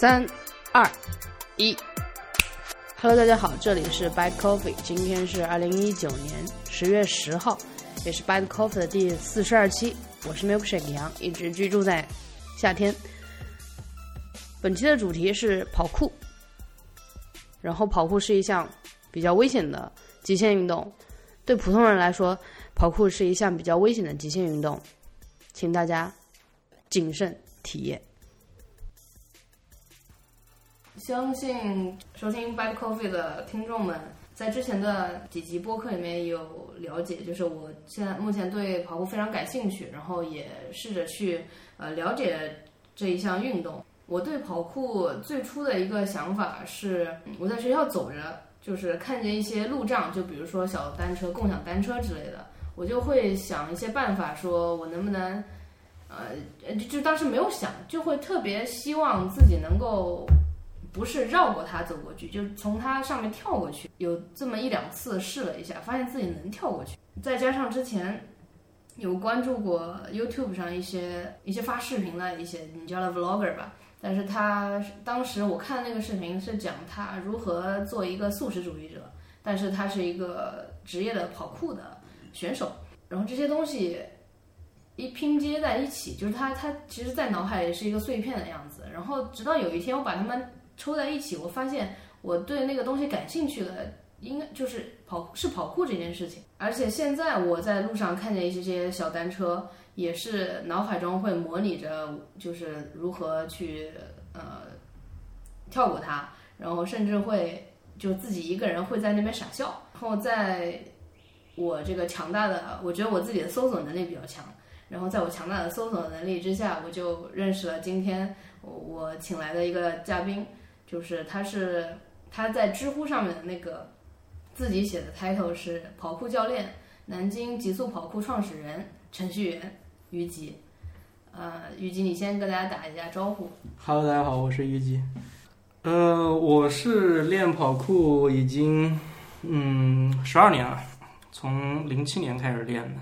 三、二、一。Hello，大家好，这里是 Bad Coffee，今天是二零一九年十月十号，也是 Bad Coffee 的第四十二期。我是 Milkshake 杨，一直居住在夏天。本期的主题是跑酷，然后跑酷是一项比较危险的极限运动，对普通人来说，跑酷是一项比较危险的极限运动，请大家谨慎体验。相信收听 Bad Coffee 的听众们，在之前的几集播客里面也有了解，就是我现在目前对跑酷非常感兴趣，然后也试着去呃了解这一项运动。我对跑酷最初的一个想法是，嗯我在学校走着，就是看见一些路障，就比如说小单车、共享单车之类的，我就会想一些办法，说我能不能，呃，就就当时没有想，就会特别希望自己能够不是绕过它走过去，就是从它上面跳过去。有这么一两次试了一下，发现自己能跳过去。再加上之前有关注过 YouTube 上一些一些发视频的一些，你叫他 Vlogger 吧。但是他当时我看那个视频是讲他如何做一个素食主义者，但是他是一个职业的跑酷的选手。然后这些东西一拼接在一起，就是他他其实，在脑海里是一个碎片的样子。然后直到有一天，我把它们抽在一起，我发现我对那个东西感兴趣的，应该就是跑是跑酷这件事情。而且现在我在路上看见一些这些小单车，也是脑海中会模拟着，就是如何去呃跳过它，然后甚至会就自己一个人会在那边傻笑。然后在我这个强大的，我觉得我自己的搜索能力比较强。然后在我强大的搜索能力之下，我就认识了今天我我请来的一个嘉宾，就是他是他在知乎上面的那个自己写的 title 是跑酷教练、南京极速跑酷创始人、程序员于吉。呃，于吉，你先跟大家打一下招呼。 Hello，大家好，我是虞姬。呃，我是练跑酷已经嗯十二年了，从零七年开始练的。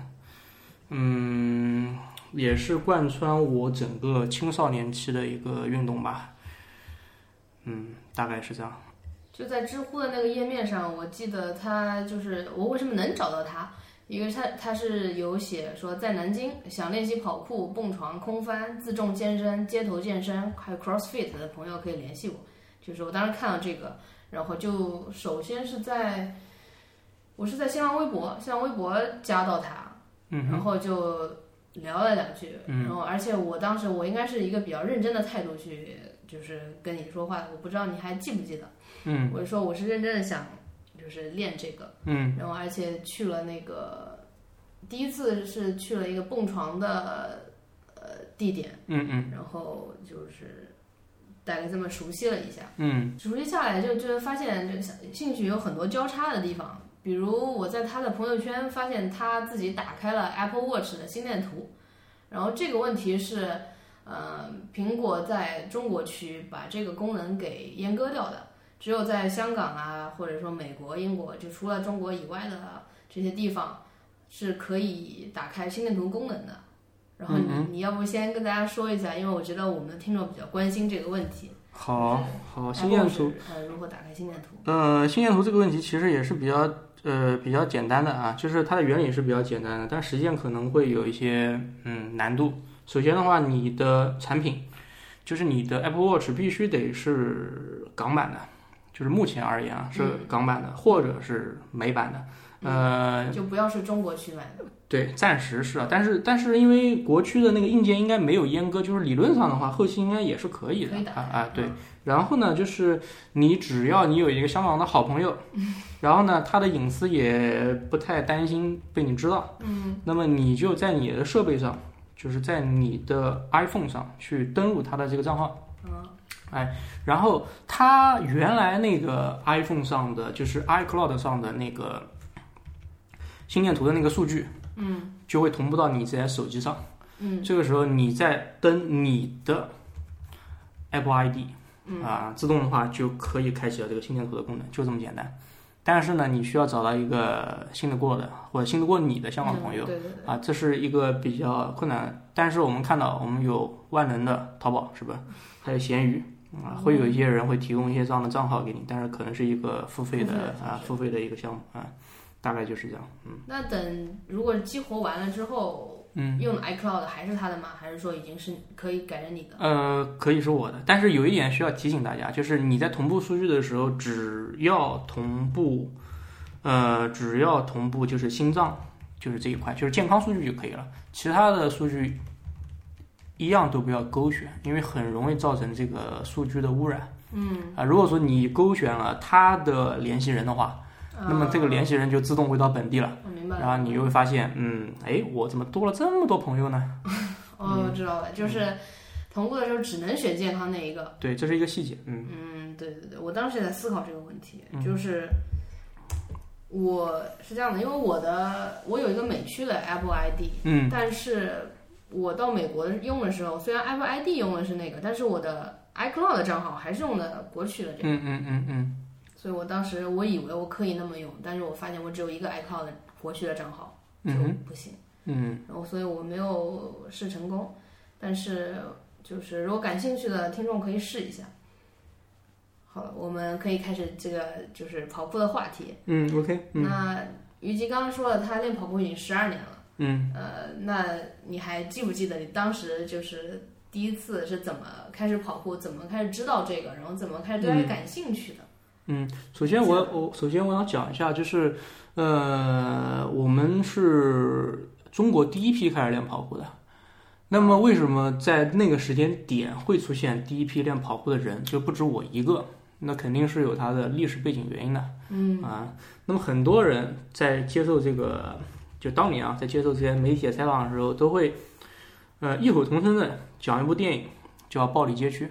嗯，也是贯穿我整个青少年期的一个运动吧。嗯，大概是这样。就在知乎的那个页面上，我记得他就是我为什么能找到他，因为他他是有写说在南京想练习跑酷、蹦床、空翻、自重健身、街头健身还有 CrossFit 的朋友可以联系我。就是我当时看到这个，然后就首先是在我是在新浪微博，新浪微博加到他，嗯然哼，后就聊了两句，嗯然后而且我当时我应该是一个比较认真的态度去，就是跟你说话的，我不知道你还记不记得，嗯我就说我是认真的想就是练这个，嗯然后而且去了那个第一次是去了一个蹦床的呃地点，嗯嗯然后就是大概这么熟悉了一下。嗯熟悉下来就就发现这个兴趣有很多交叉的地方，比如我在他的朋友圈发现他自己打开了 Apple Watch 的心电图，然后这个问题是，呃，苹果在中国区把这个功能给阉割掉的，只有在香港啊，或者说美国、英国，就除了中国以外的这些地方是可以打开心电图功能的。然后你你要不先跟大家说一下，因为我觉得我们的听众比较关心这个问题。好好，哦心电图。呃，如何打开心电图？呃，心电图这个问题其实也是比较呃比较简单的啊，就是它的原理是比较简单的，但实践可能会有一些嗯难度。首先的话，你的产品就是你的 Apple Watch 必须得是港版的，就是目前而言啊嗯是港版的、或者是美版的。呃，就不要是中国区买的，对，暂时是啊，但是但是因为国区的那个硬件应该没有阉割，就是理论上的话，后期应该也是可以的可以打开嗯啊啊，对。然后呢，就是你只要你有一个香港的好朋 友，然后呢，他的隐私也不太担心被你知道，嗯，那么你就在你的设备上，就是在你的 iPhone 上去登录他的这个账号，嗯，哎，然后他原来那个 iPhone 上的就是 iCloud 上的那个心电图的那个数据，嗯，就会同步到你这台手机上，嗯，这个时候你再登你的 Apple ID，嗯啊，自动的话就可以开启了这个心电图的功能，就这么简单。但是呢，你需要找到一个信得过的或者信得过你的香港朋友，对对对，啊，这是一个比较困难，但是我们看到我们有万能的淘宝，是吧？还有闲鱼，啊，会有一些人会提供一些这样的账号给你，但是可能是一个付费的付费的啊，付费的一个项目啊，大概就是这样。嗯那等如果激活完了之后，嗯，用 iCloud 还是他的吗？还是说已经是可以改成你的？呃，可以是我的，但是有一点需要提醒大家，就是你在同步数据的时候，只要同步，呃，只要同步就是心脏，就是这一块，就是健康数据就可以了，其他的数据一样都不要勾选，因为很容易造成这个数据的污染。嗯啊，如果说你勾选了他的联系人的话，那么这个联系人就自动回到本地了。啊我明白了。然后你就会发现，嗯，哎，我怎么多了这么多朋友呢？哦，我嗯知道了，就是同步的时候只能选健康那一个。对，这是一个细节，嗯。嗯，对对对，我当时也在思考这个问题，就是我是这样的，因为我的我有一个美区的 Apple ID，嗯，但是我到美国用的时候，虽然 Apple ID 用的是那个，但是我的 iCloud 的账号还是用的国区的这个，嗯嗯嗯嗯，所以我当时我以为我可以那么用，但是我发现我只有一个 iCloud 的国区的账号，就嗯哼不行。嗯然后所以我没有试成功，但是就是如果感兴趣的听众可以试一下。好了，我们可以开始这个就是跑酷的话题。嗯，OK，嗯那于吉刚刚说了，他练跑酷已经十二年了，嗯，呃，那你还记不记得你当时就是第一次是怎么开始跑酷，怎么开始知道这个，然后怎么开始对嗯它感兴趣的？首先我我首先我想讲一下，就是呃，我们是中国第一批开始练跑步的。那么为什么在那个时间点会出现第一批练跑步的人，就不止我一个？那肯定是有它的历史背景原因的。嗯啊，那么很多人在接受这个，就当年啊，在接受这些媒体的采访的时候，都会呃异口同声的讲一部电影叫《暴力街区》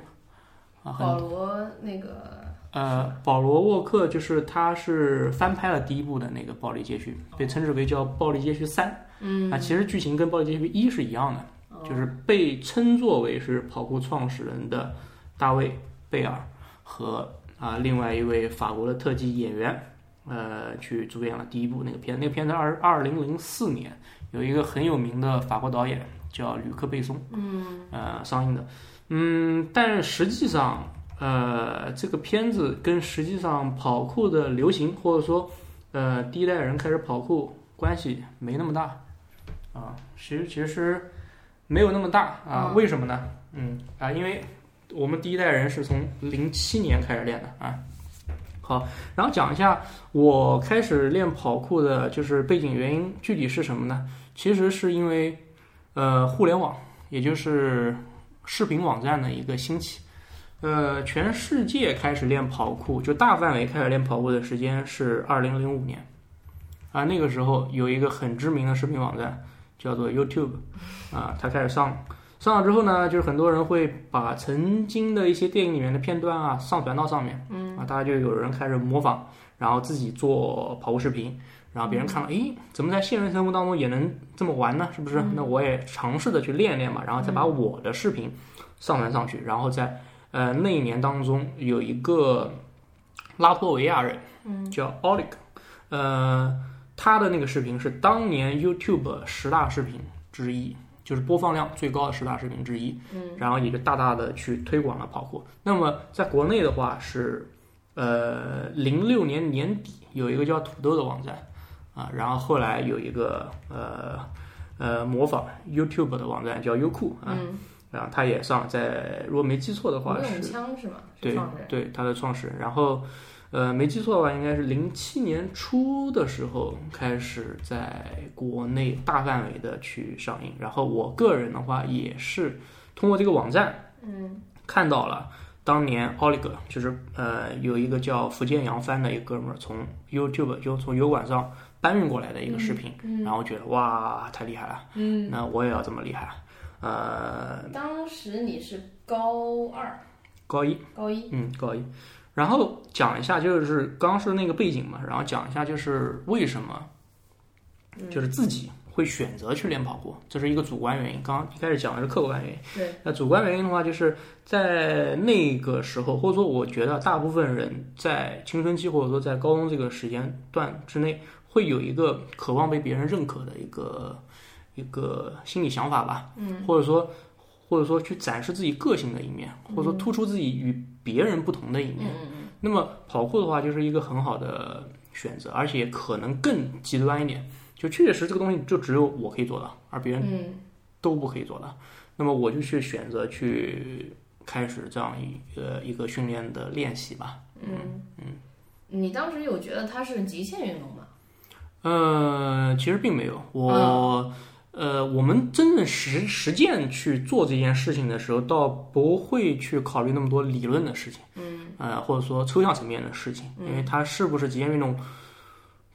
啊，很保罗那个呃，保罗沃克就是他是翻拍了第一部的那个《暴力街区》，被称之为叫《暴力街区三》。嗯啊，其实剧情跟《暴力街区一》是一样哦的，就是被称作为是跑酷创始人的大卫·贝尔和啊、另外一位法国的特技演员，呃，去主演了第一部那个片。那个片子二二零零四年有一个很有名的法国导演叫吕克·贝松，嗯，呃，上映的。嗯，但是实际上呃，这个片子跟实际上跑酷的流行，或者说呃第一代人开始跑酷关系没那么大啊，其实其实没有那么大啊，为什么呢？嗯啊，因为我们第一代人是从零七年开始练的啊。好，然后讲一下我开始练跑酷的，就是背景原因具体是什么呢？其实是因为呃互联网，也就是视频网站的一个兴起。呃，全世界开始练跑酷，就大范围开始练跑酷的时间是二零零五年，啊，那个时候有一个很知名的视频网站叫做 YouTube，啊，它开始上了上了之后呢，就是很多人会把曾经的一些电影里面的片段啊上传到上面，嗯，啊，大家就有人开始模仿，然后自己做跑酷视频，然后别人看了，诶，怎么在现实生活当中也能这么玩呢？是不是？那我也尝试的去练练吧，然后再把我的视频上传上去，然后再。呃，那一年当中有一个拉脱维亚人，嗯，叫 Oleg，呃，他的那个视频是当年 YouTube 十大视频之一，就是播放量最高的十大视频之一，嗯，然后也就大大的去推广了跑酷。那么在国内的话是，呃，零六年年底有一个叫土豆的网站，啊，然后后来有一个呃呃模仿 YouTube 的网站叫优酷啊。然后他也上，在如果没记错的话吴是永强是吗？是对创始人。对，他的创始人。然后，呃，没记错的话，应该是零七年初的时候开始在国内大范围的去上映。然后我个人的话，也是通过这个网站，嗯，看到了当年奥利格，就是呃有一个叫福建扬帆的一个哥们儿，从 YouTube 就从油管上搬运过来的一个视频，然后觉得哇太厉害了，嗯，那我也要这么厉害，呃，当时你是高二、高一。高一，嗯，高一。然后讲一下，就是刚刚是那个背景嘛，然后讲一下就是为什么，嗯就是自己会选择去练跑酷，这是一个主观原因。刚刚一开始讲的是客观原因，对，那主观原因的话，就是在那个时候，或者说我觉得大部分人在青春期或者说在高中这个时间段之内，会有一个渴望被别人认可的一个一个心理想法吧，嗯，或者说或者说去展示自己个性的一面，或者说突出自己与别人不同的一面。那么跑酷的话，就是一个很好的选择，而且可能更极端一点，就确确实实这个东西就只有我可以做到，而别人嗯都不可以做到。那么我就去选择去开始这样一个一个训练的练习吧。嗯嗯，你当时有觉得它是极限运动吗？呃，其实并没有，我、呃，我们真正实实践去做这件事情的时候，倒不会去考虑那么多理论的事情，嗯，呃，或者说抽象层面的事情，因为它是不是极限运动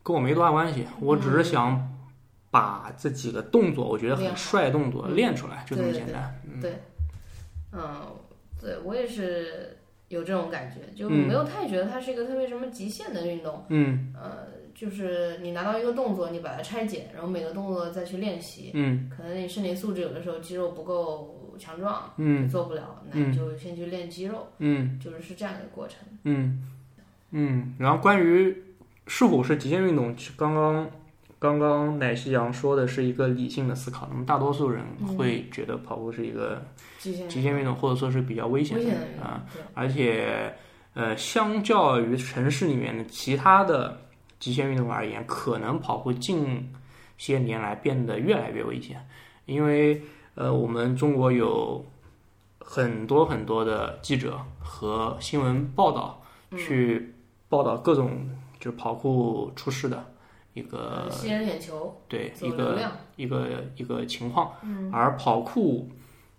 跟我没多大关系，我只是想把这几个动作，我觉得嗯练很好帅的动作嗯练出来，就这么对对简单，嗯对，嗯，对我也是有这种感觉，就嗯没有太觉得它是一个特别什么极限的运动。嗯呃，就是你拿到一个动作，你把它拆解，然后每个动作再去练习。嗯可能你身体素质有的时候肌肉不够强壮，嗯做不了，那你就先去练肌肉，嗯就是是这样一个过程。嗯嗯，然后关于是否是极限运动，其实刚刚刚刚奶昔羊说的是一个理性的思考，那么大多数人嗯会觉得跑步是一个极限极限运动，或者说是比较危危险险的运的动，啊、而且呃，相较于城市里面的其他的极限运动而言，可能跑步近些年来变得越来越危险，因为呃，我们中国有很多很多的记者和新闻报道去报道各种就是跑酷出事的一个对，呃吸人眼球，对走呃一流个量，一个一个情况。而跑酷，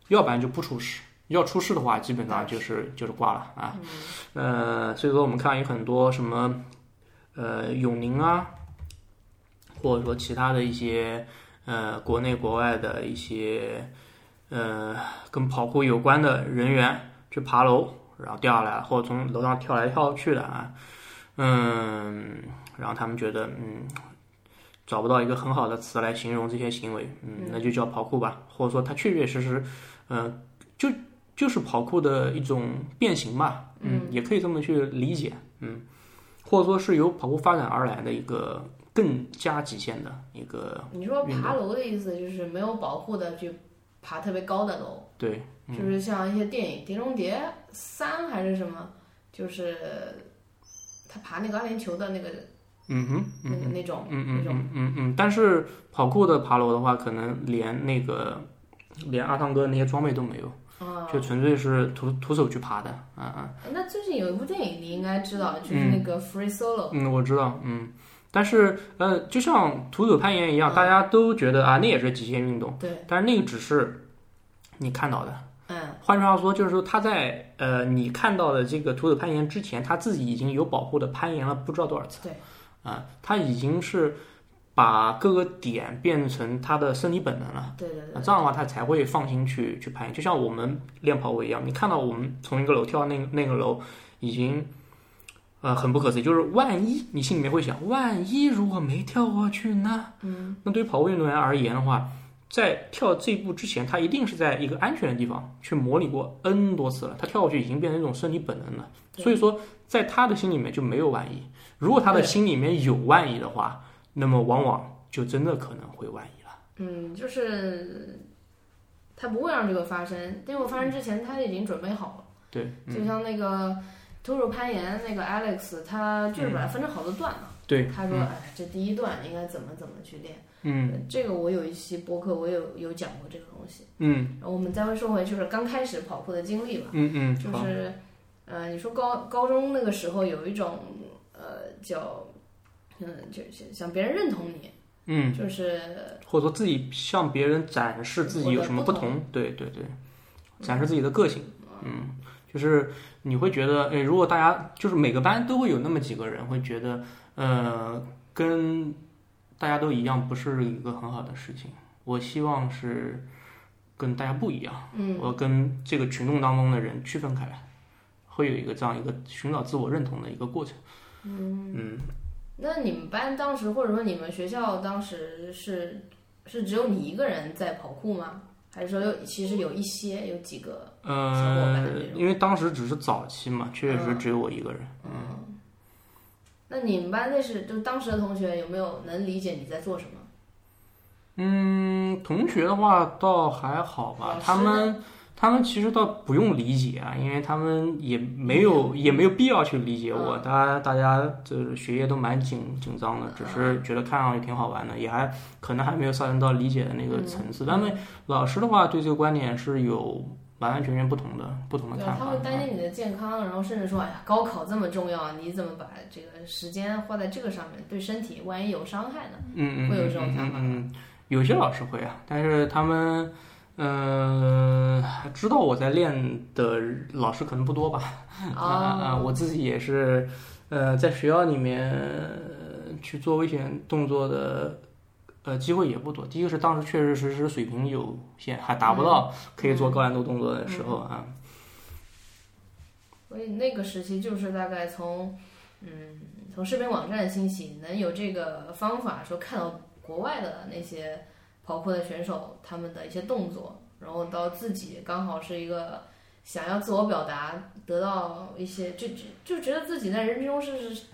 要不然就不出事，要出事的话，基本上就是就是挂了啊。呃，所以说我们看有很多什么，呃，永宁啊，或者说其他的一些呃国内国外的一些呃跟跑酷有关的人员去爬楼，然后掉下来，或者从楼上跳来跳去的啊。嗯，然后他们觉得，嗯，找不到一个很好的词来形容这些行为，嗯，那就叫跑酷吧，或者说它确确实实，嗯、就就是跑酷的一种变形吧，嗯，也可以这么去理解，嗯，或者说是由跑酷发展而来的一个更加极限的一个，你说运爬楼的意思就是没有保护的去爬特别高的楼，对，嗯就是像一些电影《碟中谍三》还是什么，就是他爬那个阿联酋的那个、嗯哼，那个那种、嗯那嗯种，嗯嗯嗯，但是跑酷的爬楼的话，可能连那个连阿汤哥那些装备都没有，啊、嗯就纯粹是徒徒手去爬的，啊啊。那最近有一部电影你应该知道，就是那个《Free Solo》嗯，我知道，嗯，但是呃，就像徒手攀岩一样，嗯大家都觉得啊，那也是极限运动，对，但是那个只是你看到的。嗯换句话说，就是说他在呃你看到的这个徒手攀岩之前，他自己已经有保护的攀岩了不知道多少次。对，啊、他已经是把各个点变成他的生理本能了。对对那对，这样的话，他才会放心去去攀岩。就像我们练跑步一样，你看到我们从一个楼跳到那个那个楼，已经呃很不可思议。就是万一你心里面会想，万一如果没跳过去呢？嗯，那对于跑步运动员而言的话，在跳这一步之前，他一定是在一个安全的地方去模拟过 n 多次了。他跳过去已经变成一种生理本能了。对所以说，在他的心里面就没有万一。如果他的对心里面有万一的话，那么往往就真的可能会万一了。嗯，就是他不会让这个发生，结果发生之前他已经准备好了。对，嗯就像那个徒手攀岩那个 Alex，他就是把它分成好多段嘛。嗯对，他说：“嗯哎，这第一段应该怎么怎么去练。嗯。”这个我有一期播客，我有有讲过这个东西。嗯然后我们再会说回就是刚开始跑步的经历吧，嗯嗯，就好是，呃，你说高高中那个时候有一种呃叫，嗯，就是想别人认同你，嗯，就是或者说自己向别人展示自己有什么不同，对对对，展示自己的个性，嗯，就是你会觉得，哎，如果大家就是每个班都会有那么几个人会觉得，呃，跟大家都一样不是一个很好的事情，我希望是跟大家不一样，嗯，我跟这个群众当中的人区分开来，会有一个这样一个寻找自我认同的一个过程，嗯那你们班当时或者说你们学校当时是是只有你一个人在跑酷吗？还是说有其实有一些有几个？小伙伴呃那种，因为当时只是早期嘛，确实嗯只有我一个人。嗯，那你们班那是就当时的同学有没有能理解你在做什么？嗯，同学的话倒还好吧老，师他们他们其实倒不用理解啊，因为他们也没嗯有也没有必要去理解我，大家大家就是学业都蛮紧紧张的，只嗯是觉得看上去挺好玩的，也还可能还没有上升到理解的那个层嗯次。但是老师的话，对这个观点是有完完全全不同的不同的对啊看，他法会。担心你的健康，然后甚至说，哎呀，高考这么重要，你怎么把这个时间花在这个上面，对身体万一有伤害呢？嗯嗯，会有这种想法吗嗯嗯嗯有些老师会啊，但是他们，嗯、知道我在练的老师可能不多吧。 啊啊、啊，我自己也是，呃，在学校里面呃去做危险动作的，呃，机会也不多。第一个是当时确确实实水平有限，还达不到可以做高难度动作的时候啊。所以那个时期就是大概从，嗯，从视频网站的兴起，能有这个方法说看到国外的那些跑酷的选手他们的一些动作，然后到自己刚好是一个想要自我表达，得到一些就就就觉得自己在人群中是是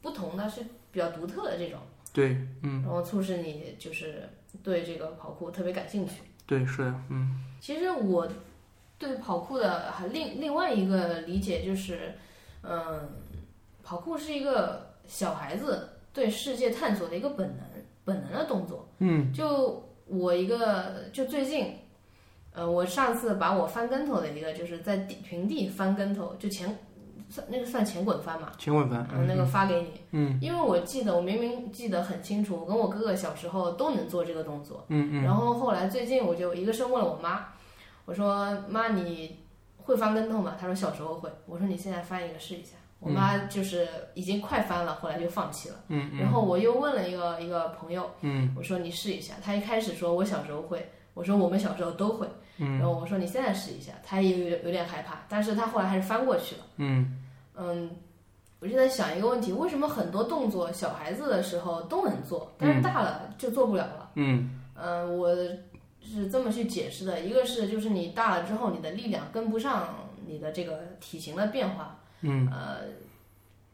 不同的，是比较独特的这种，对，嗯，然后促使你就是对这个跑酷特别感兴趣。对，是的，嗯其实我对跑酷的还另另外一个理解就是，嗯，跑酷是一个小孩子对世界探索的一个本能本能的动作。嗯就我一个，就最近，呃，我上次把我翻跟头的一个，就是在地平地翻跟头，就前算那个算前滚翻嘛，前滚翻，嗯，那个发给你，嗯因为我记得我明明记得很清楚，我跟我哥哥小时候都能做这个动作。嗯嗯然后后来最近我就一个是问了我妈，我说妈你会翻跟头吗？她说小时候会。我说你现在翻一个试一下。我妈就是已经快翻了，后来就放弃了。嗯然后我又问了一个一个朋友，嗯我说你试一下。她一开始说我小时候会，我说我们小时候都会。嗯然后我说你现在试一下，她也有有点害怕，但是她后来还是翻过去了。嗯嗯，我就在想一个问题，为什么很多动作小孩子的时候都能做，但是大了就做不了了？嗯呃，我是这么去解释的，一个是就是你大了之后，你的力量跟不上你的这个体型的变化。嗯呃，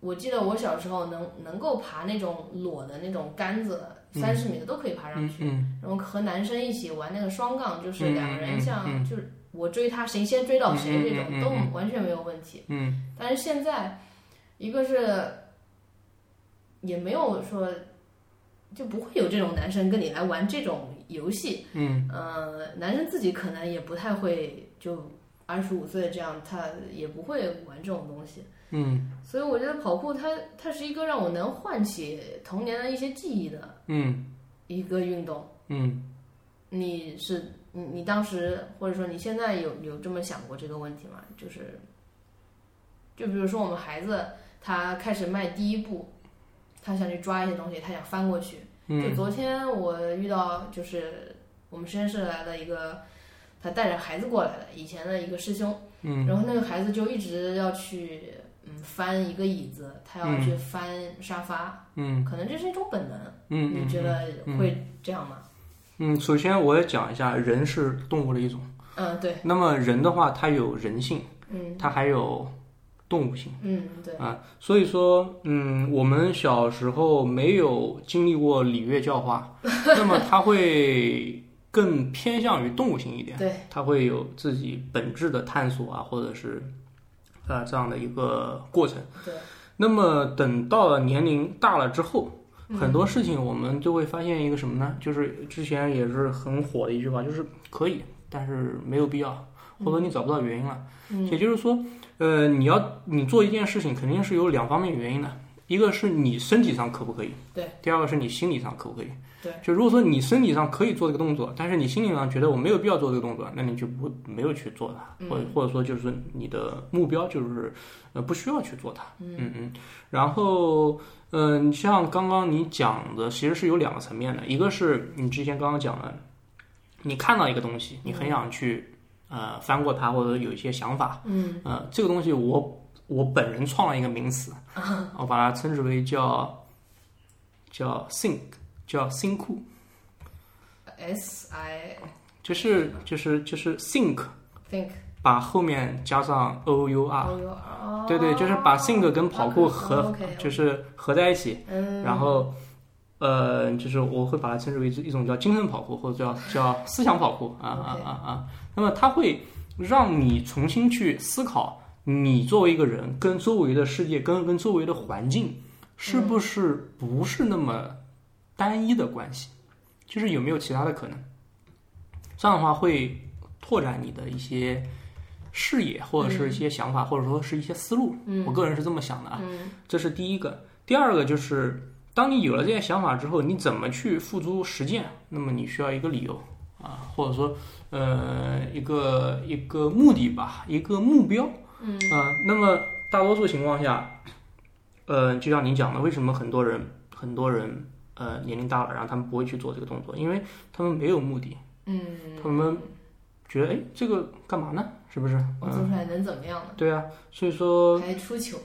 我记得我小时候能能够爬那种裸的那种杆子，三十米的都可以爬上嗯去。嗯，然后和男生一起玩那个双杠，就是嗯两个人像、嗯嗯就是我追他，谁先追到谁这种、嗯嗯嗯嗯都完全没有问题。嗯，但是现在一个是也没有说就不会有这种男生跟你来玩这种游戏，嗯呃，男生自己可能也不太会就。二十五岁这样，他也不会玩这种东西，嗯所以我觉得跑酷它它是一个让我能唤起童年的一些记忆的嗯一个运动。嗯，你是你你当时或者说你现在有有这么想过这个问题吗？就是，就比如说我们孩子他开始迈第一步，他想去抓一些东西，他想翻过去。嗯就昨天我遇到就是我们实验室来的一个，他带着孩子过来的，以前的一个师兄，嗯然后那个孩子就一直要去嗯翻一个椅子，他要去翻沙发，嗯可能这是一种本能。嗯，你觉得会这样吗？嗯，首先我也讲一下，人是动物的一种。嗯，对，那么人的话，它有人性，嗯它还有动物性嗯对。啊。所以说，嗯，我们小时候没有经历过礼乐教化，那么它会更偏向于动物性一点，对，它会有自己本质的探索啊，或者是啊这样的一个过程。对，那么等到了年龄大了之后，很多事情我们就会发现一个什么呢？就是之前也是很火的一句话，就是可以，但是没有必要，或者你找不到原因了。嗯也就是说，呃，你要你做一件事情，肯定是有两方面原因的，一个是你身体上可不可以，对；第二个是你心理上可不可以。对，就如果说你身体上可以做这个动作，但是你心理上觉得我没有必要做这个动作，那你就不没有去做它，嗯或者或者说就是你的目标就是呃不需要去做它。嗯嗯，然后嗯、呃你像刚刚你讲的，其实是有两个层面的，一个是你之前刚刚讲的，你看到一个东西，你很想去、呃翻过它，或者有一些想法，嗯呃，这个东西我我本人创了一个 名词，我把它称之为叫叫 think，叫 think， ，S I 就是就是就是 think， think 把后面加上 o u r， O U R，哦对对，就是把 think 跟跑酷合 OK，OK，OK，就是合在一起，嗯，然后，呃，就是我会把它称之为一一种叫精神跑酷，或者叫叫思想跑酷啊啊 OK 啊啊。那么它会让你重新去思考，你作为一个人跟周围的世界、跟跟周围的环境，是嗯不是不是那么单一的关系？就是有没有其他的可能？这样的话会拓展你的一些视野，或者嗯是一些想法，或者说是一些思路。我个人是这么想的啊，这是第一个。第二个就是，当你有了这些想法之后，你怎么去付诸实践？那么你需要一个理由啊，或者说呃一个一个目的吧，一个目标。嗯啊，那么大多数情况下，呃，就像你讲的，为什么很多人很多人呃年龄大了，然后他们不会去做这个动作，因为他们没有目的。嗯，他们觉得哎，这个干嘛呢？是不是？我嗯，做出来能怎么样呢？对啊，所以说还出糗，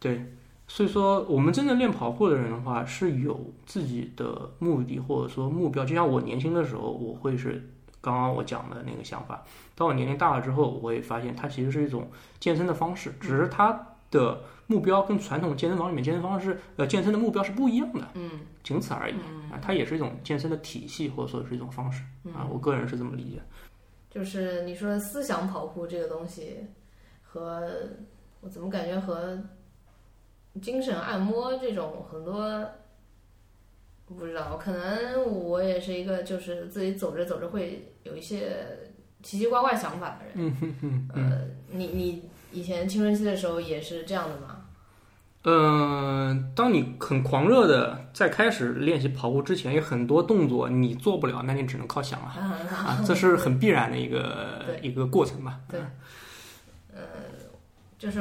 对，所以说我们真正练跑酷的人的话，是有自己的目的或者说目标。就像我年轻的时候，我会是刚刚我讲的那个想法，当我年龄大了之后，我会发现它其实是一种健身的方式，只是它的目标跟传统健身房里面健身方式呃健身的目标是不一样的，嗯仅此而已嗯，啊。它也是一种健身的体系或者说是一种方式啊，我个人是这么理解的。就是你说的思想跑酷这个东西，和我怎么感觉和精神按摩这种很多不知道，可能我也是一个就是自己走着走着会有一些奇奇怪怪想法的人。嗯哼哼嗯。呃，你你以前青春期的时候也是这样的吗？嗯，当你很狂热的在开始练习跑步之前，有很多动作你做不了，那你只能靠想了啊，这是很必然的一个一个过程吧。对就是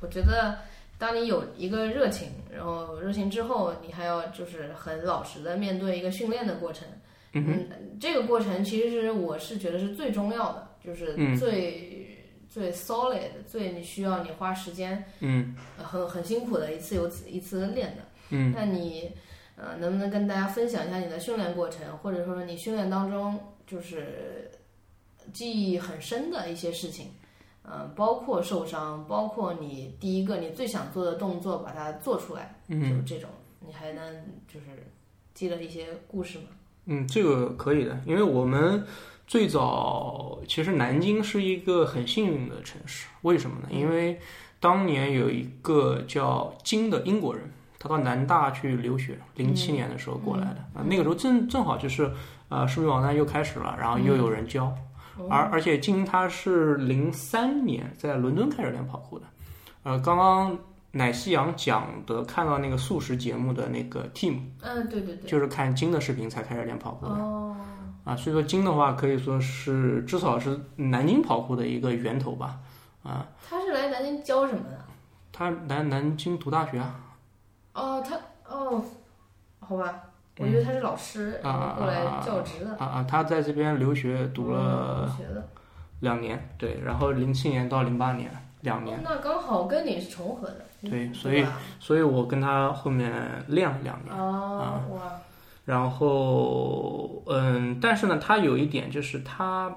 我觉得，当你有一个热情，然后热情之后，你还要就是很老实的面对一个训练的过程。嗯嗯，这个过程其实我是觉得是最重要的，就是嗯最、最 solid、最你需要你花时间嗯呃很很辛苦的一次又一次练的。嗯那你呃能不能跟大家分享一下你的训练过程，或者说你训练当中就是记忆很深的一些事情？呃，包括受伤，包括你第一个你最想做的动作，把它做出来，嗯就这种，你还能就是记得一些故事吗？嗯，这个可以的，因为我们最早其实南京是一个很幸运的城市，为什么呢？因为当年有一个叫金的英国人，他到南大去留学，零嗯七年的时候过来的、啊，那个时候正正好就是呃数据网站又开始了，然后嗯又有人教。而而且金他是零三年在伦敦开始练跑酷的，呃，刚刚奶昔阳讲的看到那个素食节目的那个 team，嗯，对对对，就是看金的视频才开始练跑酷的哦，啊，所以说金的话可以说是至少是南京跑酷的一个源头吧啊，他是来南京教什么的？他来南京读大学啊，哦，他哦，好吧，我以为他是老师，啊然啊后过来教职的，啊啊，他在这边留学读了学的，两年，对，然后零七年到零八年两年，哦那刚好跟你是重合的，嗯对，吧所以啊所以我跟他后面练了两年。哦，哇，然后，嗯，但是呢，他有一点就是他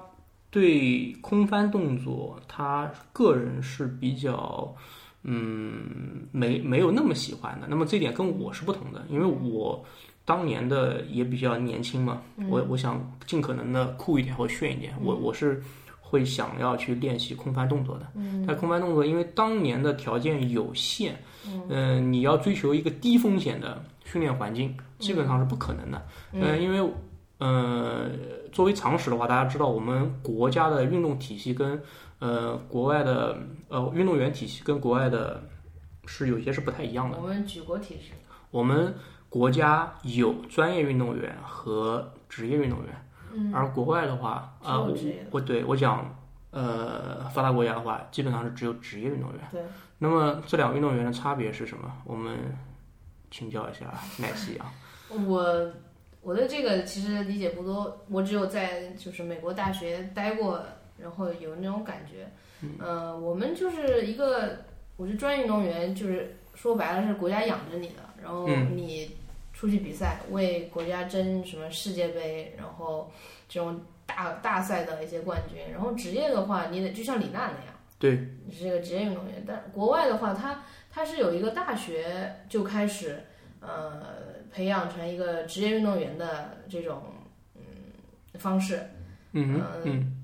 对空翻动作，他个人是比较，嗯，没没有那么喜欢的。那么这点跟我是不同的，因为我当年的也比较年轻嘛，嗯我我想尽可能的酷一点或炫一点，我我是会想要去练习空翻动作的。嗯但空翻动作因为当年的条件有限，嗯、你要追求一个低风险的训练环境，基本上是不可能的。嗯、因为呃，作为常识的话，大家知道我们国家的运动体系跟呃国外的呃运动员体系跟国外的是有些是不太一样的。我们举国体制，我们国家有专业运动员和职业运动员，而国外的话，嗯只啊、有我职业我对我讲，呃，发达国家的话，基本上是只有职业运动员。对，那么这两个运动员的差别是什么？我们请 教一下奶昔啊。我我对这个其实理解不多，我只有在就是美国大学待过，然后有那种感觉。嗯呃，我们就是一个，我是专业运动员，就是说白了是国家养着你的，然后嗯你出去比赛，为国家争什么世界杯，然后这种大大赛的一些冠军。然后职业的话，你得就像李娜那样。对，你是一个职业运动员，但国外的话，他他是有一个大学就开始呃培养成一个职业运动员的这种嗯方式，嗯呃嗯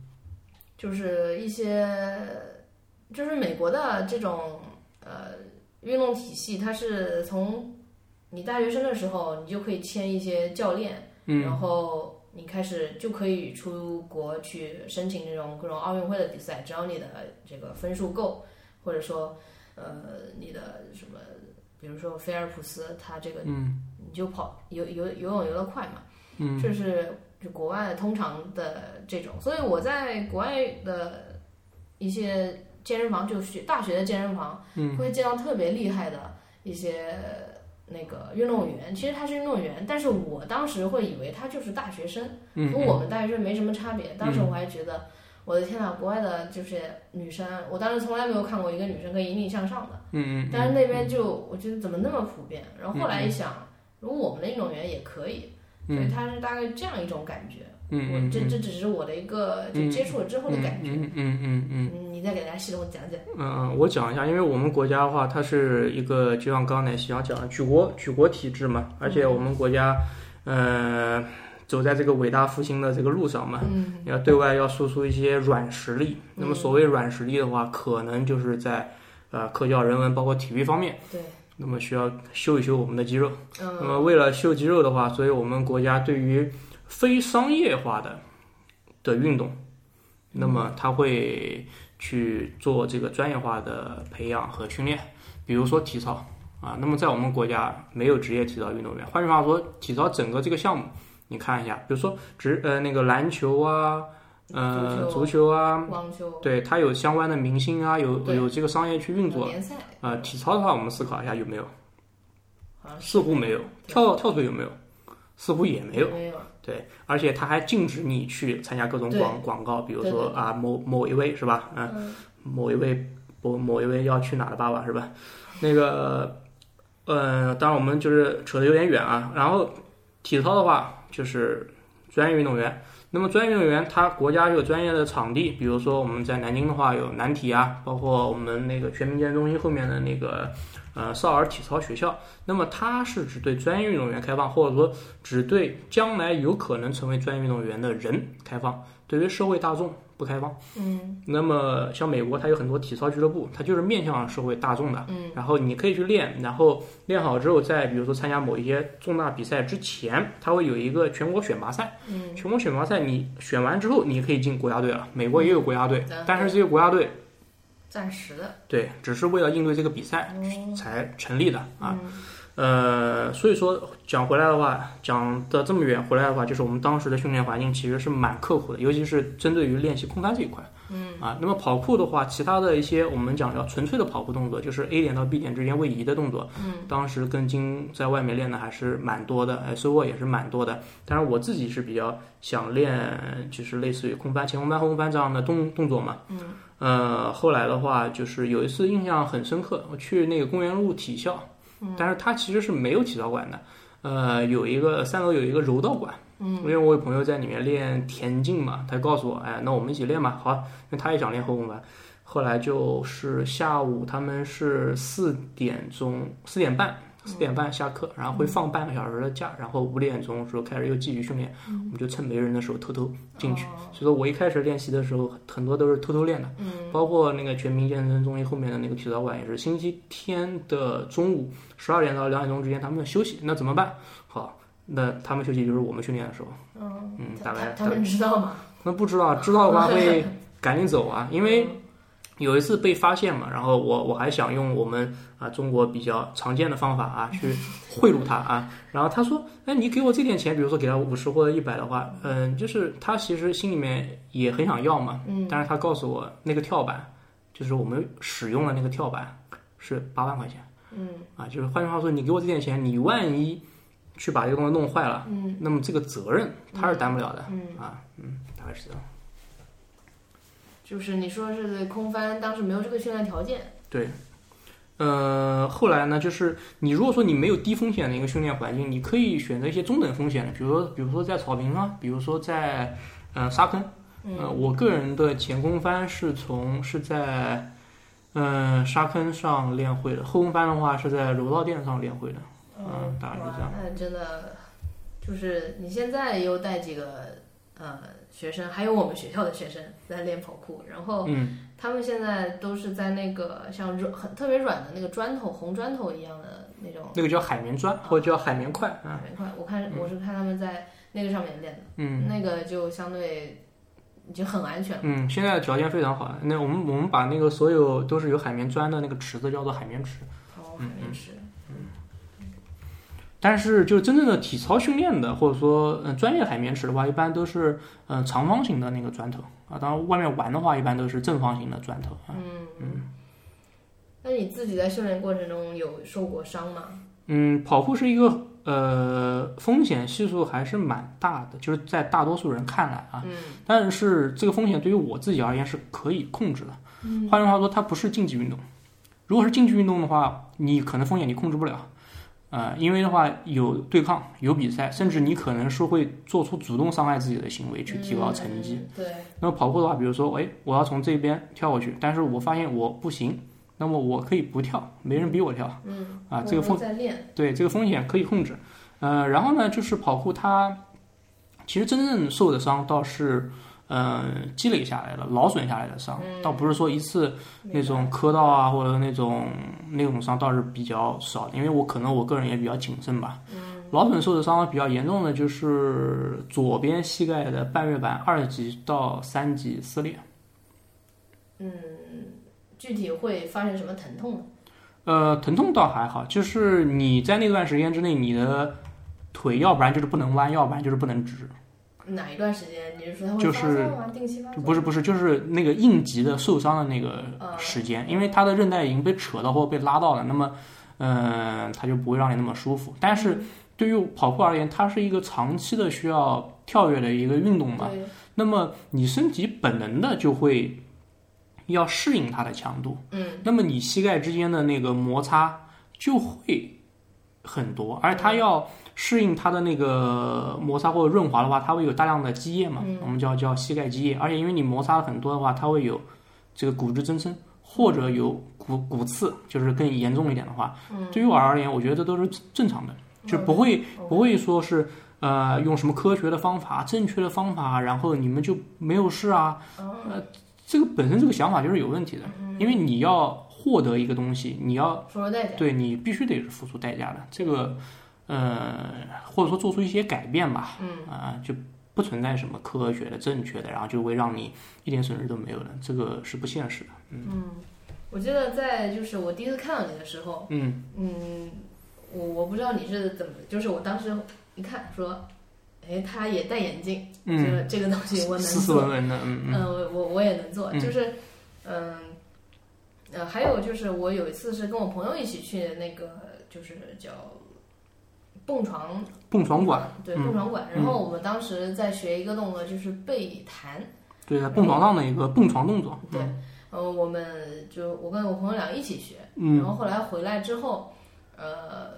就是一些，就是美国的这种呃运动体系，它是从你大学生的时候，你就可以签一些教练，嗯然后你开始就可以出国去申请这种各种奥运会的比赛，只要你的这个分数够，或者说呃你的什么，比如说菲尔普斯，他这个嗯你就跑游游游泳游得快嘛。嗯这是就国外通常的这种，所以我在国外的一些健身房，就学大学的健身房，嗯会见到特别厉害的一些那个运动员。其实他是运动员，但是我当时会以为他就是大学生，嗯，跟我们大学生没什么差别。当时我还觉得，我的天呐，国外的就是女生，我当时从来没有看过一个女生可以引领向上的。嗯嗯，但是那边就我觉得怎么那么普遍？然后后来一想，如果我们的运动员也可以，所以嗯他是大概这样一种感觉。嗯我嗯这这只是我的一个就嗯接触了之后的感觉。嗯嗯嗯嗯。嗯，你再给大家系统讲讲。嗯，我讲一下，因为我们国家的话，它是一个就像刚刚奶昔讲讲的举国举国体制嘛，而且我们国家，呃，走在这个伟大复兴的这个路上嘛，嗯要对外要输出一些软实力。那么嗯所谓软实力的话，可能就是在呃科教、人文包括体育方面，对，那么需要修一修我们的肌肉。那嗯么呃为了秀肌肉的话，所以我们国家对于非商业化的的运动，那么它会去做这个专业化的培养和训练，比如说体操啊。那么在我们国家没有职业体操运动员，换句话说，体操整个这个项目，你看一下，比如说职呃那个篮球啊，呃足球足球啊，网球对它有相关的明星啊，有对有这个商业去运作。联赛呃，体操的话，我们思考一下有没有。好像是似乎没有，跳跳水有没有？似乎也没有。没有，对，而且他还禁止你去参加各种对广广告，比如对说对啊某某一位是吧？嗯，嗯某一位某某一位要去哪的爸爸是吧？那个呃，当然我们就是扯得有点远啊。然后体操的话就是专业运动员。那么专业运动员，他国家有专业的场地，比如说我们在南京的话有南体啊，包括我们那个全民健身中心后面的那个呃少儿体操学校。那么它是只对专业运动员开放，或者说只对将来有可能成为专业运动员的人开放，对于社会大众不开放。嗯那么像美国，它有很多体操俱乐部，它就是面向社会大众的。嗯然后你可以去练，然后练好之后，再比如说参加某一些重大比赛之前，它会有一个全国选拔赛。嗯全国选拔赛你选完之后，你可以进国家队了。美国也有国家队嗯，但是这个国家队暂时的对，只是为了应对这个比赛哦才成立的啊。嗯呃，所以说讲回来的话，讲的这么远回来的话，就是我们当时的训练环境其实是蛮刻苦的，尤其是针对于练习空翻这一块。嗯啊，那么跑酷的话，其他的一些我们讲叫纯粹的跑酷动作，就是 A 点到 B 点之间位移的动作，嗯当时跟金在外面练的还是蛮多的，哎，收获也是蛮多的。当然我自己是比较想练，就是类似于空翻、前空翻、后空翻这样的动动作嘛。嗯呃，后来的话，就是有一次印象很深刻，我去那个公园路体校，嗯但是它其实是没有体操馆的，呃，有一个三楼有一个柔道馆。因嗯为我有朋友在里面练田径嘛，他告诉我，哎，那我们一起练吧，好啊，因为他也想练后空翻。后来就是下午，他们是四点钟、四点半、四点半下课，然后嗯会放半个小时的假，然后五点钟的时候开始又继续训练。我们就趁没人的时候偷偷进去。嗯哦所以说我一开始练习的时候，很多都是偷偷练的，嗯包括那个全民健身中心后面的那个体操馆也是，星期天的中午十二点到两点钟之间他们休息，那怎么办？好，那他们休息就是我们训练的时候。嗯嗯他大概他他们知道吗？那不知道，知道的话会赶紧走啊，因为有一次被发现嘛，然后我我还想用我们啊中国比较常见的方法啊去贿赂他啊，然后他说，哎，你给我这点钱，比如说给他五十或者一百的话，嗯，就是他其实心里面也很想要嘛，嗯但是他告诉我那个跳板，就是我们使用的那个跳板是八万块钱嗯啊，就是换句话说，你给我这点钱，你万一去把这个东西弄坏了，嗯那么这个责任他是担不了的嗯。啊，嗯，大概是这样。就是你说是对空翻，当时没有这个训练条件，呃，后来呢，就是你如果说你没有低风险的一个训练环境，你可以选择一些中等风险的，比如说，比如说在草坪啊，比如说在呃沙坑。呃，嗯我个人的前空翻是从是在嗯、呃沙坑上练会的，后空翻的话是在柔道垫上练会的。哦嗯大概是这样哇那真的就是你现在又带几个呃学生，还有我们学校的学生在练跑酷，然后嗯他们现在都是在那个像软很特别软的那个砖头红砖头一样的那种那个叫海绵砖或者叫海绵块啊，板块，我看我是看他们在那个上面练的，嗯那个就相对就很安全了。嗯，现在的条件非常好。那我们我们把那个所有都是有海绵砖的那个池子叫做海绵池。哦，海嗯绵池，但是，就是真正的体操训练的，或者说，嗯、专业海绵池的话，一般都是，嗯、长方形的那个砖头啊。当然，外面玩的话，一般都是正方形的砖头啊。嗯那你自己在训练过程中有受过伤吗？嗯，跑酷是一个，呃，风险系数还是蛮大的，就是在大多数人看来啊。嗯但是这个风险对于我自己而言是可以控制的。嗯换句话说，它不是竞技运动。如果是竞技运动的话，你可能风险你控制不了，呃，因为的话有对抗、有比赛，甚至你可能是会做出主动伤害自己的行为去提高成绩。嗯。对，那么跑步的话，比如说，哎，我要从这边跳过去，但是我发现我不行，那么我可以不跳，没人逼我跳嗯啊。这个我风们在练，对这个风险可以控制。呃，然后呢，就是跑酷它其实真正受的伤倒是。呃，积累下来的、劳损下来的伤，嗯啊倒不是说一次那种磕到啊，或者那种那种伤倒是比较少的，因为我可能我个人也比较谨慎吧。嗯、老粉受的伤比较严重的就是左边膝盖的半月板二级到三级撕裂。嗯，具体会发生什么疼痛呢？呃，疼痛倒还好，就是你在那段时间之内，你的腿要不然就是不能弯，要不然就是不能直。哪一段时间？你是说它会就发是作吗？定期发就作？不是不是，就是那个应急的受伤的那个嗯时间，因为他的韧带已经被扯到或被拉到了，那么，嗯、他就不会让你那么舒服。但是对于跑酷而言，它是一个长期的需要跳跃的一个运动嘛，对，那么你身体本能的就会要适应它的强度，嗯那么你膝盖之间的那个摩擦就会很多，而它要适应它的那个摩擦或者润滑的话，它会有大量的积液嘛，嗯我们叫叫膝盖积液，而且因为你摩擦很多的话，它会有这个骨质增生。或者有骨骨刺，就是更严重一点的话，嗯，哦对于我而言，我觉得这都是正常的，就不会不会会说是呃用什么科学的方法、正确的方法，然后你们就没有事啊。哦呃，这个本身这个想法就是有问题的，嗯因为你要获得一个东西，你要付出代价。对你必须得是付出代价的。这个呃，或者说做出一些改变吧，嗯啊、就不存在什么科学的、正确的，然后就会让你一点损失都没有的，这个是不现实的。嗯，我记得在就是我第一次看到你的时候，嗯嗯，我我不知道你是怎么，就是我当时一看说，哎，他也戴眼镜，这嗯，个这个东西我能斯斯做文，文的，嗯嗯嗯，我我我也能做，嗯就是嗯呃，还有就是我有一次是跟我朋友一起去那个就是叫蹦床蹦床馆，对，嗯蹦床馆。嗯然后我们当时在学一个动作，就是背弹。对，在蹦床上的一个蹦床动作，对，呃，我们就我跟我朋友俩一起学，嗯然后后来回来之后，呃，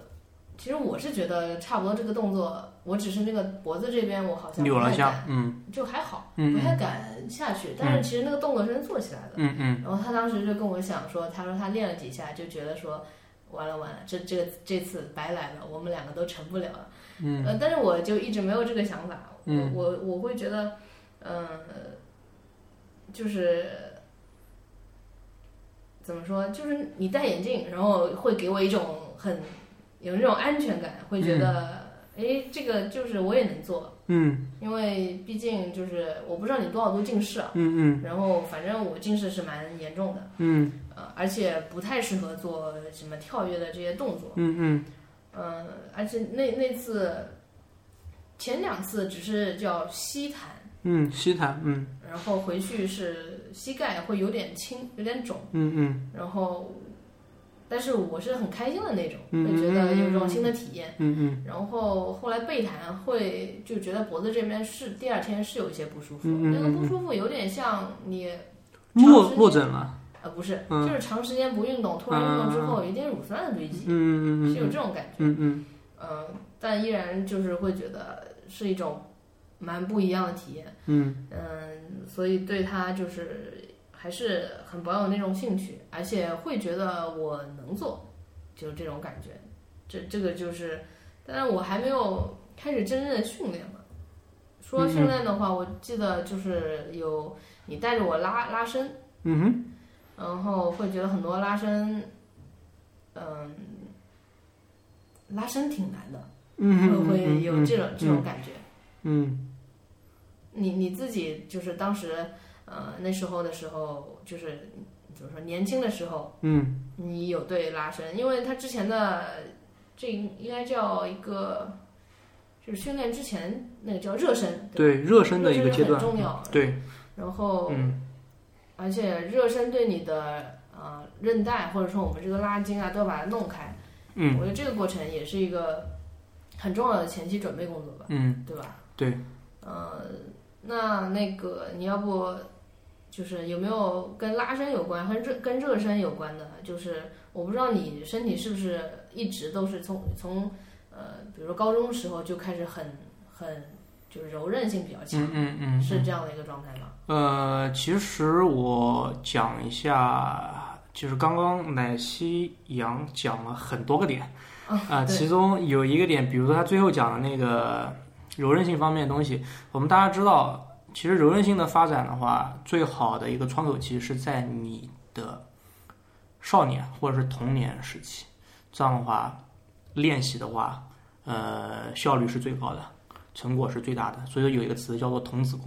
其实我是觉得差不多这个动作，我只是那个脖子这边我好像扭不了太一下敢，，嗯就还好，嗯不太敢下去。但是其实那个动作是能做起来的。嗯嗯然后他当时就跟我讲说，他说他练了几下就觉得说，完了完了，这这个这次白来了，我们两个都成不了了。嗯，呃，但是我就一直没有这个想法，我嗯我我会觉得，嗯、就是怎么说，就是你戴眼镜，然后会给我一种很有那种安全感，会觉得，诶，这个就是我也能做，嗯因为毕竟就是我不知道你多少度近视啊，嗯然后反正我近视是蛮严重的，嗯嗯呃，而且不太适合做什么跳跃的这些动作。嗯嗯嗯，而且那那次前两次只是叫膝弹，嗯，西塔，嗯然后回去是膝盖会有点青，有点肿，嗯嗯然后但是我是很开心的那种，嗯会觉得有一种新的体验。嗯嗯然后后来背弹会就觉得脖子这边是第二天是有一些不舒服，嗯嗯嗯那个不舒服有点像你嗯，落落枕了，呃不是，嗯就是长时间不运动，突然运动之后有一点乳酸的堆积，嗯是有嗯这种感觉。嗯嗯嗯，但依然就是会觉得是一种蛮不一样的体验，嗯嗯，所以对它就是还是很保有那种兴趣，而且会觉得我能做，就是这种感觉。这这个就是，当然我还没有开始真正的训练嘛，嗯说训练的话，我记得就是有你带着我拉拉伸，嗯哼，然后会觉得很多拉伸，嗯，拉伸挺难的，嗯会哼，会有这种这种嗯感觉。嗯你你自己就是当时，呃，那时候的时候，就是怎么说，年轻的时候，嗯你有对拉伸，因为他之前的这应该叫一个，就是训练之前那个叫热身，吧对热身的一个热阶段很，重要。对，然后，嗯而且热身对你的呃韧带或者说我们这个拉筋啊，都要把它弄开。嗯我觉得这个过程也是一个很重要的前期准备工作吧，嗯对吧？对。呃，那那个你要不就是有没有跟拉伸有关，和热跟热身有关的？就是我不知道你身体是不是一直都是从从呃，比如说高中时候就开始很很就是柔韧性比较强，嗯嗯嗯，是这样的一个状态吗？呃，其实我讲一下，就是刚刚奶昔阳讲了很多个点啊啊、其中有一个点，比如说他最后讲的那个柔韧性方面的东西，我们大家知道，其实柔韧性的发展的话，最好的一个窗口期是在你的少年或者是童年时期，这样的话，练习的话，呃，效率是最高的，成果是最大的，所以说有一个词叫做童子功。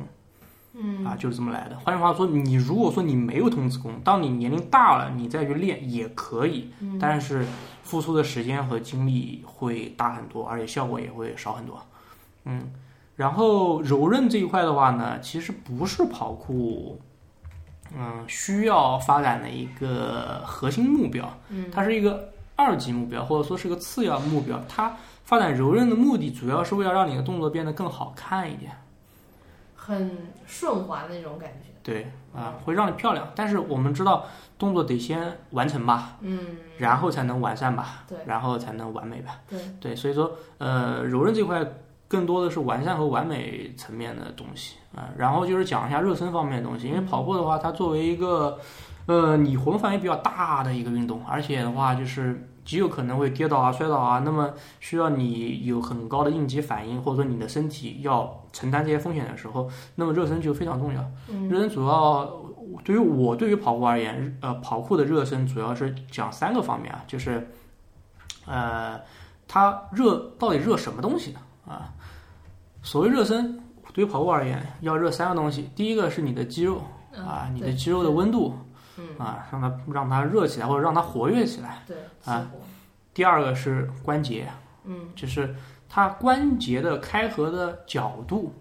啊，就是这么来的。换句话说，你如果说你没有童子功，当你年龄大了，你再去练也可以，但是付出的时间和精力会大很多，而且效果也会少很多。嗯，然后柔韧这一块的话呢，其实不是跑酷，嗯，需要发展的一个核心目标，嗯它是一个二级目标，或者说是个次要目标。它发展柔韧的目的，主要是为了让你的动作变得更好看一点。很顺滑的那种感觉。对啊、会让你漂亮。但是我们知道，动作得先完成吧，嗯，啊然后才能完善吧，对然后才能完美吧。对，对，所以说，呃，柔韧这块更多的是完善和完美层面的东西啊、然后就是讲一下热身方面的东西，因为跑步的话，它作为一个，呃，你活动范围比较大的一个运动，而且的话就是极有可能会跌倒啊、摔倒啊，那么需要你有很高的应急反应，或者说你的身体要承担这些风险的时候，那么热身就非常重要。嗯热身主要对于我对于跑酷而言，呃，跑酷的热身主要是讲三个方面啊，就是，呃，它热到底热什么东西呢？啊，所谓热身，对于跑酷而言，要热三个东西，第一个是你的肌肉啊，你的肌肉的，温度嗯，啊，让它让它热起来或者让它活跃起来。对，啊，第二个是关节，嗯就是它关节的开合的角度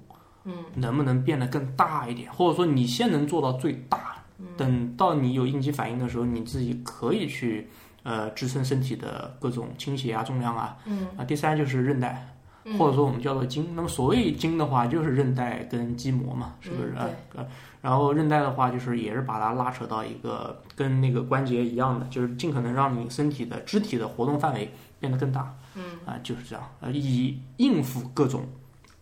嗯能不能变得更大一点，或者说你先能做到最大，嗯等到你有应激反应的时候，你自己可以去呃支撑身体的各种倾斜啊、重量啊。嗯啊，第三就是韧带，嗯，或者说我们叫做筋。那么所谓筋的话，就是韧带跟肌膜嘛，是不是？嗯啊呃，然后韧带的话，就是也是把它拉扯到一个跟那个关节一样的，就是尽可能让你身体的肢体的活动范围变得更大。嗯啊，就是这样，呃，以应付各种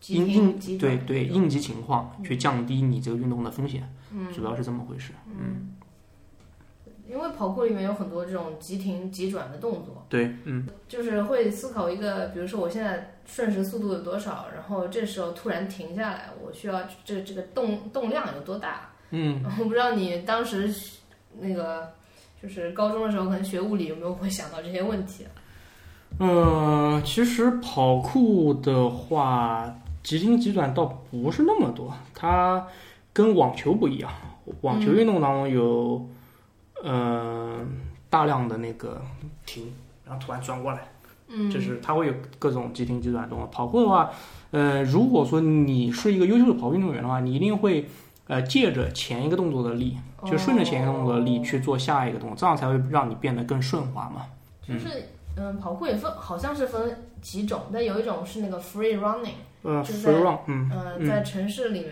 急应停应急对转对这应急情况，去降低你这个运动的风险，嗯主要是这么回事。嗯，因为跑酷里面有很多这种急停急转的动作，对，嗯就是会思考一个，比如说我现在瞬时速度有多少，然后这时候突然停下来，我需要这这个动动量有多大？嗯。 我不知道你当时那个就是高中的时候，可能学物理有没有会想到这些问题啊？呃，其实跑酷的话，急停急转倒不是那么多，它跟网球不一样。网嗯球运动当中有，呃，大量的那个停，然后突然转过来，嗯，就是它会有各种急停急转的动作。跑酷的话，呃，如果说你是一个优秀的跑步运动员的话，你一定会。呃，借着前一个动作的力，就顺着前一个动作的力哦去做下一个动作，这样才会让你变得更顺滑嘛。就是嗯，跑酷也分，好像是分几种，但有一种是那个 free running，呃就，free 在 run，嗯呃，在城市里面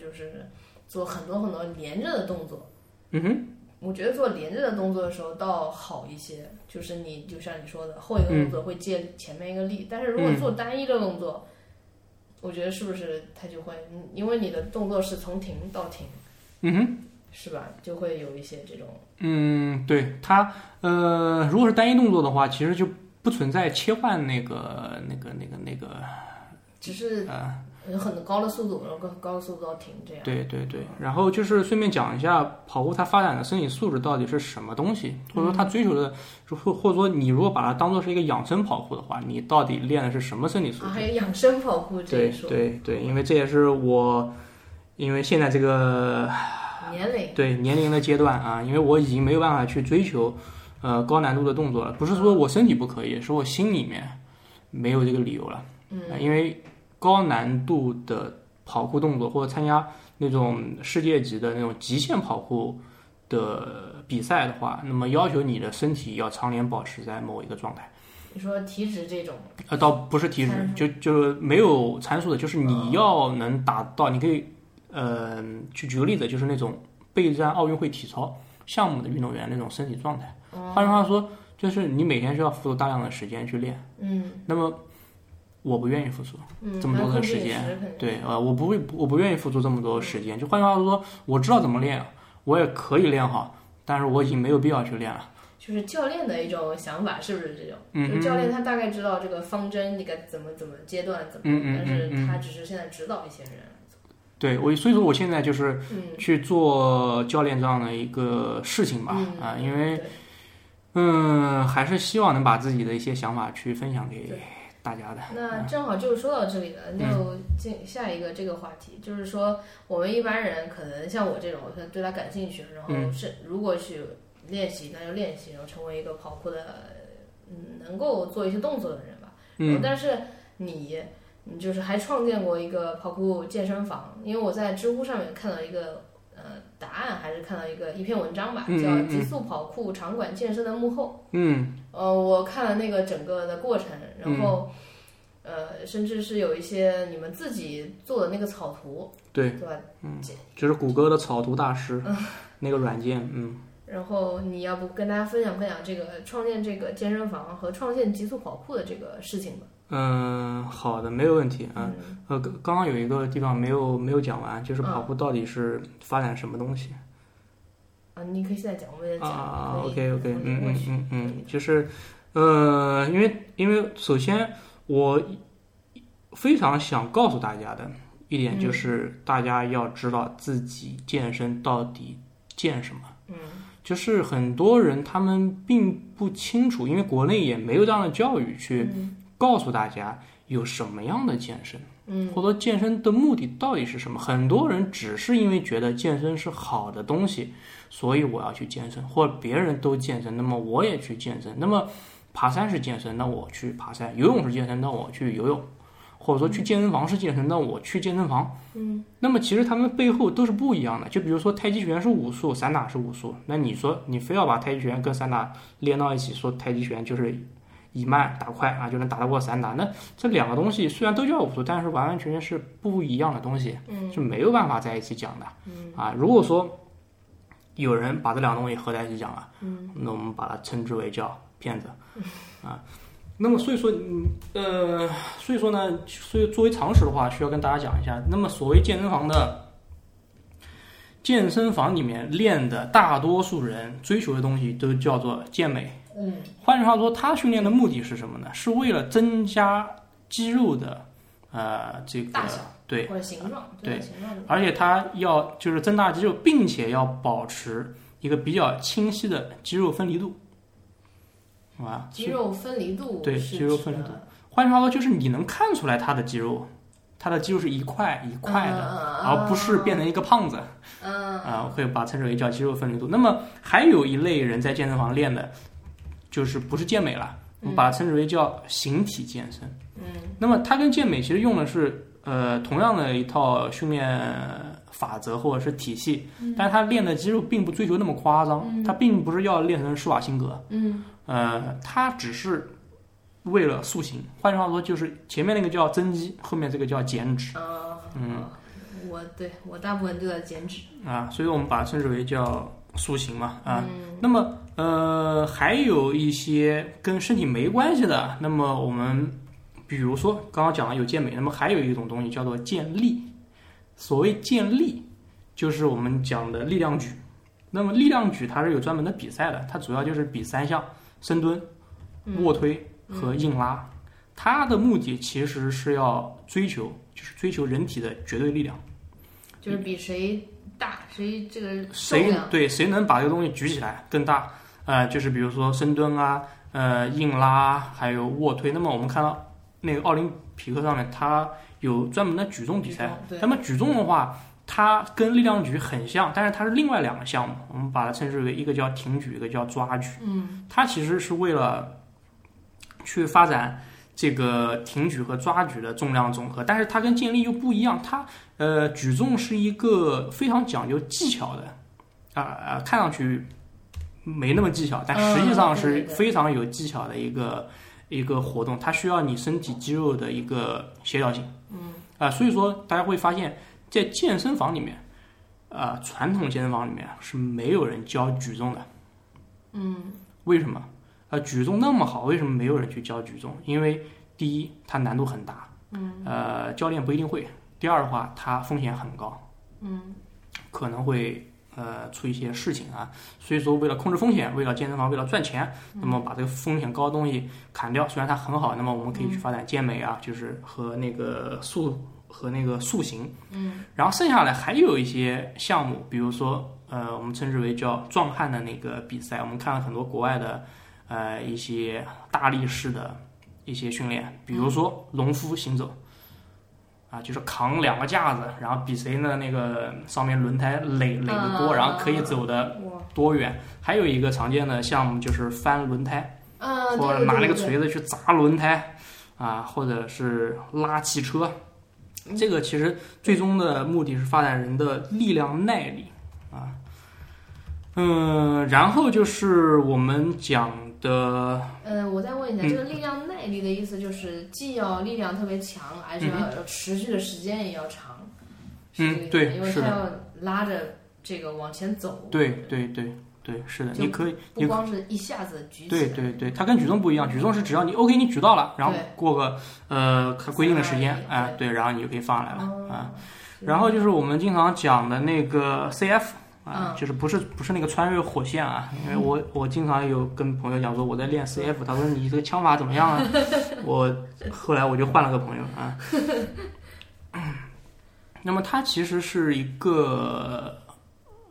就是做很多很多连着的动作。嗯哼。我觉得做连着的动作的时候倒好一些，就是你就像你说的，后一个动作会借前面一个力，但是如果嗯做单一的动作，我觉得是不是它就会，嗯因为你的动作是从停到停，嗯哼，是吧？就会有一些这种，嗯，对它，呃，如果是单一动作的话，其实就不存在切换那个、那个、那个、那个，只是呃，有很高的速度，然后更高的速度要停这样。对对对，然后就是顺便讲一下跑酷它发展的身体素质到底是什么东西，或嗯者说它追求的，就或或者说你如果把它当做是一个养生跑酷的话，你到底练的是什么身体素啊，质？还有养生跑酷这对一说，对对，因为这也是我，因为现在这个年龄对年龄的阶段啊，因为我已经没有办法去追求，呃，高难度的动作了。不是说我身体不可以，是我心里面没有这个理由了。嗯、因为高难度的跑酷动作或者参加那种世界级的那种极限跑酷的比赛的话，那么要求你的身体要常年保持在某一个状态。你说体脂这种，呃，倒不是体脂，就就是没有参数的，就是你要能达到，你可以，呃，去举个例子，就是那种备战奥运会体操项目的运动员那种身体状态。换句话说，就是你每天需要付出大量的时间去练。嗯那么，我不愿意付出嗯，这么多还有的控制时饮间食可能，对，呃，我不会，我不愿意付出这么多时间。就换句话说，我知道怎么练，我也可以练好，但是我已经没有必要去练了。就是教练的一种想法，是不是这种？嗯就教练他大概知道这个方针，你该怎么怎么阶段怎么，嗯嗯嗯但是他只是现在指导一些人。对我，所以说我现在就是嗯，去做教练这样的一个事情吧，嗯啊，因为对嗯，还是希望能把自己的一些想法去分享给对大家的。啊嗯那正好就说到这里了，就进下一个这个话题，就是说我们一般人可能像我这种，他对他感兴趣，然后嗯是如果去练习，那就练习，然后成为一个跑酷的，嗯，能够做一些动作的人吧。然后嗯但是你，你就是还创建过一个跑酷健身房，因为我在知乎上面看到一个。呃，答案还是看到一个一篇文章吧，叫嗯嗯《嗯极速跑酷场馆健身的幕后》。嗯呃，我看了那个整个的过程，然后、呃，甚至是有一些你们自己做的那个草图，对对吧？就是谷歌的草图 大师那个软件，嗯然后你要不跟大家分享分享这个创建这个健身房和创建极速跑酷的这个事情吧？嗯、好的，没有问题啊。嗯，呃，刚刚刚有一个地方没有没有讲完，就是跑步到底是发展什么东西。啊，你可以现在讲，我们也讲，啊可以，OK OK，我嗯们嗯过去嗯嗯，就是，呃，因为因为首先我非常想告诉大家的一点嗯就是，大家要知道自己健身到底健什么。嗯，就是很多人他们并不清楚，因为国内也没有这样的教育去嗯告诉大家有什么样的健身。嗯或者说健身的目的到底是什么？很多人只是因为觉得健身是好的东西，所以我要去健身，或者别人都健身，那么我也去健身。那么爬山是健身，那我去爬山；游泳是健身，那我去游泳；或者说去健身房是健身，那我去健身房。嗯那么其实他们背后都是不一样的。就比如说太极拳是武术，散打是武术，那你说你非要把太极拳跟散打连到一起，说太极拳就是以慢打快啊就能打得过散打，那这两个东西虽然都叫武术，但是完完全全是不一样的东西，嗯是没有办法在一起讲的嗯啊。如果说有人把这两个东西合在一起讲了，嗯，那我们把它称之为叫骗子啊。那么所以说，嗯呃，所以说呢，所以作为常识的话，需要跟大家讲一下。那么所谓健身房的健身房里面练的，大多数人追求的东西都叫做健美。嗯，换句话说，他训练的目的是什么呢？是为了增加肌肉的呃这个大小对或者形状，对形状的，而且它要就是增大肌肉，并且要保持一个比较清晰的肌肉分离度，好吧？肌肉分离度啊对是肌肉指分离度的换句话说，就是你能看出来他的肌肉，他的肌肉是一块一块的，嗯而不是变成一个胖子嗯啊，会把它称之为叫肌肉分离度。那么还有一类人在健身房练的，就是不是健美了，我们把它称之为叫形体健身。嗯那么它跟健美其实用的是呃同样的一套训练法则或者是体系，但是它练的肌肉并不追求那么夸张，它并不是要练成施瓦辛格，嗯呃，它只是为了塑形。换句话说，就是前面那个叫增肌，后面这个叫减脂啊嗯我对我大部分都在减脂，啊，所以我们把它称之为叫塑形嘛啊。嗯那么呃，还有一些跟身体没关系的，那么我们比如说刚刚讲了有健美，那么还有一种东西叫做健力。所谓健力，就是我们讲的力量举。那么力量举它是有专门的比赛的，它主要就是比三项：深蹲、嗯卧推和硬拉。它的目的其实是要追求，就是追求人体的绝对力量，就是比谁大，谁这个重谁量，对谁能把这个东西举起来更大，呃，就是比如说深蹲啊，呃，硬拉，还有卧推。那么我们看到那个奥林匹克上面，它有专门的举重比赛举重。对那么举重的话，它跟力量举很像，但是它是另外两个项目，我们把它称之为一个叫挺举，一个叫抓举。嗯，它其实是为了去发展这个挺举和抓举的重量总和，但是它跟健力又不一样，它呃举重是一个非常讲究技巧的，啊、呃看上去没那么技巧，但实际嗯上对是对对非常有技巧的一个、一个活动，它需要你身体肌肉的一个协调性，嗯，啊、所以说大家会发现，在健身房里面。啊、传统健身房里面是没有人教举重的，嗯为什么？呃，举重那么好，为什么没有人去教举重？因为第一，它难度很大，嗯，呃，教练不一定会；第二的话，它风险很高，嗯，可能会呃出一些事情啊。所以说，为了控制风险，为了健身房，为了赚钱，那么把这个风险高的东西砍掉。虽然它很好，那么我们可以去发展健美啊，就是和那个塑和那个塑形，嗯，然后剩下来还有一些项目，比如说呃，我们称之为叫壮汉的那个比赛，我们看了很多国外的呃一些大力士的一些训练，比如说农夫行走。啊，就是扛两个架子，然后比谁呢？那个上面轮胎垒垒得多，啊然后可以走的我，多远。还有一个常见的项目就是翻轮胎，嗯，对或者对拿那对个对锤子去砸轮胎，啊，或者是拉汽车。这个其实最终的目的是发展人的力量耐力啊。嗯，然后就是我们讲的呃，我再问一下，嗯这个力量耐力的意思就是既要力量特别强，而且要持续的时间也要长，是嗯这个意思吗对因为是它的要拉着这个往前走，对对对对，是的，就你可以不你光是一下子举起，对，对对，它跟举重不一样，举重是只要你 OK 你举到了，然后对过个呃它规定的时间4-2-1，哎、对，然后你就可以放下来了哦嗯啊。是然后就是我们经常讲的那个 CF 啊，嗯就是不是不是那个穿越火线啊，因为我我经常有跟朋友讲说我在嗯练 CF，他说你这个枪法怎么样 啊？我后来我就换了个朋友啊。那么它其实是一个，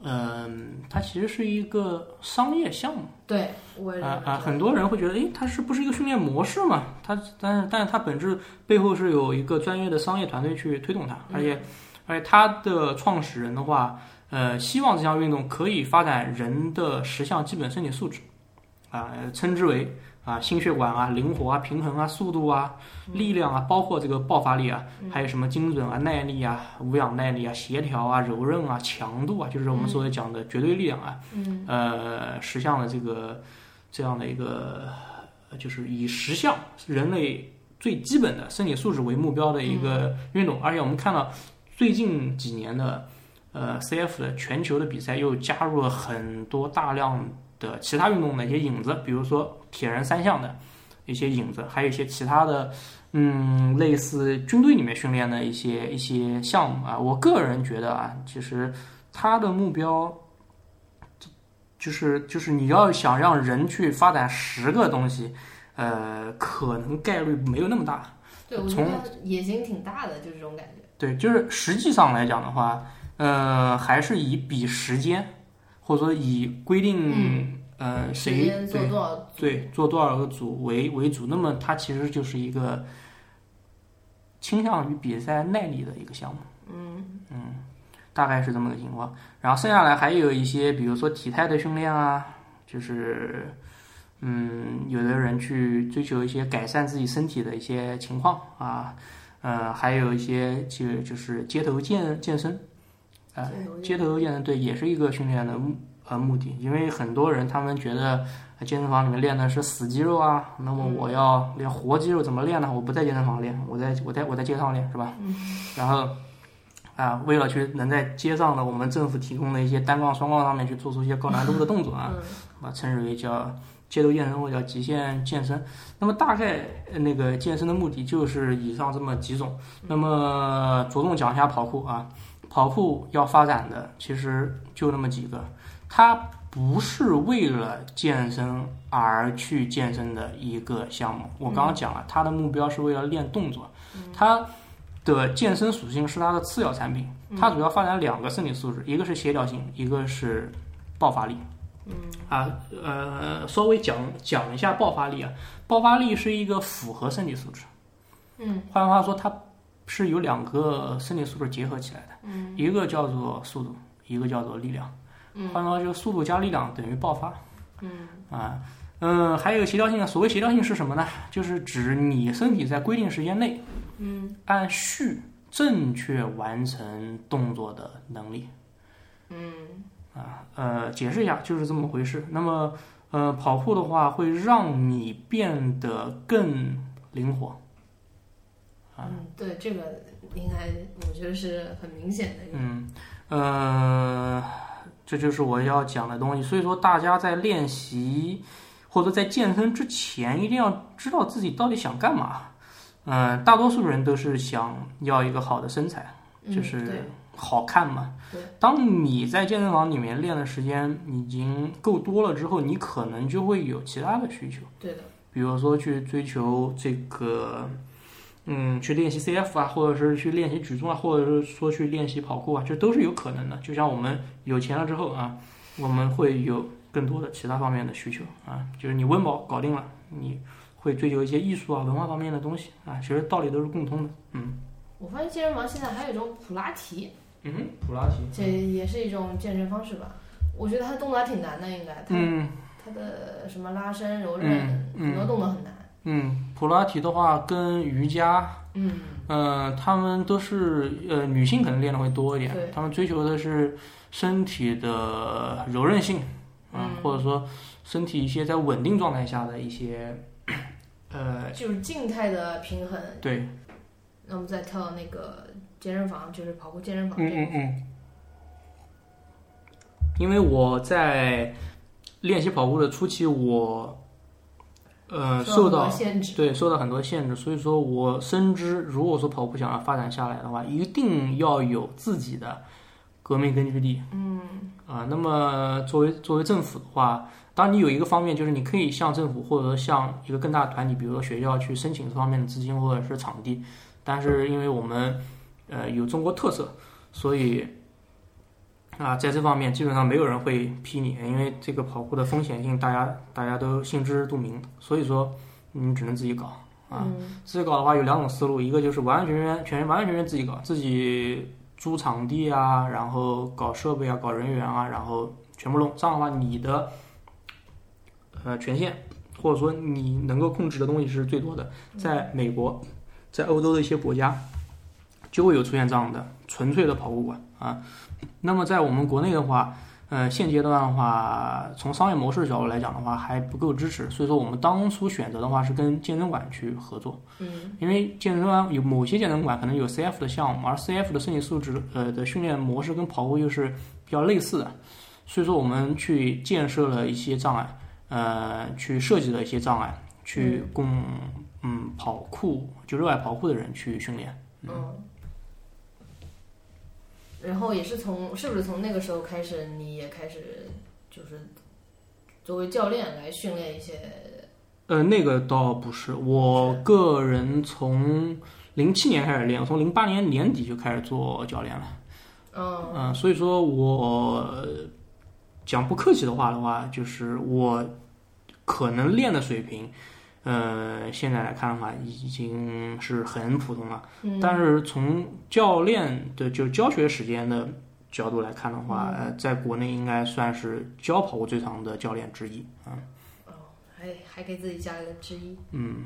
嗯、它其实是一个商业项目。对我也啊认为啊！是很多人会觉得，诶，它是不是一个训练模式嘛？它，但是，但是它本质背后是有一个专业的商业团队去推动它，而且，而且它的创始人的话，呃，希望这项运动可以发展人的十项基本身体素质，啊、呃称之为啊、心血管啊、灵活啊、平衡啊、速度啊、力量啊，包括这个爆发力啊，还有什么精准啊、耐力啊、无氧耐力啊、协调啊、柔韧啊、强度啊，就是我们所讲的绝对力量啊，嗯，呃，十项的这个。这样的一个，呃就是以十项人类最基本的身体素质为目标的一个运动。而且我们看到最近几年的呃 CF 的全球的比赛又加入了很多大量的其他运动的一些嗯影子，比如说铁人三项的一些影子，还有一些其他的。嗯，类似军队里面训练的一些一些项目啊，我个人觉得啊，其实它的目标就是就是你要想让人去发展十个东西，呃，可能概率没有那么大。对我觉从得野心挺大的，就是这种感觉。对，就是实际上来讲的话，呃，还是以比时间，或者说以规定，呃，嗯时谁间做对多少组对做多少个组为为主，那么它其实就是一个倾向于比赛耐力的一个项目。嗯嗯，大概是这么个情况。然后剩下来还有一些，比如说体态的训练啊，就是嗯，有的人去追求一些改善自己身体的一些情况啊，呃，还有一些就就是街头健健身。啊街头街头健身对也是一个训练的目呃目的，因为很多人他们觉得呃健身房里面练的是死肌肉啊，那么我要练活肌肉怎么练呢？我不在健身房练，我在我在我在街上练是吧？ 然后啊，为了去能在街上的我们政府提供的一些单杠、双杠上面去做出一些高难度的动作啊，啊，称之为叫街头健身或者叫极限健身。那么大概呃那个健身的目的就是以上这么几种。那么着重讲一下跑酷啊，跑酷要发展的其实就那么几个，它不是为了健身而去健身的一个项目。我刚刚讲了，它的目标是为了练动作，嗯它的健身属性是它的次要产品，嗯它主要发展两个身体素质，一个是协调性，一个是爆发力。嗯啊，呃，稍微讲讲一下爆发力啊，爆发力是一个符合身体素质。嗯换句话说，它是由两个身体素质结合起来的，嗯一个叫做速度，一个叫做力量。嗯换句话说，速度加力量等于爆发嗯啊。嗯，还有协调性呢。所谓协调性是什么呢？就是指你身体在规定时间内嗯按序正确完成动作的能力。嗯啊，呃，解释一下，就是这么回事。那么，呃，跑酷的话会让你变得更灵活。啊嗯，对，这个应该我觉得是很明显的一个。嗯，呃，这就是我要讲的东西。所以说，大家在练习或者在健身之前，一定要知道自己到底想干嘛。嗯、大多数人都是想要一个好的身材，嗯就对是好看嘛。对当你在健身房里面练的时间已经够多了之后，你可能就会有其他的需求，对的，比如说去追求这个，嗯，去练习 CF 啊，或者是去练习举重啊，或者是说去练习跑酷啊，这都是有可能的。就像我们有钱了之后啊，我们会有更多的其他方面的需求啊，就是你温饱搞定了，你会追求一些艺术啊、文化方面的东西啊，其实道理都是共通的。嗯我发现健身房现在还有一种普拉提，嗯哼，普拉提，这也是一种健身方式吧？我觉得它动作还挺难的，应该它、嗯。它的什么拉伸、柔韧，很嗯多嗯动作很难。嗯，普拉提的话跟瑜伽，嗯嗯、他们都是呃女性可能练的会多一点对，他们追求的是身体的柔韧性，啊、嗯或者说身体一些在稳定状态下的一些，呃，嗯就是静态的平衡。对，那我们再跳到那个健身房，就是跑酷健身房这嗯个。嗯嗯，因为我在练习跑步的初期，我呃受受到到很多限制。对，受到很多限制，所以说我深知，如果说跑步想要发展下来的话，一定要有自己的革命根据地嗯啊、那么作为作为政府的话，当你有一个方面，就是你可以向政府或者说向一个更大的团体，比如说学校去申请这方面的资金或者是场地，但是因为我们呃有中国特色，所以。啊，在这方面基本上没有人会批你，因为这个跑酷的风险性，大家大家都心知肚明，所以说你只能自己搞啊。嗯自己搞的话有两种思路，一个就是完完全全全完完全全自己搞，自己租场地啊，然后搞设备啊，搞人员啊，然后全部弄。这样的话，你的呃权限或者说你能够控制的东西是最多的。在美国，在欧洲的一些国家，就会有出现这样的纯粹的跑酷馆啊。那么在我们国内的话，呃，现阶段的话，从商业模式角度来讲的话，还不够支持，所以说我们当初选择的话是跟健身馆去合作。嗯因为健身房有某些健身馆可能有 CF 的项目，而 CF 的身体素质呃的训练模式跟跑步又是比较类似的，所以说我们去建设了一些障碍，呃，去设计了一些障碍，去供嗯跑酷就热爱跑酷的人去训练。嗯。然后也是从是不是从那个时候开始，你也开始就是作为教练来训练一些呃，那个倒不是，我个人从零七年开始练，我从零八年年底就开始做教练了。嗯嗯，所以说我讲不客气的话的话，就是我可能练的水平，呃，现在来看的话已经是很普通了。嗯但是从教练的就教学时间的角度来看的话，呃，在国内应该算是教跑过最长的教练之一啊。哦，还还给自己加了个之一。嗯，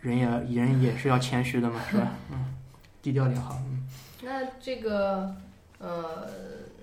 人也人也是要谦虚的嘛，是吧？嗯，低调点好。嗯那这个呃，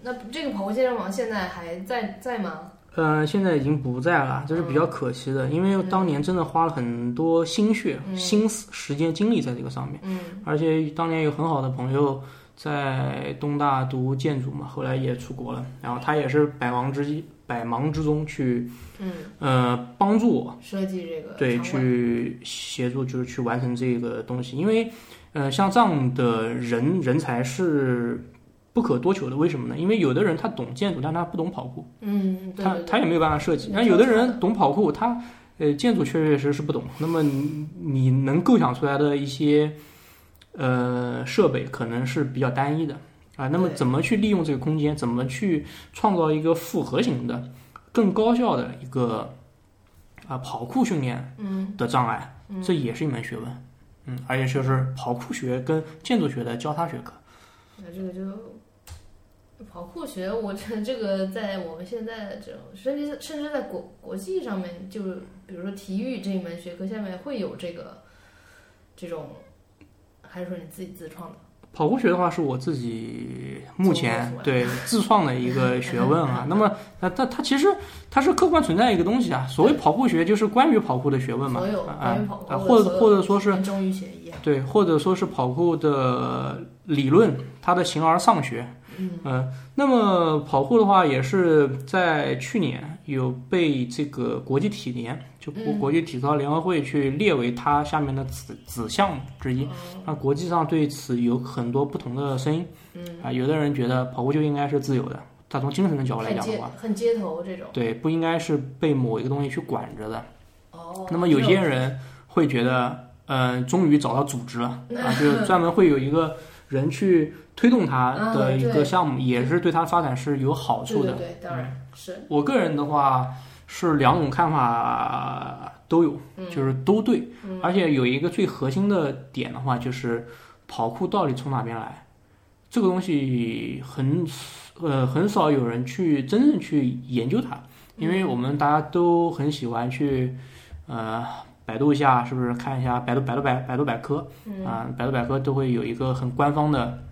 那这个跑酷健身房现在还在在吗？呃，现在已经不在了，这是比较可惜的，因为当年真的花了很多心血、嗯心思、时间、精力在这个上面，嗯而且当年有很好的朋友在东大读建筑嘛，后来也出国了，然后他也是百忙之际、百忙之中去嗯，呃帮助我，设计这个对，场馆去协助就是去完成这个东西，因为呃像这样的人人才是。不可多求的。为什么呢？因为有的人他懂建筑，但他不懂跑酷，嗯，对他对对他也没有办法设计。没但有的错人懂跑酷，他呃建筑确确实实不懂。那么你你能构想出来的一些呃设备可能是比较单一的啊。那么对怎么去利用这个空间？怎么去创造一个复合型的、更高效的一个啊跑酷训练嗯的障碍？这也是一门学问。嗯，而且就是跑酷学跟建筑学的交叉学科。那哎这个就跑酷学，我觉得这个在我们现在这种，甚至甚至在国国际上面，就比如说体育这一门学科下面会有这个这种，还是说你自己自创的？跑酷学的话，是我自己目前自我所对 自创的一个学问啊。那么，那它它其实它是客观存在一个东西啊。所谓跑酷学，就是关于跑酷的学问嘛所有，啊关于跑酷啊，的或所者有或者说是跟中医学一样，对，或者说是跑酷的理论，它的形而上学。嗯、那么跑酷的话，也是在去年有被这个国际体联，就国嗯国际体操联合会去列为它下面的子子项目之一。嗯那国际上对此有很多不同的声音。嗯，啊，有的人觉得跑酷就应该是自由的，他从精神的角度来很讲的街话，很街头这种。对，不应该是被某一个东西去管着的。哦，那么有些人会觉得，嗯，终于找到组 织了啊，就是专门会有一个人去推动他的嗯一个对项目，也是对他的发展是有好这种处对的。嗯对对，当然是，我个人的话是两种看法都有，嗯就是都对，而且有一个最核心的点的话，就是跑酷到底从哪边来，这个东西很呃很少有人去真正去研究它，因为我们大家都很喜欢去呃百度一下，是不是看一下百度百度百百度百科嗯啊、百度百科都会有一个很官方的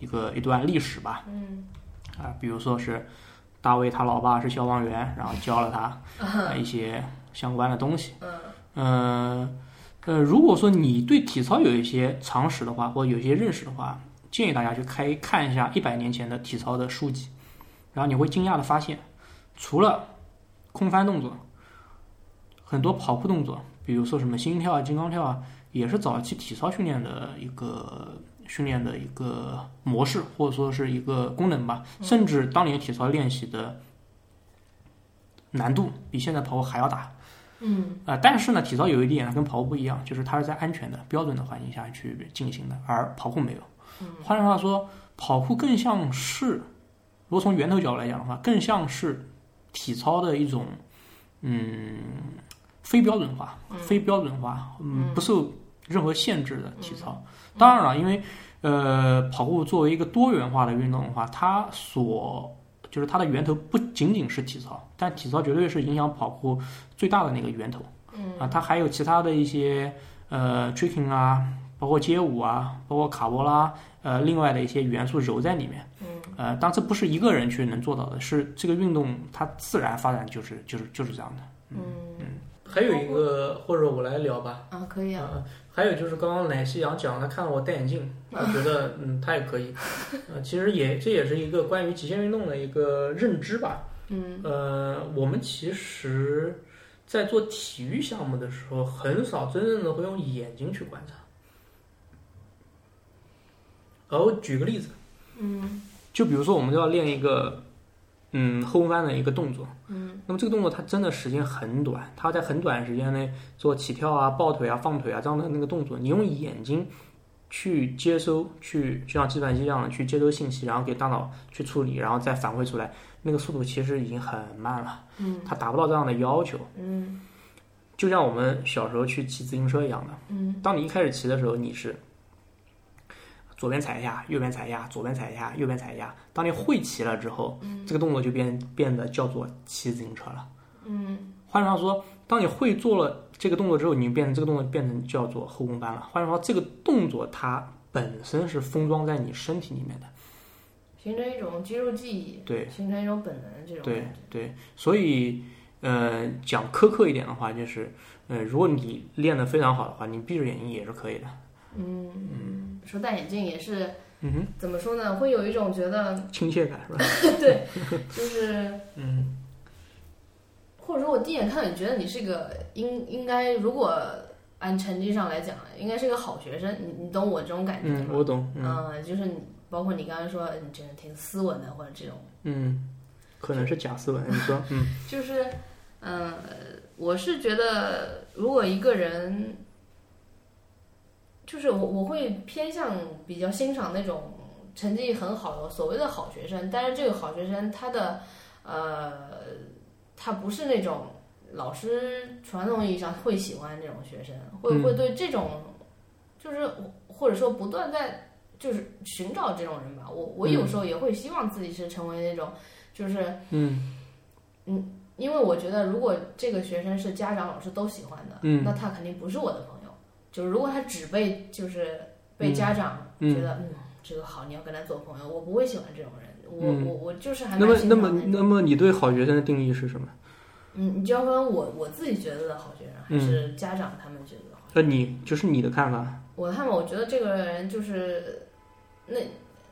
一个一段历史吧，嗯，啊，比如说是大卫他老爸是消防员，然后教了他、啊一些相关的东西。嗯，呃，如果说你对体操有一些常识的话，或者有一些认识的话，建议大家去开看一下一百年前的体操的书籍，然后你会惊讶的发现，除了空翻动作，很多跑酷动作，比如说什么心跳啊、金刚跳啊，也是早期体操训练的一个训练的一个模式，或者说是一个功能吧。甚至当年体操练习的难度比现在跑步还要大。嗯，啊、但是呢，体操有一点跟跑步不一样，就是它是在安全的、标准的环境下去进行的，而跑酷没有。换句话说，跑酷更像是，如果从源头角度来讲的话，更像是体操的一种，嗯，非标准化、非标准化，嗯，不受任何限制的体操。当然了，因为呃，跑酷作为一个多元化的运动的话，它所就是它的源头不仅仅是体操，但体操绝对是影响跑酷最大的那个源头。嗯啊，它还有其他的一些呃 tricking 啊，包括街舞啊，包括卡波拉，呃，另外的一些元素揉在里面。嗯，呃，当然这不是一个人去能做到的，是这个运动它自然发展就是就是就是这样的。嗯还有一个，或者我来聊吧。啊，可以啊，啊，还有就是刚刚奶昔阳讲，他看了我戴眼镜，我觉得嗯，他也可以。呃，其实也这也是一个关于极限运动的一个认知吧。嗯呃，我们其实，在做体育项目的时候，很少真正的会用眼睛去观察。然后呃举个例子，嗯就比如说我们要练一个，嗯，后空翻的一个动作，嗯那么这个动作它真的时间很短，它在很短时间内做起跳啊、抱腿啊、放腿啊这样的那个动作，你用眼睛去接收，去就像计算机一样去接收信息，然后给大脑去处理，然后再反馈出来，那个速度其实已经很慢了，嗯它达不到这样的要求。嗯就像我们小时候去骑自行车一样的，嗯，当你一开始骑的时候，你是左边踩一下，右边踩一下，左边踩一下，右边踩一下。当你会骑了之后，这个动作就变变得叫做骑自行车了。嗯换句话说，当你会做了这个动作之后，你就变成这个动作变成叫做后空翻了。换句话说，这个动作它本身是封装在你身体里面的。形成一种肌肉记忆，对，形成一种本能这种对感觉。对，所以呃，讲苛刻一点的话，就是呃，如果你练得非常好的话，你闭着眼睛也是可以的。嗯，说戴眼镜也是嗯哼，怎么说呢？会有一种觉得，亲切感是吧？就是嗯，或者说我第一眼看到你觉得你是个应应该，如果按成绩上来讲，应该是个好学生，你你懂我这种感觉嗯，吗？我懂。嗯嗯、就是你包括你刚才说，嗯，你真的挺斯文的，或者这种，嗯，可能是假斯文。你说，嗯就是，嗯、我是觉得，如果一个人，就是我我会偏向比较欣赏那种成绩很好的所谓的好学生，但是这个好学生他的呃，他不是那种老师传统意义上会喜欢这种学生，会嗯会对这种就是或者说不断在。就是寻找这种人吧，我我有时候也会希望自己是成为那种，就是嗯因为我觉得，如果这个学生是家长、老师都喜欢的，嗯那他肯定不是我的朋友。就是如果他只被就是被家长觉嗯。得嗯这个好，你要跟他做朋友，我不会喜欢这种人。我、嗯我我就是还那蛮么，欣那赏么的，那么，你对好学生的定义是什么？嗯，你就要问我我自己觉得的好学生，还是嗯家长他们觉得的好学呃，你就是你的看法。生？我看法，我觉得这个人就是那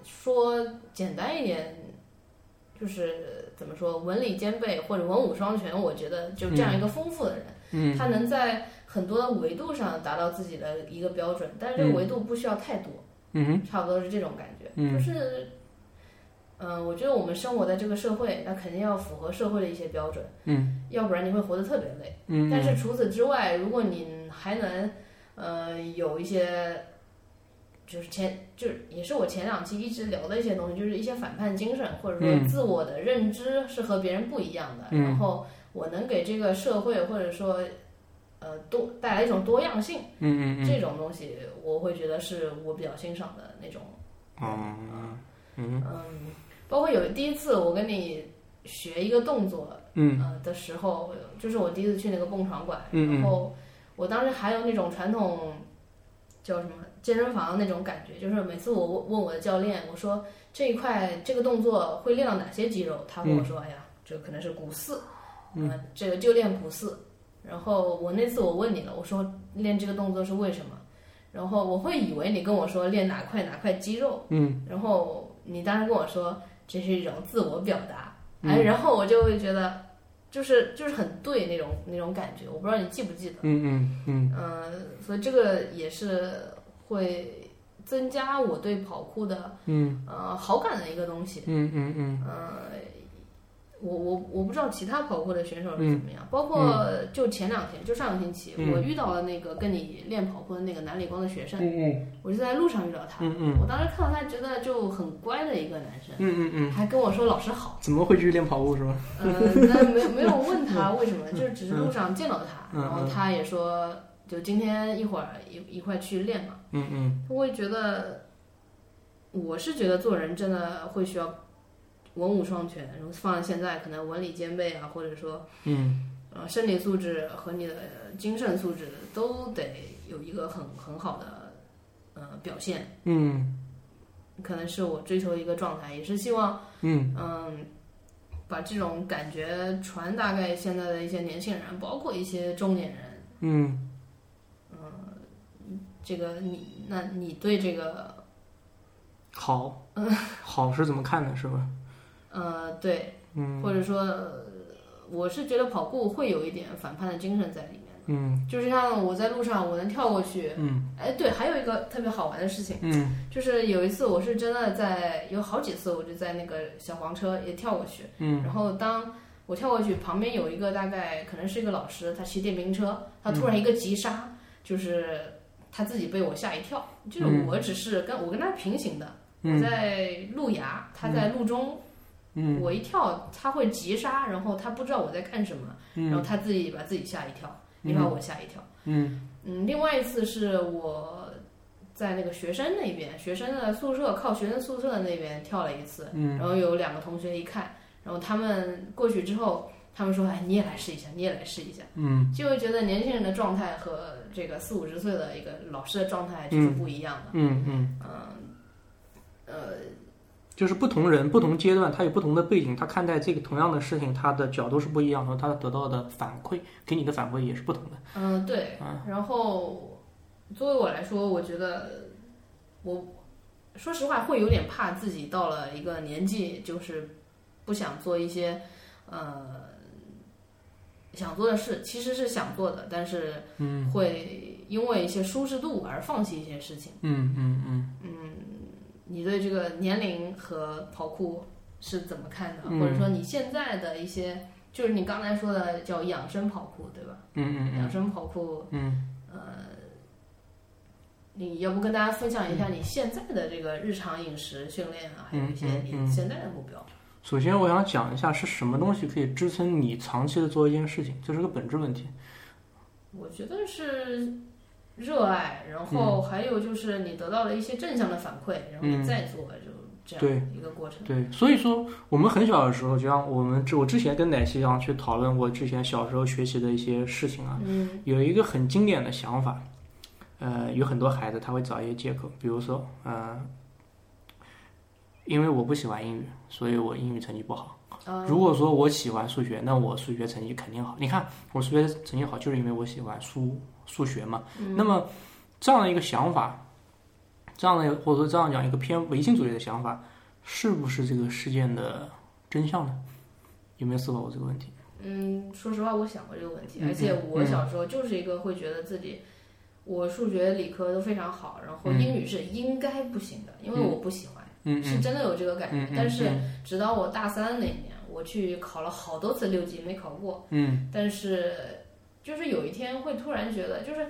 说简单一点，就是怎么说文理兼备或者文武双全，我觉得就这样一个丰富的人。嗯他能在很多的维度上达到自己的一个标准，但是这个嗯维度不需要太多，嗯哼差不多是这种感觉。嗯就是，嗯、我觉得我们生活在这个社会，那肯定要符合社会的一些标准，嗯要不然你会活得特别累。嗯，但是除此之外，如果你还能，呃，有一些。就是前就是也是我前两期一直聊的一些东西，就是一些反叛精神，或者说嗯自我的认知是和别人不一样的。嗯然后我能给这个社会或者说呃多带来一种多样性，嗯嗯嗯，这种东西我会觉得是我比较欣赏的那种。哦，嗯嗯，包括有第一次我跟你学一个动作，嗯呃的时候，就是我第一次去那个蹦床馆，嗯嗯然后我当时还有那种传统叫什么健身房那种感觉，就是每次我问我的教练，我说这一块这个动作会练到哪些肌肉，他跟我说，哎呀，这可能是股四，嗯呃这个就练股四。然后我那次我问你了，我说练这个动作是为什么？然后我会以为你跟我说练哪块哪块肌肉，嗯然后你当时跟我说这是一种自我表达，嗯哎，然后我就会觉得就是就是很对那种那种感觉，我不知道你记不记得，嗯嗯嗯、所以这个也是会增加我对跑酷的嗯呃好感的一个东西，嗯嗯嗯呃。我我我不知道其他跑酷的选手是怎么样，包括就前两天，就上个星期，嗯我遇到了那个跟你练跑酷的那个南理工的学生，嗯我就在路上遇到他，嗯嗯我当时看到他觉得就很乖的一个男生，嗯嗯，还跟我说老师 好，怎么会去练跑步是吧？嗯、但没有没有问他为什么，就是只是路上见到他，嗯嗯嗯然后他也说就今天一会儿一一块去练嘛，嗯嗯我会觉得，我是觉得做人真的会需要文武双全，然后放在现在可能文理兼备啊，或者说嗯呃身体素质和你的精神素质都得有一个很很好的呃表现，嗯可能是我追求的一个状态，也是希望。嗯嗯，把这种感觉传达给现在的一些年轻人，包括一些中年人。嗯这个你，那你对这个，好，好是怎么看的是吧？呃，对，嗯或者说，呃我是觉得跑酷会有一点反叛的精神在里面。嗯就是像我在路上，我能跳过去。嗯哎，对，还有一个特别好玩的事情，嗯就是有一次我是真的在，有好几次我就在那个小黄车也跳过去，嗯然后当我跳过去，旁边有一个大概可能是一个老师，他骑电瓶车，他突嗯然一个急刹，就是他自己被我吓一跳。就是嗯我只是跟我跟他平行的，我嗯在路牙，他在路中，嗯我一跳他会急刹，然后他不知道我在干什么，然后嗯他自己把自己吓一跳，也嗯把我吓一跳。嗯嗯，另外一次是我在那个学生那边，学生的宿舍靠学生宿舍那边跳了一次，嗯然后有两个同学一看，然后他们过去之后，他们说：“哎，你也来试一下，你也来试一下。嗯”就会觉得年轻人的状态和这个四五十岁的一个老师的状态就是不一样的。嗯嗯，嗯，呃，就是不同人、不同阶段，他有不同的背景，他看待这个同样的事情，他的角度是不一样的，他得到的反馈给你的反馈也是不同的。嗯，对嗯。然后作为我来说，我觉得我说实话会有点怕自己到了一个年纪，就是不想做一些呃想做的事，其实是想做的，但是嗯会因为一些舒适度而放弃一些事情。嗯嗯嗯嗯，你对这个年龄和跑酷是怎么看的，嗯或者说你现在的一些，就是你刚才说的叫养生跑酷，对吧？嗯嗯养嗯生跑酷，嗯，呃，你要不跟大家分享一下你现在的这个日常饮食训练啊，还有一些嗯嗯你嗯现在的目标？首先我想讲一下是什么东西可以支撑你长期的做一件事情，这是个本质问题。我觉得是热爱，然后还有就是你得到了一些正向的反馈，然后你再做，就这嗯对样一个过程。对，所以说我们很小的时候，就像我们之我之前跟奶昔一样去讨论我之前小时候学习的一些事情啊，嗯有一个很经典的想法，呃，有很多孩子他会找一些借口，比如说，呃，因为我不喜欢英语，所以我英语成绩不好。啊，如果说我喜欢数学，那我数学成绩肯定好。你看我数学成绩好，就是因为我喜欢数数学嘛。那么这样的一个想法，这样的或者说这样讲一个偏唯心主义的想法，是不是这个事件的真相呢？有没有思考过这个问题？嗯，说实话，我想过这个问题，嗯而且我嗯小时候就是一个会觉得自己。我数学、理科都非常好，然后嗯英语是应该不行的，因为嗯我不喜欢，嗯是嗯真的有这个感觉。嗯嗯，但是嗯直到我大三那一年，我去考了好多次六级没考过，嗯但是就是有一天会突然觉得，就是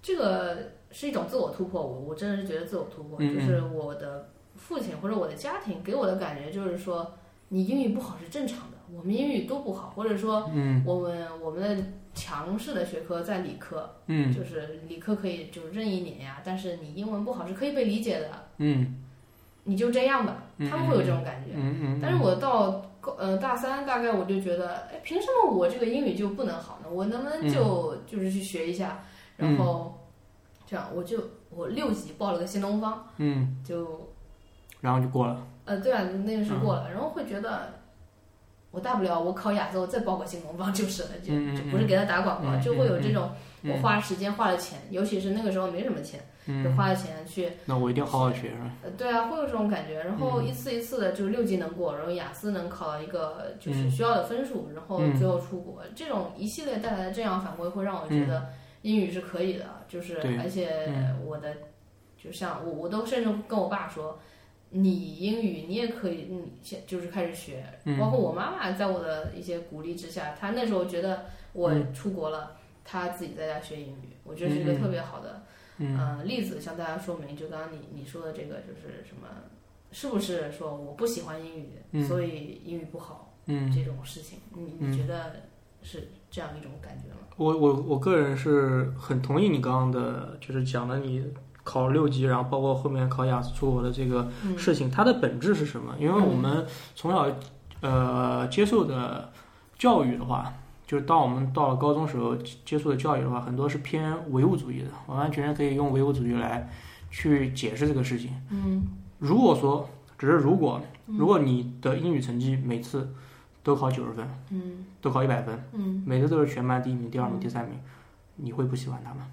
这个是一种自我突破。我我真的是觉得自我突破，嗯嗯就是我的父亲或者我的家庭给我的感觉就是说，你英语不好是正常的，我们英语都不好，或者说嗯我们我们的强势的学科在理科，嗯就是理科可以就是任意碾压，但是你英文不好是可以被理解的，嗯你就这样吧。嗯他们会有这种感觉。嗯嗯，但是我到高呃大三，大概我就觉得，哎，凭什么我这个英语就不能好呢？我能不能嗯就、就是去学一下，然后、这样我就我六级报了个新东方，嗯，就然后就过了。呃对啊，那个是过嗯了，然后会觉得。我大不了我考雅思，我再报个新东方就是了，就嗯嗯就不是给他打广告，嗯嗯就会有这种我嗯花时间花了钱，尤其是那个时候没什么钱，就嗯，花了钱去那我一定好好学，是吧？呃，对啊，会有这种感觉。然后嗯一次一次的，就是六级能过，然后雅思能考到一个就是嗯需要的分数，然后嗯最后出国，这种一系列带来的这样反馈，会让我觉得英语是可以的，就是嗯对而且嗯我的，就像我我都甚至跟我爸说。你英语你也可以，你先就是开始学，嗯包括我妈妈在我的一些鼓励之下，她那时候觉得我出国了，她自己在家学英语，我觉得是一个嗯嗯嗯特别好的嗯呃，例子向大家说明，就刚刚你你说的这个就是什么，是不是说我不喜欢英语，嗯所以英语不好嗯，这种事情，你你嗯觉得是这样一种感觉吗？我我我个人是很同意你刚刚的，就是讲的你考六级，然后包括后面考雅思出国的这个嗯事情，它的本质是什么？因为我们从小呃接受的教育的话，就是当我们到了高中时候接触的教育的话，很多是偏唯物主义的，完完全全可以用唯物主义来去解释这个事情。嗯如果说只是如果，嗯如果你的英语成绩每次都考九十分，嗯都考一百分，嗯每次都是全班第一名、第二名、嗯第三名，你会不喜欢他吗？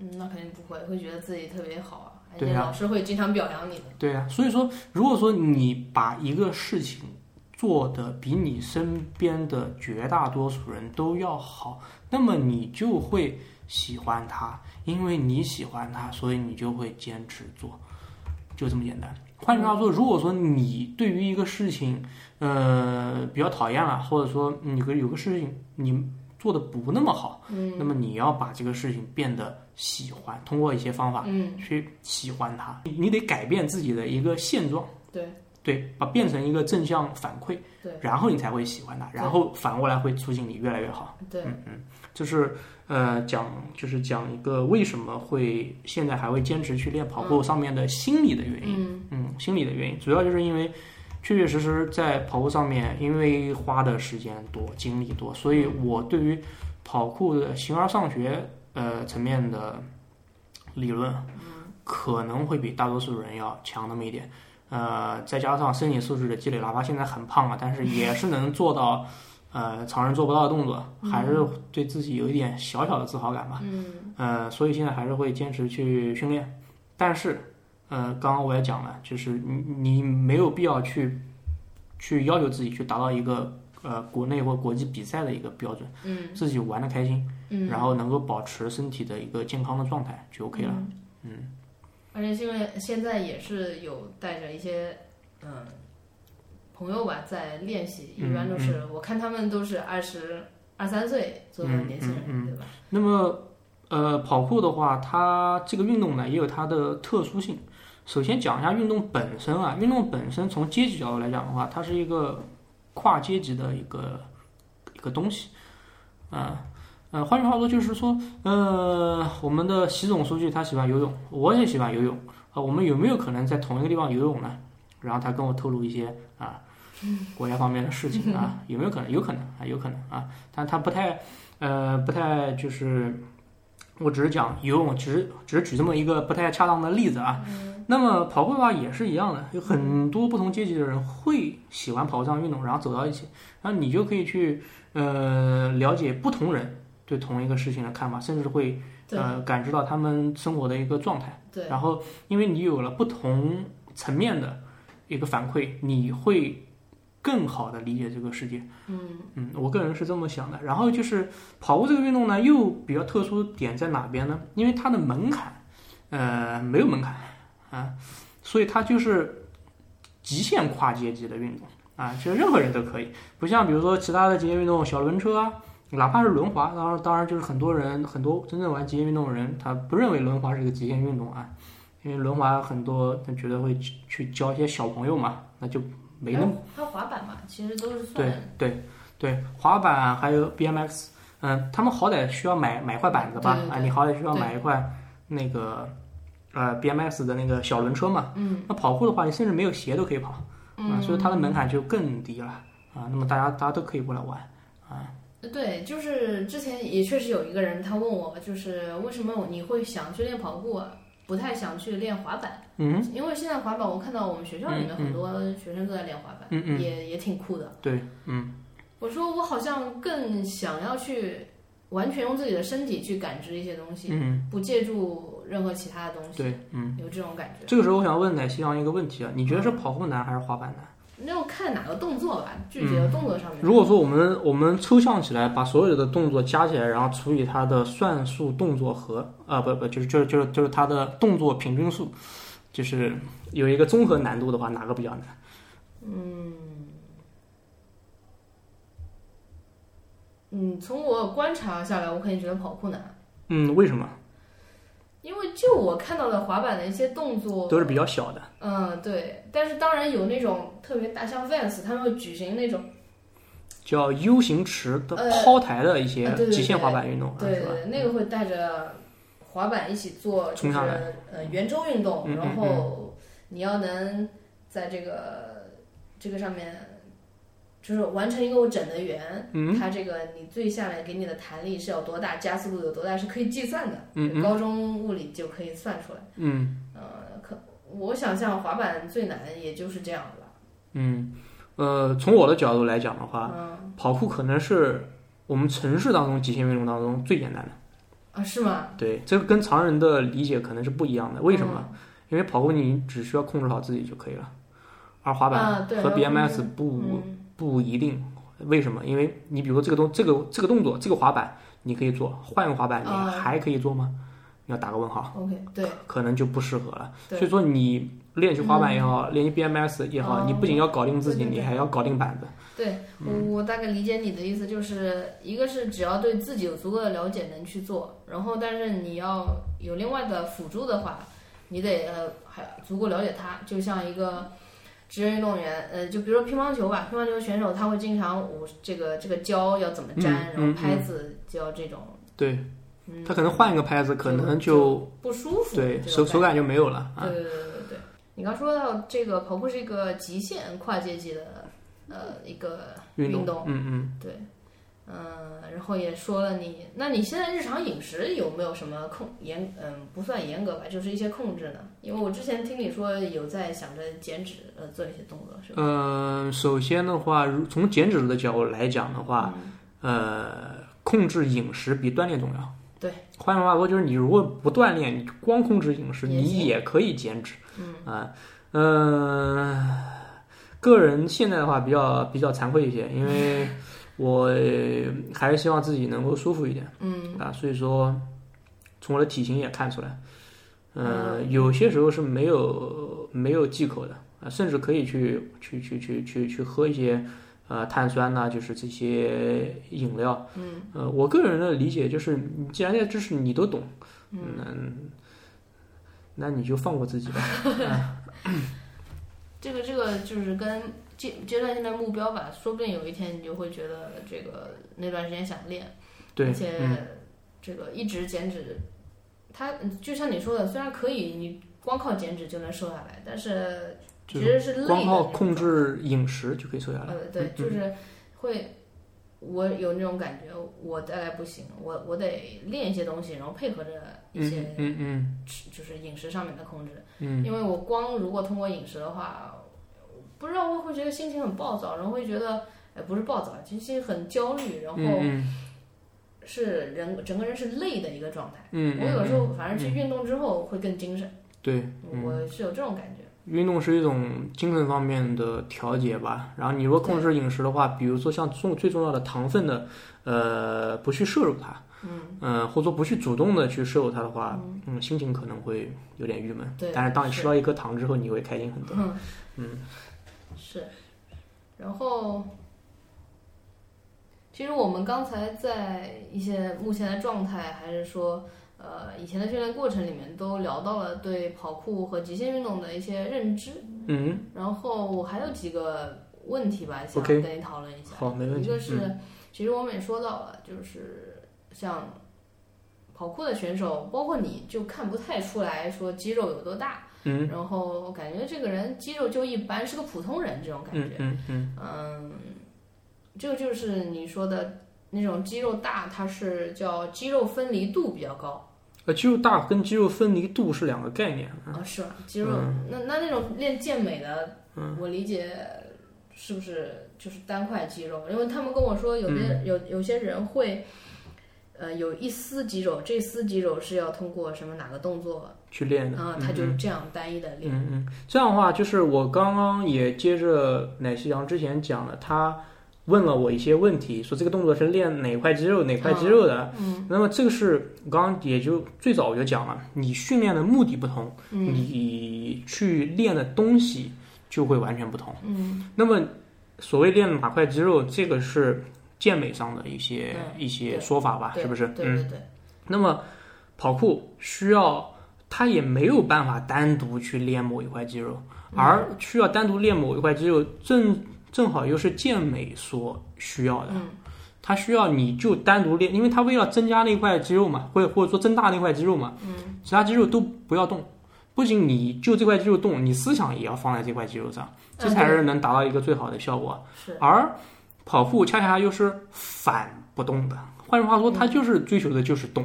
嗯，那肯定不会，会觉得自己特别好啊，而对且啊老师会经常表扬你的。对呀、所以说，如果说你把一个事情做得比你身边的绝大多数人都要好，那么你就会喜欢它，因为你喜欢它，所以你就会坚持做，就这么简单。换句话说，如果说你对于一个事情，呃，比较讨厌了，或者说你个有个事情你做的不那么好，那嗯么你要把这个事情变得喜欢，通过一些方法嗯，去喜欢它，你你得改变自己的一个现状，对对，把变成一个正向反馈，对然后你才会喜欢它，然后反过来会促进你越来越好。对，就是呃，讲就是讲一个为什么会现在还会坚持去练跑嗯步上面的心理的原因，嗯嗯，心理的原因，主要就是因为确确实实在跑酷上面，因为花的时间多、精力多，所以我对于跑酷的形而上学呃层面的理论，可能会比大多数人要强那么一点。呃，再加上身体素质的积累，哪怕现在很胖了，啊但是也是能做到，呃，常人做不到的动作，还是对自己有一点小小的自豪感吧。嗯呃，所以现在还是会坚持去训练，但是，呃，刚刚我也讲了，就是你你没有必要去去要求自己去达到一个呃国内或国际比赛的一个标准，嗯自己玩的开心，嗯，然后能够保持身体的一个健康的状态就 OK 了。嗯。嗯而且是因为现在也是有带着一些嗯朋友吧在练习，一嗯般都是我看他们都是二十二三岁左右的年轻人，嗯嗯嗯对吧？那么，呃，跑酷的话，它这个运动呢也有它的特殊性。首先讲一下运动本身啊，运动本身从阶级角度来讲的话，它是一个跨阶级的一个一个东西，啊、呃，换句话说就是说，呃，我们的习总书记他喜欢游泳，我也喜欢游泳，啊、我们有没有可能在同一个地方游泳呢？然后他跟我透露一些啊，国家方面的事情啊，有没有可能？有可能啊，有可能啊，但他不太呃，不太就是，我只是讲游泳，只是只是举这么一个不太恰当的例子啊。嗯那么跑步的话也是一样的，有很多不同阶级的人会喜欢跑这项运动，然后走到一起，然后你就可以去呃了解不同人对同一个事情的看法，甚至会对呃感知到他们生活的一个状态。对，然后，因为你有了不同层面的一个反馈，你会更好的理解这个世界。嗯我个人是这么想的。然后就是跑步这个运动呢，又比较特殊点在哪边呢？因为它的门槛，呃，没有门槛啊，所以它就是极限跨阶级的运动啊，其实任何人都可以，不像比如说其他的极限运动，小轮车啊。哪怕是轮滑，当然当然就是很多人很多真正玩极限运动的人，他不认为轮滑是一个极限运动啊，因为轮滑很多，他觉得会去去教一些小朋友嘛，那就没那么还有滑板嘛，其实都是对算对对，滑板还有 BMX，嗯，他们好歹需要买买块板子吧？对对对啊，你好歹需要对买一块那个呃 BMX 的那个小轮车嘛。嗯那跑酷的话，你甚至没有鞋都可以跑啊，嗯，所以它的门槛就更低了啊。那么大家大家都可以过来玩啊，对，就是之前也确实有一个人他问我，就是为什么你会想去练跑步啊，不太想去练滑板？嗯因为现在滑板，我看到我们学校里面很多学生都在练滑板，嗯嗯，也也挺酷的。对，嗯我说我好像更想要去完全用自己的身体去感知一些东西，嗯，不借助任何其他的东西，对，嗯。有这种感觉。这个时候我想问奶西洋一个问题啊，你觉得是跑酷难还是滑板难？那要看哪个动作吧，具体的动作上面。嗯如果说我们我们抽象起来，把所有的动作加起来，然后除以它的算术动作和啊、不不就是就是就是就是它的动作平均数，就是有一个综合难度的话，哪个比较难？嗯，从我观察下来，我肯定觉得跑酷难，嗯，为什么？因为就我看到的滑板的一些动作都是比较小的。嗯，对，但是当然有那种特别大，像 Vans 他们会举行那种，叫 U 型池的呃抛台的一些呃对对极限滑板运动，啊，对是对吧？对，那个会带着滑板一起做，就冲是上来呃圆周运动，嗯嗯然后你要能在这个这个上面，就是完成一个整的圆，嗯它这个你最下来给你的弹力是有多大，加速度有多大是可以计算的，嗯嗯高中物理就可以算出来。嗯呃，可我想象滑板最难也就是这样吧。嗯，呃，从我的角度来讲的话，嗯跑酷可能是我们城市当中极限运动当中最简单的。啊，是吗？对，这个跟常人的理解可能是不一样的。为什么？因为跑步你只需要控制好自己就可以了，而滑板啊对和要 BMX 不、嗯不一定。为什么？因为你比如说这个动这个这个动作这个滑板你可以做，换个滑板你啊还可以做吗？你要打个问号， ，OK，对，可能就不适合了。对嗯所以说你练习滑板也好，练习 BMX 也好，哦你不仅要搞定自己，对对对嗯你还要搞定板子。对，我嗯我大概理解你的意思，就是一个是只要对自己有足够的了解能去做，然后但是你要有另外的辅助的话，你得呃还足够了解他，就像一个职业运动员，呃，就比如说乒乓球吧，乒乓球选手他会经常我这个这个胶要怎么粘，嗯嗯然后拍子就要这种，对嗯，他可能换一个拍子，可能就就不舒服，对这手种手感就没有了啊。对对对对对。你刚说到这个跑步是一个极限跨阶级的呃一个运动，嗯嗯，对，嗯、然后也说了你，那你现在日常饮食有没有什么控严嗯不算严格吧，就是一些控制呢？因为我之前听你说有在想着减脂呃做一些动作是吧？呃，首先的话，如从减脂的角度来讲的话，嗯呃，控制饮食比锻炼重要。对，换句话说，就是你如果不锻炼，你光控制饮食，也你行也可以减脂。嗯啊，呃，个人现在的话比较比较惭愧一些，因为我还是希望自己能够舒服一点。嗯啊，所以说从我的体型也看出来，呃，有些时候是没有没有忌口的啊，甚至可以去去去去去去喝一些呃碳酸呐、就是这些饮料。嗯，呃，我个人的理解就是，你既然这知识你都懂，嗯，那那你就放过自己吧。这个这个就是跟阶阶段性的目标吧，说不定有一天你就会觉得这个那段时间想练，对而，且嗯，这个一直减脂，它就像你说的，虽然可以你光靠减脂就能瘦下来，但是就其是实是累的光靠那种控制饮食就可以瘦下来。呃，对，就是会，我有那种感觉，我大概不行，我我得练一些东西，然后配合着一些嗯嗯嗯吃，就是饮食上面的控制。嗯，因为我光如果通过饮食的话，不知道我会觉得心情很暴躁，然后会觉得，哎，不是暴躁，其实很焦虑，然后嗯是人整个人是累的一个状态。嗯，我有时嗯候反正去运动之后会更精神，对，我是有这种感觉。运动是一种精神方面的调节吧。然后你如果控制饮食的话，比如说像重最重要的糖分的，呃，不去摄入它，嗯、或者说不去主动的去摄入它的话，嗯心情可能会有点郁闷。对但是当你是吃到一颗糖之后，你会开心很多。是，然后，其实我们刚才在一些目前的状态，还是说，呃，以前的训练过程里面，都聊到了对跑酷和极限运动的一些认知。嗯，然后我还有几个问题吧，想 OK 跟你讨论一下。好，没问一题。嗯个是，其实我们也说到了，就是像跑酷的选手，包括你就看不太出来说肌肉有多大，嗯然后感觉这个人肌肉就一般，是个普通人这种感嗯觉。嗯嗯嗯，这个就是你说的那种肌肉大，它是叫肌肉分离度比较高呃，肌肉大跟肌肉分离度是两个概念。啊，是吧？肌肉、嗯那那那种练健美的，我理解是不是就是单块肌肉？因为他们跟我说有嗯些、有有些人会。呃，有一丝肌肉，这丝肌肉是要通过什么哪个动作，去练的，啊，嗯他就是这样单一的练。嗯嗯，这样的话，就是我刚刚也接着奶昔羊之前讲了，他问了我一些问题，说这个动作是练哪块肌肉哪块肌肉哦的。嗯，那么这个是我刚刚也就最早我就讲了，你训练的目的不同，嗯你去练的东西就会完全不同。嗯那么所谓练哪块肌肉，这个是健美上的一些嗯一些对说法吧，对是不是？对嗯对对，那么跑酷需要，他也没有办法单独去练某一块肌肉，嗯而需要单独练某一块肌肉，正正好又是健美所需要的。嗯他需要你就单独练，因为他为了增加那块肌肉嘛，或者或者说增大那块肌肉嘛，嗯，其他肌肉都不要动。不仅你就这块肌肉动，你思想也要放在这块肌肉上，这嗯才对是能达到一个最好的效果。是而跑酷恰恰又是反不动的。换句话说，它就是追求的就是动，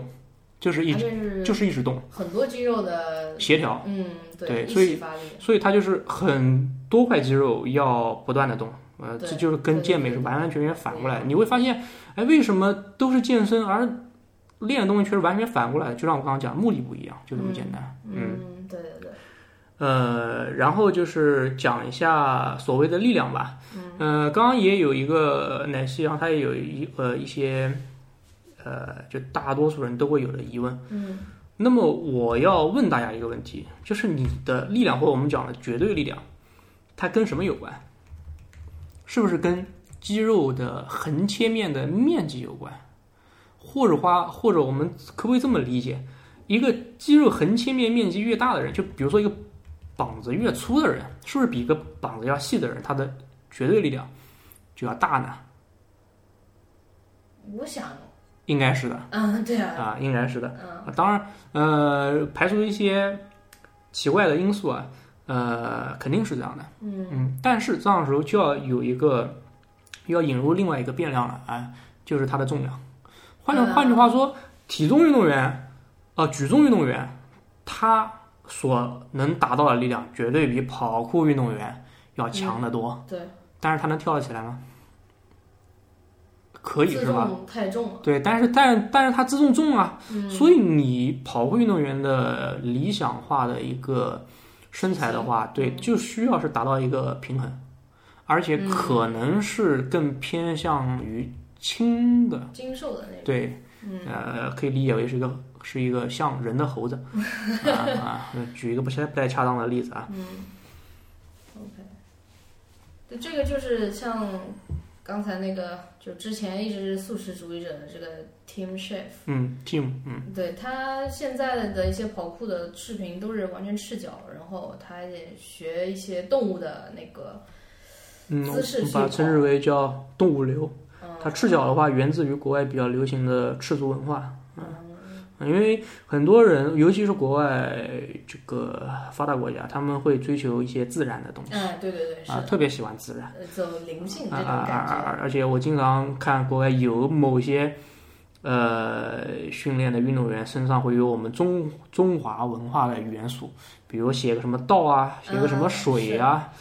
就是一它直就是就是一直动，很多肌肉的，协调。嗯，对一所以起发力。所以它就是很多块肌肉要不断的动。呃，对这就是跟健美对是对对完完全全反过来的。对你会发现，哎，为什么都是健身，而练的东西却是完全反过来的？就像我刚刚讲，目的不一样，就这么简单。嗯，对对对，呃，然后就是讲一下所谓的力量吧。嗯，呃，刚刚也有一个呃奶昔羊，他也有一呃一些，呃，就大多数人都会有的疑问。嗯那么我要问大家一个问题，就是你的力量或者我们讲的绝对力量，它跟什么有关？是不是跟肌肉的横切面的面积有关？或者话，或者我们可不可以这么理解？一个肌肉横切面面积越大的人，就比如说一个膀子越粗的人，是不是比一个膀子要细的人，他的绝对力量就要大呢？我想，应该是的。嗯，对啊，啊，应该是的。啊当然，呃，排除一些奇怪的因素啊，呃，肯定是这样的。嗯但是这样的时候就要有一个，要引入另外一个变量了啊，就是它的重量。换句嗯换句话说，体重运动员，呃，举重运动员，他所能达到的力量绝对比跑酷运动员要强得多。嗯对，但是他能跳得起来吗？可以自是吧？重太重了，嗯对，但是但但是它自重重啊，所以你跑步运动员的理想化的一个身材的话，对，就需要是达到一个平衡，而且可能是更偏向于轻的，精瘦的那种。对，嗯呃，可以理解为是一个是一个像人 的猴子啊啊。举一个不太不太恰当的例子啊， OK，对，这个就是像刚才那个，就之前一直是素食主义者的这个 Team Chef，嗯，Tim，嗯，对他现在的一些跑酷的视频都是完全赤脚，然后他也学一些动物的那个，嗯，我姿势们去把跑称之为叫动物流。嗯，它赤脚的话，源自于国外比较流行的赤足文化。嗯因为很多人，尤其是国外这个发达国家，他们会追求一些自然的东西哎，对对对，是啊，的，特别喜欢自然呃走灵性这啊种啊感觉，啊！而且我经常看国外有某些呃训练的运动员身上会有我们中中华文化的元素，比如写个什么道啊，写个什么嗯水啊，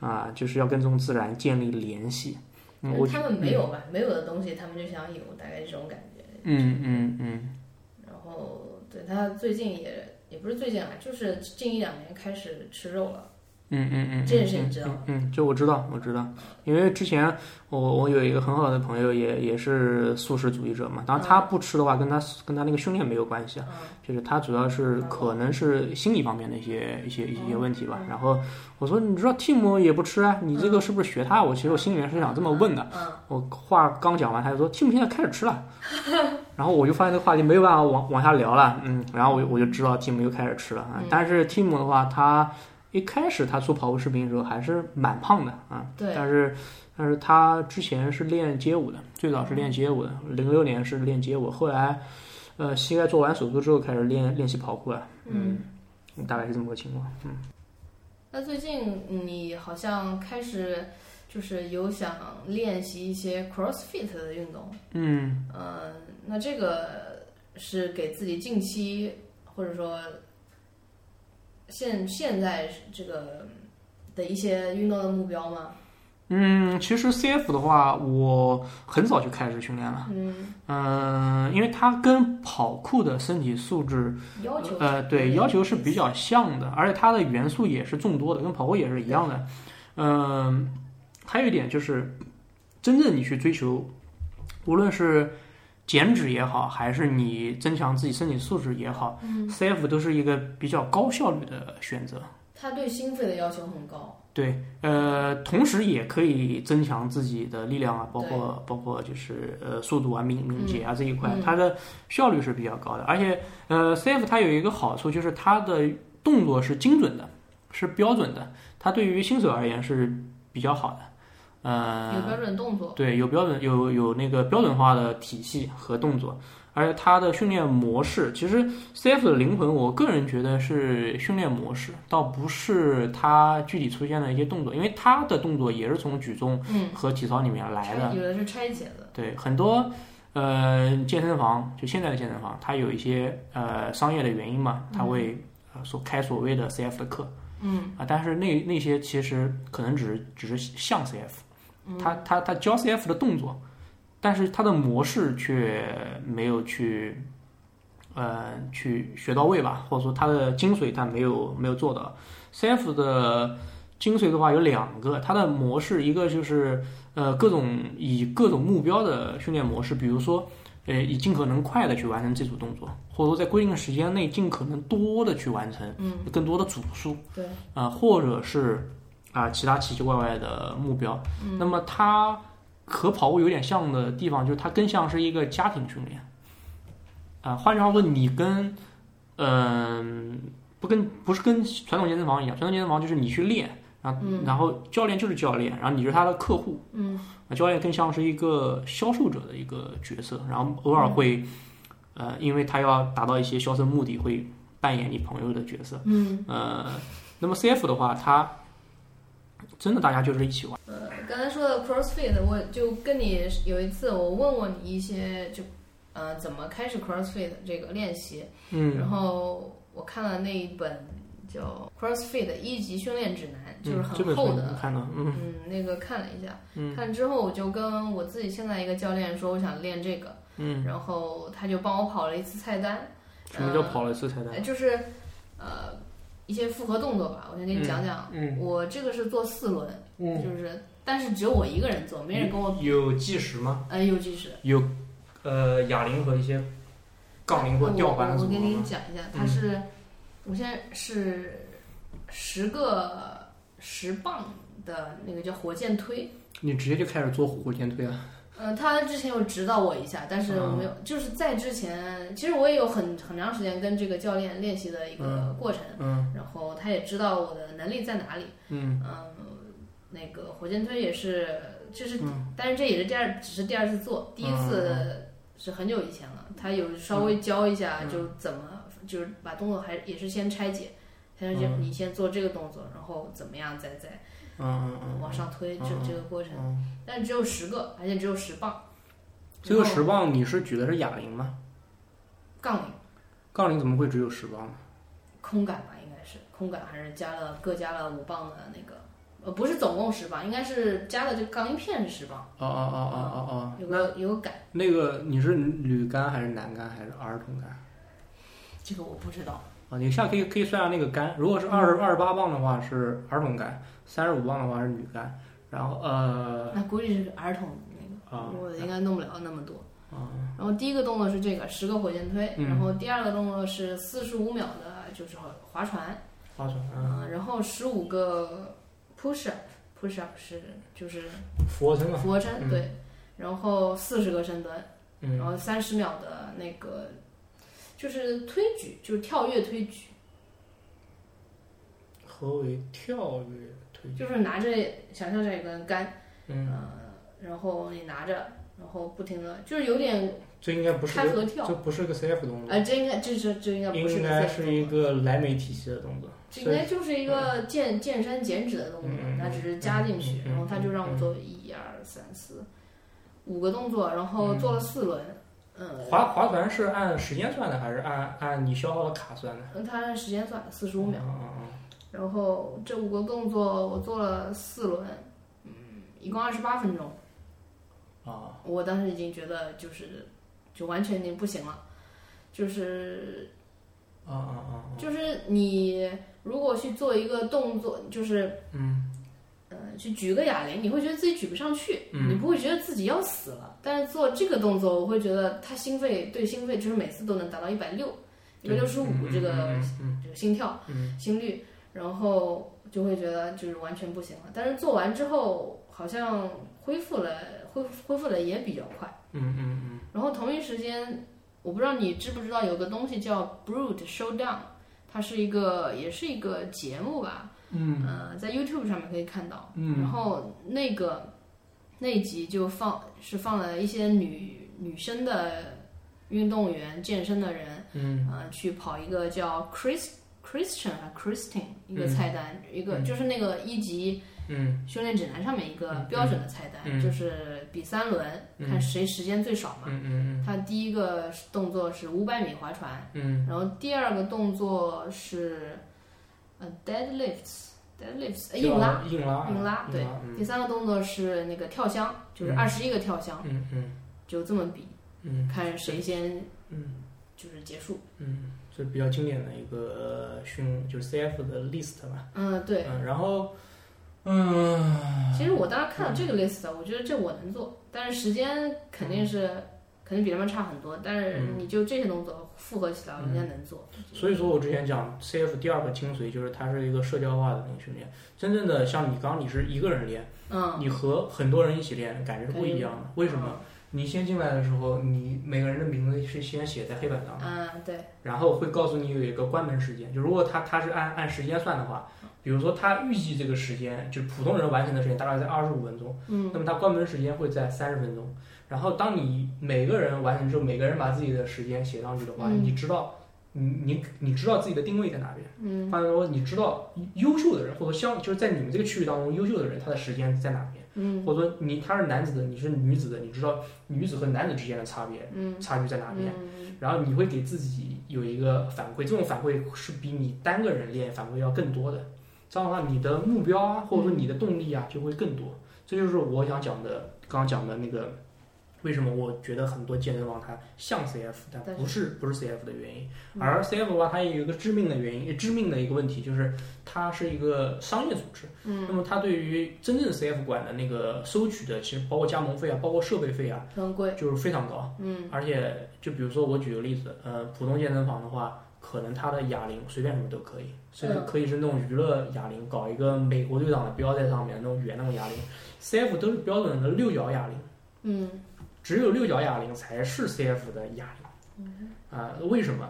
啊，就是要跟这种自然建立联系。嗯，我他们没有吧，没有的东西他们就想有，大概这种感觉。嗯嗯嗯然后对他最近也也不是最近啊，就是近一两年开始吃肉了。嗯嗯嗯，这件事你知道吗？嗯，这我知道，我知道，因为之前我我有一个很好的朋友也，也是素食主义者嘛。当然，他嗯不吃的话，跟他跟他那个训练没有关系啊，就是他主要是可能是心理方面的一些一些一些问题吧。然后我说，你知道 Tim 也不吃啊，你这个是不是学他？我其实我心里面是想这么问的。我话刚讲完，他就说 Tim 现在开始吃了， 然后我就发现这个话题没有办法往往下聊了，嗯，然后我就我就知道 Tim 又开始吃了啊。但是 Tim 的话，他一开始他做跑步视频的时候还是蛮胖的啊，嗯对，但是但是他之前是练街舞的，最早是练街舞的，零六年是练街舞，后来呃膝盖做完手术之后开始练练习跑酷了，嗯，大概是这么个情况，嗯。那最近你好像开始就是有想练习一些 CrossFit 的运动，嗯，嗯、那这个是给自己近期或者说现现在这个的一些运动的目标吗？嗯，其实 CF 的话，我很早就开始训练了。嗯，嗯、因为它跟跑酷的身体素质，要求呃，对要求是比较像的，而且它的元素也是众多的，跟跑酷也是一样的。嗯、还有一点就是，真正你去追求，无论是减脂也好，还是你增强自己身体素质也好、c f 都是一个比较高效率的选择。他对心肺的要求很高。对，呃，同时也可以增强自己的力量啊，包括包括就是呃速度啊、敏敏捷啊这一块，它的效率是比较高的。而且呃，CF 它有一个好处就是它的动作是精准的，是标准的，它对于新手而言是比较好的。呃，有标准动作，对，有标准有有那个标准化的体系和动作，而且它的训练模式，其实 CF 的灵魂，我个人觉得是训练模式，倒不是它具体出现的一些动作，因为它的动作也是从举重嗯，和体操里面来的拆。有的是拆解的，对，很多呃健身房，就现在的健身房，它有一些呃商业的原因嘛，它会呃所开所谓的 CF 的课，嗯啊，但是那那些其实可能只是只是像 CF，它它它教 CF 的动作，但是它的模式却没有去。呃，去学到位吧，或者说它的精髓它没有没有做到。CF 的精髓的话有两个，它的模式一个就是呃各种以各种目标的训练模式，比如说呃以尽可能快的去完成这组动作，或者说在规定的时间内尽可能多的去完成，嗯，更多的组数，对，啊、或者是啊、其他奇奇怪怪的目标。那么它和跑步有点像的地方，就是它更像是一个家庭训练。啊、换句话说，你跟嗯、不跟不是跟传统健身房一样，传统健身房就是你去练，然后、然后教练就是教练，然后你是他的客户，嗯，教练更像是一个销售者的一个角色，然后偶尔会、呃，因为他要达到一些销售目的，会扮演你朋友的角色，嗯，呃，那么 CF 的话，它真的大家就是一起玩，呃，刚才说的 CrossFit，我就跟你有一次，我问过你一些就呃怎么开始 CrossFit 这个练习，嗯，然后我看了那一本叫《CrossFit 一级训练指南》，就是嗯这很本厚书的我，看到，嗯嗯，那个看了一下，看了之后我就跟我自己现在一个教练说，我想练这个，嗯，然后他就帮我跑了一次菜单，什么叫跑了一次彩蛋呃？就是呃一些复合动作吧，我先给你讲讲。嗯我这个是做四轮，就是但是只有我一个人做，没人跟我。哎有计时吗？呃，有计时，有呃哑铃和一些杠铃或我吊板我什我给么你的。嗯讲一下，它是、我现在是十个十磅的那个叫火箭推。你直接就开始做火箭推啊？嗯，他之前有指导我一下，但是我没有，就是在之前，其实我也有很很长时间跟这个教练练习的一个过程，嗯然后他也知道我的能力在哪里，嗯嗯，那个火箭推也是，就是，嗯但是这也是第二，只是第二次做，第一次是很久以前了，他有稍微教一下，嗯就怎么、就是把动作还也是先拆解，他就先嗯你先做这个动作，然后怎么样再再嗯嗯嗯往上推，这、嗯这个过程，嗯。但只有十个，而且只有十磅，最后然后十磅你是举的是哑铃吗？杠铃杠铃怎么会只有十磅呢？空杆吧，应该是空杆还是加了各加了五磅的那个，呃，不是总共十磅，应该是加了这个杠铃片是十磅，哦哦哦哦哦有哦，那个有个杆，那个你是女杆还是男杆还是儿童杆？这个我不知道，啊，你下可以可以算下那个杆，如果是二十二十八磅的话是儿童杆，三十五磅的话是女杆，然后呃那估计是儿童那个，啊我应该弄不了那么多。啊然后第一个动作是这个十个火箭推，嗯然后第二个动作是四十五秒的就是划船，划船啊，嗯，然后十五个 push up，push up 是就是俯卧撑嘛，俯卧撑嗯对，然后四十个深蹲。然嗯后三十秒的那个就是推举，就是跳跃推举，何为跳跃推举？就是拿着想象着一根杆，嗯，呃，然后你拿着，然后不停的，就是有点这应该不是开个，合跳这，不是个 CF 动作，哎，这应该这是这应该不是应个该 CF 是一动作，个莱美体系的动作，这应该就是一个健健身减脂的动作嗯嗯，它只是加进去嗯，嗯然后他就让我嗯做一二三四五个动作，然后做了四轮，嗯，划划船是按时间算的还是按按你消耗的卡算的？嗯它按时间算四十五秒。啊啊啊！然后这五个动作我做了四轮，嗯，一共二十八分钟。啊，我当时已经觉得就是就完全已经不行了，就是啊啊啊啊！就是你如果去做一个动作，就是嗯呃去举个哑铃，你会觉得自己举不上去，嗯你不会觉得自己要死了。但是做这个动作，我会觉得它心肺对心肺就是每次都能达到一百六、一百六十五这个嗯嗯这个心跳。嗯心率，然后就会觉得就是完全不行了。但是做完之后，好像恢复了，恢复恢复的也比较快。嗯嗯然后同一时间，我不知道你知不知道有个东西叫 Brute Showdown，它是一个也是一个节目吧，嗯呃，在 YouTube 上面可以看到。嗯然后那个那一集就放是放了一些女女生的运动员、健身的人，嗯呃，去跑一个叫 Chris Christian 啊 Christine 一个菜单，一个就是那个一级嗯训练指南上面一个嗯标准的菜单，嗯就是比三轮，嗯看谁时间最少嘛。嗯他第一个动作是五百米划船，嗯嗯然后第二个动作是呃 deadlifts deadlifts 呃硬拉，硬拉硬拉对，第嗯三个动作是那个跳箱，就是嗯二十一个跳箱，嗯嗯就这么比，嗯看谁先嗯就是结束。嗯，这比较经典的一个训就是 CF 的 list 吧，嗯，对。嗯，然后嗯其实我当时看到这个 list，啊我觉得这我能做，但是时间肯定是肯定比他们差很多，但是嗯你就这些动作复合起来，人嗯家能做。所以说我之前讲 CF 第二个精髓就是它是一个社交化的那个训练，真正的像你刚你是一个人练，嗯，你和很多人一起练感觉是不一样的，为什啊么？你先进来的时候，你每个人的名字是先写在黑板上的。嗯，对，然后会告诉你有一个关门时间，就如果他他是按按时间算的话，比如说他预计这个时间，就普通人完成的时间大概在二十五分钟，嗯那么他关门时间会在三十分钟。然后当你每个人完成之后，每个人把自己的时间写上去的话，嗯你知道你你你知道自己的定位在哪边。嗯换句话说，你知道优秀的人或者相就是在你们这个区域当中优秀的人他的时间在哪边，嗯或者说你他是男子的，你是女子的，你知道女子和男子之间的差别嗯差距在哪边。嗯然后你会给自己有一个反馈，这种反馈是比你单个人练反馈要更多的。这样的话，你的目标啊，或者说你的动力啊，就会更多。这就是我想讲的，刚刚讲的那个为什么我觉得很多健身房它像 CF，但但不是不是 CF 的原因。而 CF 的话，它也有一个致命的原因，也致命的一个问题就是它是一个商业组织。嗯，那么它对于真正 CF 馆的那个收取的，其实包括加盟费啊，包括设备费啊，很贵，就是非常高。嗯，而且就比如说我举个例子，呃，普通健身房的话，可能它的哑铃随便什么都可以，甚至可以是那种娱乐哑铃，搞一个美国队长的标在上面那种圆那种哑铃。CF 都是标准的六角哑铃，嗯，只有六角哑铃才是 CF 的哑铃。啊、为什么？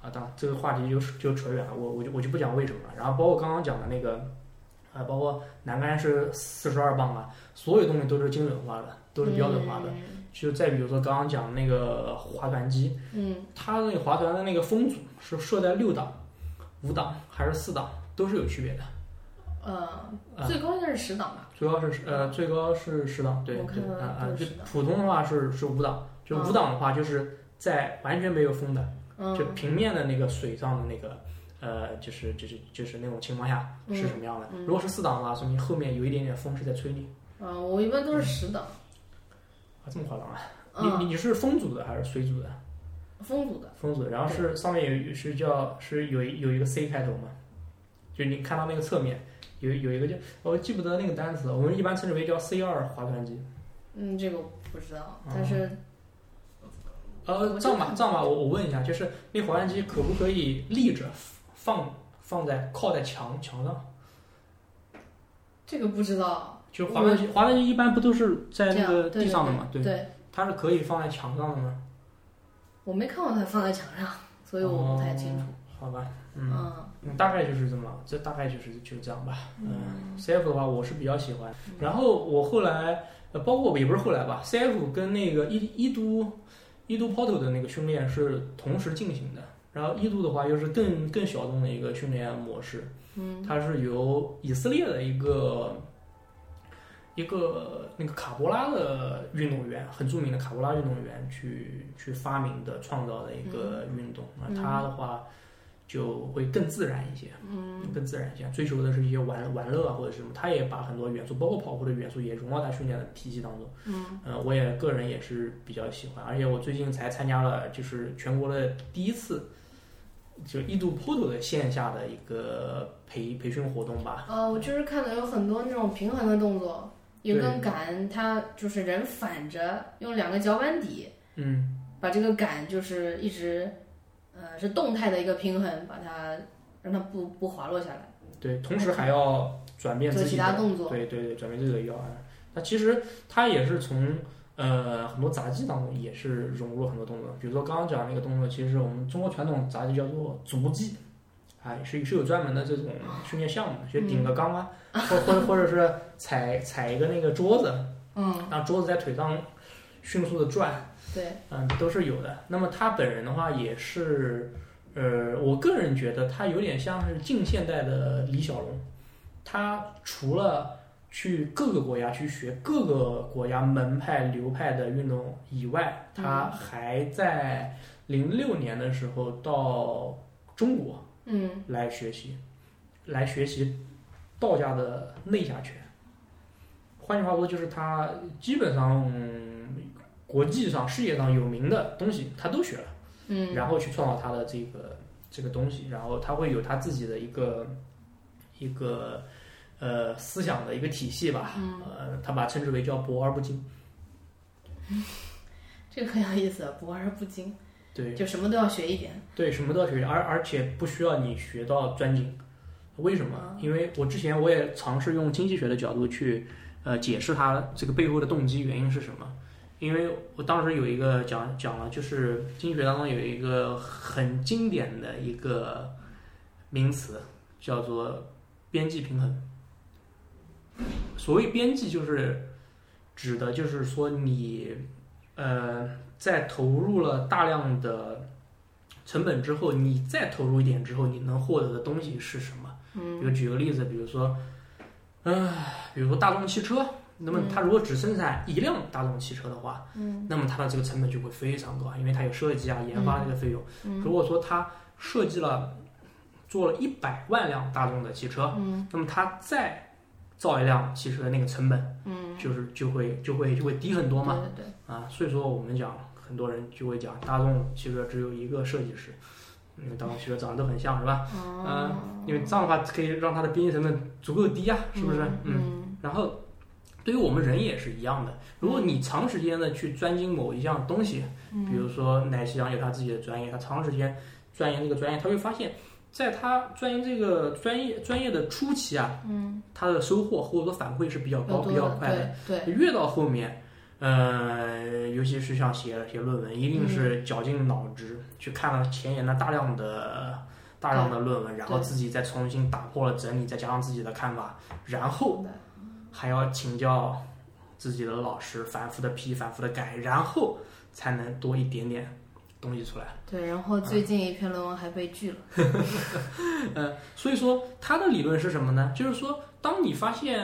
啊，当然这个话题就就扯远了，我我就我就不讲为什么了。然后包括刚刚讲的那个，啊、包括栏杆是四十二磅啊，所有东西都是精准化的，都是标准化的。就再比如说刚刚讲那个划船机，嗯，它那个划船的那个风阻是设在六档、五档还是四档，都是有区别的。呃，啊最高应该是十档吧？最高是呃最高是十档，对我看对到啊啊，都就是10档普通的话是是五档，就嗯五档的话就是在完全没有风的，嗯就平面的那个水上的那个。呃，就是就是就是那种情况下嗯是什么样的？如果是四档的话，说明后面有一点点风是在吹你啊，我一般都是十档，啊，这么夸张啊？你嗯，你你是风阻的还是水阻的？风阻的，风阻，然后是上面有有是叫是有一有一个 C 开头嘛，就你看到那个侧面有有一个叫我记不得那个单词了，我们一般称之为叫 C 二划船机。嗯，这个我不知道，嗯但是呃，我这样就吧，看这样吧，我我问一下，就是那划船机可不可以立着放放在靠在墙墙上？这个不知道，就划船机，划船机一般不都是在这那样个对地上的嘛？对，对它是可以放在墙上的吗？我没看过它放在墙上，所以我不太清楚。哦。好吧，嗯。嗯嗯，大概就是这么，这大概就是就是这样吧。嗯，CF 嗯的话我是比较喜欢，然后我后来，呃，包括也不是后来吧，CF 跟那个一一都一都 Porto 的那个训练是同时进行的。然后一都的话又是更更小众的一个训练模式，嗯，它是由以色列的一个一个那个卡波拉的运动员，很著名的卡波拉运动员去去发明的创造的一个运动。啊、它的话就会更自然一些，嗯，更自然一些，追求的是一些玩玩乐啊或者什么，他也把很多元素，包括跑步的元素也融到他训练的体系当中，嗯，呃，我也个人也是比较喜欢，而且我最近才参加了就是全国的第一次，就一度 Porto 的线下的一个培培训活动吧，呃，我就是看到有很多那种平衡的动作，有根杆，它就是人反着用两个脚板底嗯，把这个杆就是一直，呃，是动态的一个平衡，把它让它不不滑落下来，对，同时还要转变做自己其的他动作。对对对，转变这个要案。那其实它也是从呃很多杂技当中也是融入了很多动作，比如说刚刚讲那个动作，其实我们中国传统杂技叫做足技，哎，是是有专门的这种训练项目的，就顶嗯个缸啊，或或者或者是踩踩一个那个桌子，嗯，让桌子在腿上迅速的转，对，嗯，都是有的。那么他本人的话也是，呃，我个人觉得他有点像是近现代的李小龙。他除了去各个国家去学各个国家门派流派的运动以外，他还在零六年的时候到中国嗯，来学习，来学习道家的内家拳。换句话说，就是他基本上、嗯国际上、世界上有名的东西，他都学了，嗯，然后去创造他的这个这个东西，然后他会有他自己的一个一个呃思想的一个体系吧，呃，他把它称之为叫博而不精。这个很有意思，博而不精，对，就什么都要学一点。对，什么都要学，而而且不需要你学到专精。为什么？因为我之前我也尝试用经济学的角度去，呃，解释它这个背后的动机原因是什么。因为我当时有一个讲讲了，就是经济学当中有一个很经典的一个名词，叫做边际平衡。所谓边际，就是指的就是说你，呃，在投入了大量的成本之后，你再投入一点之后，你能获得的东西是什么？嗯，比如举个例子，比如说，嗯、比如说大众汽车，那么它如果只生产一辆大众汽车的话，嗯，那么它的这个成本就会非常高，因为它有设计啊、研发这个费用。如果说它设计了做了一百万辆大众的汽车，嗯，那么它再造一辆汽车的那个成本，嗯，就是就会就会就会低很多嘛。对对对，啊，所以说我们讲很多人就会讲大众汽车只有一个设计师，因为大众汽车长得都很像是吧？哦因为这样的话可以让它的边际成本足够低啊，是不是？嗯嗯然后，对于我们人也是一样的。如果你长时间的去专精某一项东西，嗯比如说奶昔羊啊有他自己的专业，他长时间钻研这个专业，他会发现，在他钻研这个专业专业的初期啊，嗯，他的收获或者说反馈是比较要高、多比较快的。对对，越到后面，呃，尤其是像写写论文，一定是绞尽脑汁、去看了前沿的大量的大量的论文，然后对自己再重新打破了整理，再加上自己的看法，然后对还要请教自己的老师，反复的批，反复的改，然后才能多一点点东西出来。对，然后最近一篇论文还被拒了。呃，所以说他的理论是什么呢？就是说，当你发现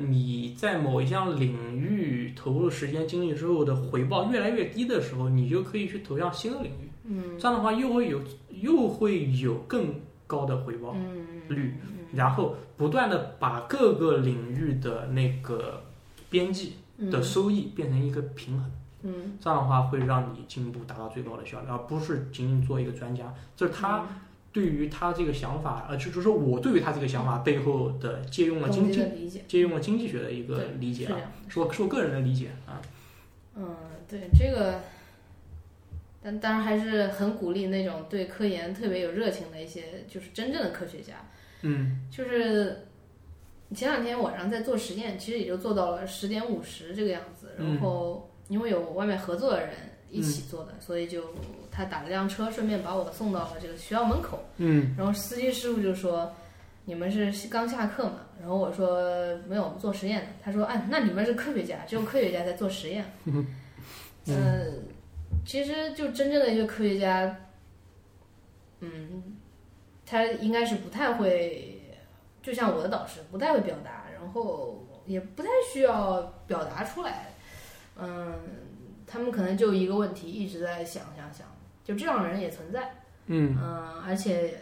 你在某一项领域投入时间精力之后的回报越来越低的时候，你就可以去投向新的领域。嗯这样的话，又会有又会有更高的回报嗯率，然后不断的把各个领域的那个边际嗯的收益变成一个平衡。嗯，这样的话会让你进步达到最高的效率，而不是仅仅做一个专家。这是他对于他这个想法，呃，就就是说我对于他这个想法背后的借用了经济经济嗯的理解，借用了经济学的一个对理解是啊这，样是我是我个人的理解啊。嗯，对这个，但当然还是很鼓励那种对科研特别有热情的一些，就是真正的科学家。嗯就是前两天晚上在做实验，其实也就做到了十点五十这个样子。嗯然后因为有外面合作的人一起做的，所以就他打了辆车，顺便把我送到了这个学校门口。嗯然后司机师傅就说：“你们是刚下课嘛？”然后我说：“没有，做实验的。”他说：“哎，那你们是科学家，只有科学家在做实验。”嗯、呃，其实就真正的一个科学家，嗯，他应该是不太会，就像我的导师，不太会表达，然后也不太需要表达出来。嗯，他们可能就一个问题一直在想想想，就这样的人也存在。嗯，嗯，而且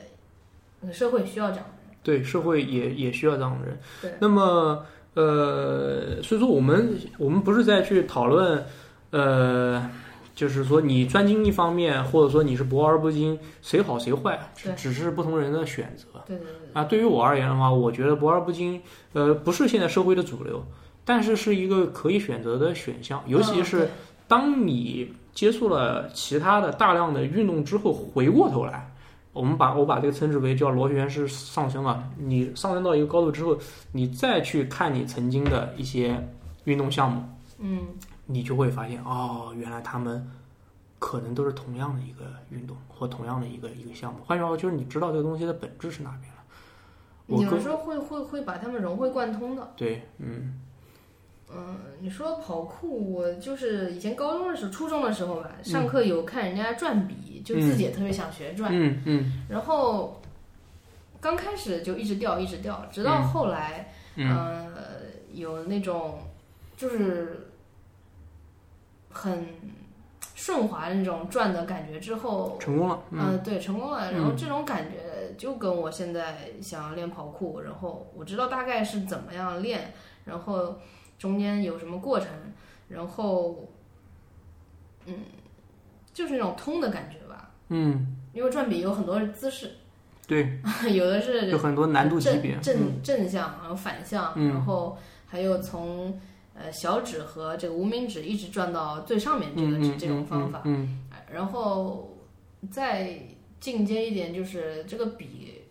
呃社会需要这样的人。对，社会也也需要这样的人。对，那么呃，所以说我们我们不是在去讨论，呃，就是说你专精一方面，或者说你是博而不精，谁好谁坏，只对只是不同人的选择。对对对对，啊，对于我而言的话，我觉得博而不精，呃，不是现在社会的主流，但是是一个可以选择的选项，尤其嗯是当你接触了其他的大量的运动之后，回过头来，我们把我把这个称之为叫螺旋式上升啊。你上升到一个高度之后，你再去看你曾经的一些运动项目，嗯，你就会发现，哦，原来他们可能都是同样的一个运动或同样的一个一个项目。换句话说，就是你知道这个东西的本质是哪边了。我有个时候会会会把他们融会贯通的。对，嗯。嗯，你说跑酷，我就是以前高中的时候、初中的时候吧，上课有看人家转笔，就自己也特别想学转，嗯嗯然后刚开始就一直掉，一直掉，直到嗯后来，嗯呃，有那种就是很顺滑的那种转的感觉之后，成功了。嗯嗯，对，成功了。嗯然后这种感觉就跟我现在想要练跑酷，然后我知道大概是怎么样练，然后中间有什么过程，然后嗯，就是那种通的感觉吧。嗯，因为转笔有很多姿势， 对，有的是有很多难度级正别。嗯正正向，然后反向，嗯然后还有从呃小指和这个无名指一直转到最上面这个、嗯嗯这种方法。嗯然后再进阶一点，就是这个笔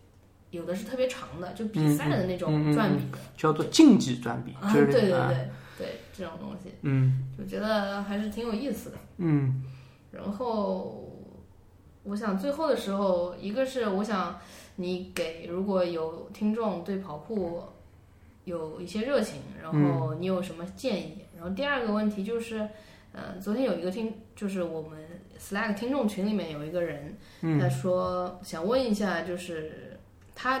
有的是特别长的，就比赛的那种转笔的，嗯，叫做竞技转笔，啊，就对是对啊对对，这种东西嗯就觉得还是挺有意思的。嗯然后我想最后的时候，一个是我想你给如果有听众对跑酷有一些热情，然嗯后你有什么建议？然后第二个问题就是，呃，昨天有一个听，就是我们 Slack 听众群里面有一个人，他嗯说想问一下，就是他。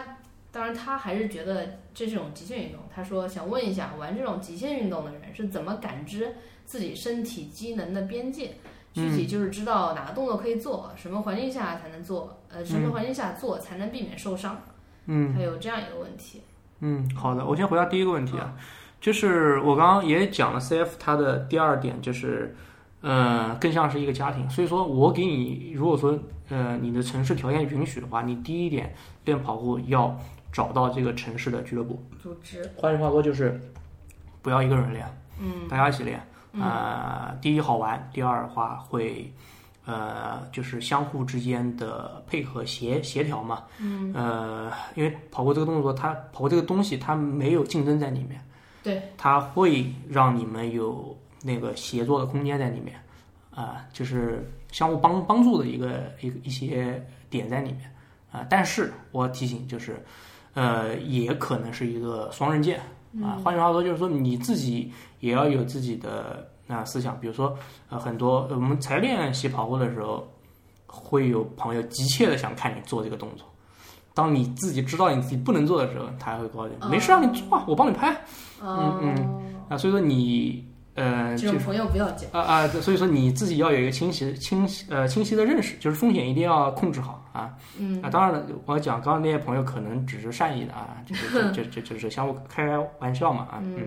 当然，他还是觉得这是一种极限运动。他说想问一下，玩这种极限运动的人是怎么感知自己身体机能的边界？具体就是知道哪个动作可以做，什么环境下才能做，呃，什么环境下做才能避免受伤，嗯还有这样一个问题。嗯，好的，我先回答第一个问题啊，就是我刚刚也讲了 CF 它的第二点就是。呃，更像是一个家庭。所以说我给你，如果说呃你的城市条件允许的话，你第一点练跑步要找到这个城市的俱乐部。组织，换句话说就是，不要一个人练，嗯大家一起练。呃，第一好玩，第二的话会，呃，就是相互之间的配合协协调嘛。嗯。呃，因为跑步这个动作，它跑步这个东西，它没有竞争在里面。对，它会让你们有那个协作的空间在里面，啊、就是相互帮帮助的一个一个一些点在里面，啊、但是我提醒就是，呃，也可能是一个双刃剑啊、嗯换句话说，就是说你自己也要有自己的那、思想，比如说呃，很多呃我们才练习跑步的时候，会有朋友急切的想看你做这个动作。当你自己知道你自己不能做的时候，他还会告诉你，没事啊，哦你做啊，我帮你拍。嗯嗯，啊，所以说你呃，这就种朋友不要交，啊啊，所以说你自己要有一个清晰、清晰呃清晰的认识，就是风险一定要控制好啊。嗯啊，当然了，我讲刚刚那些朋友可能只是善意的啊，这 这这这就是相互开开玩笑嘛啊。嗯，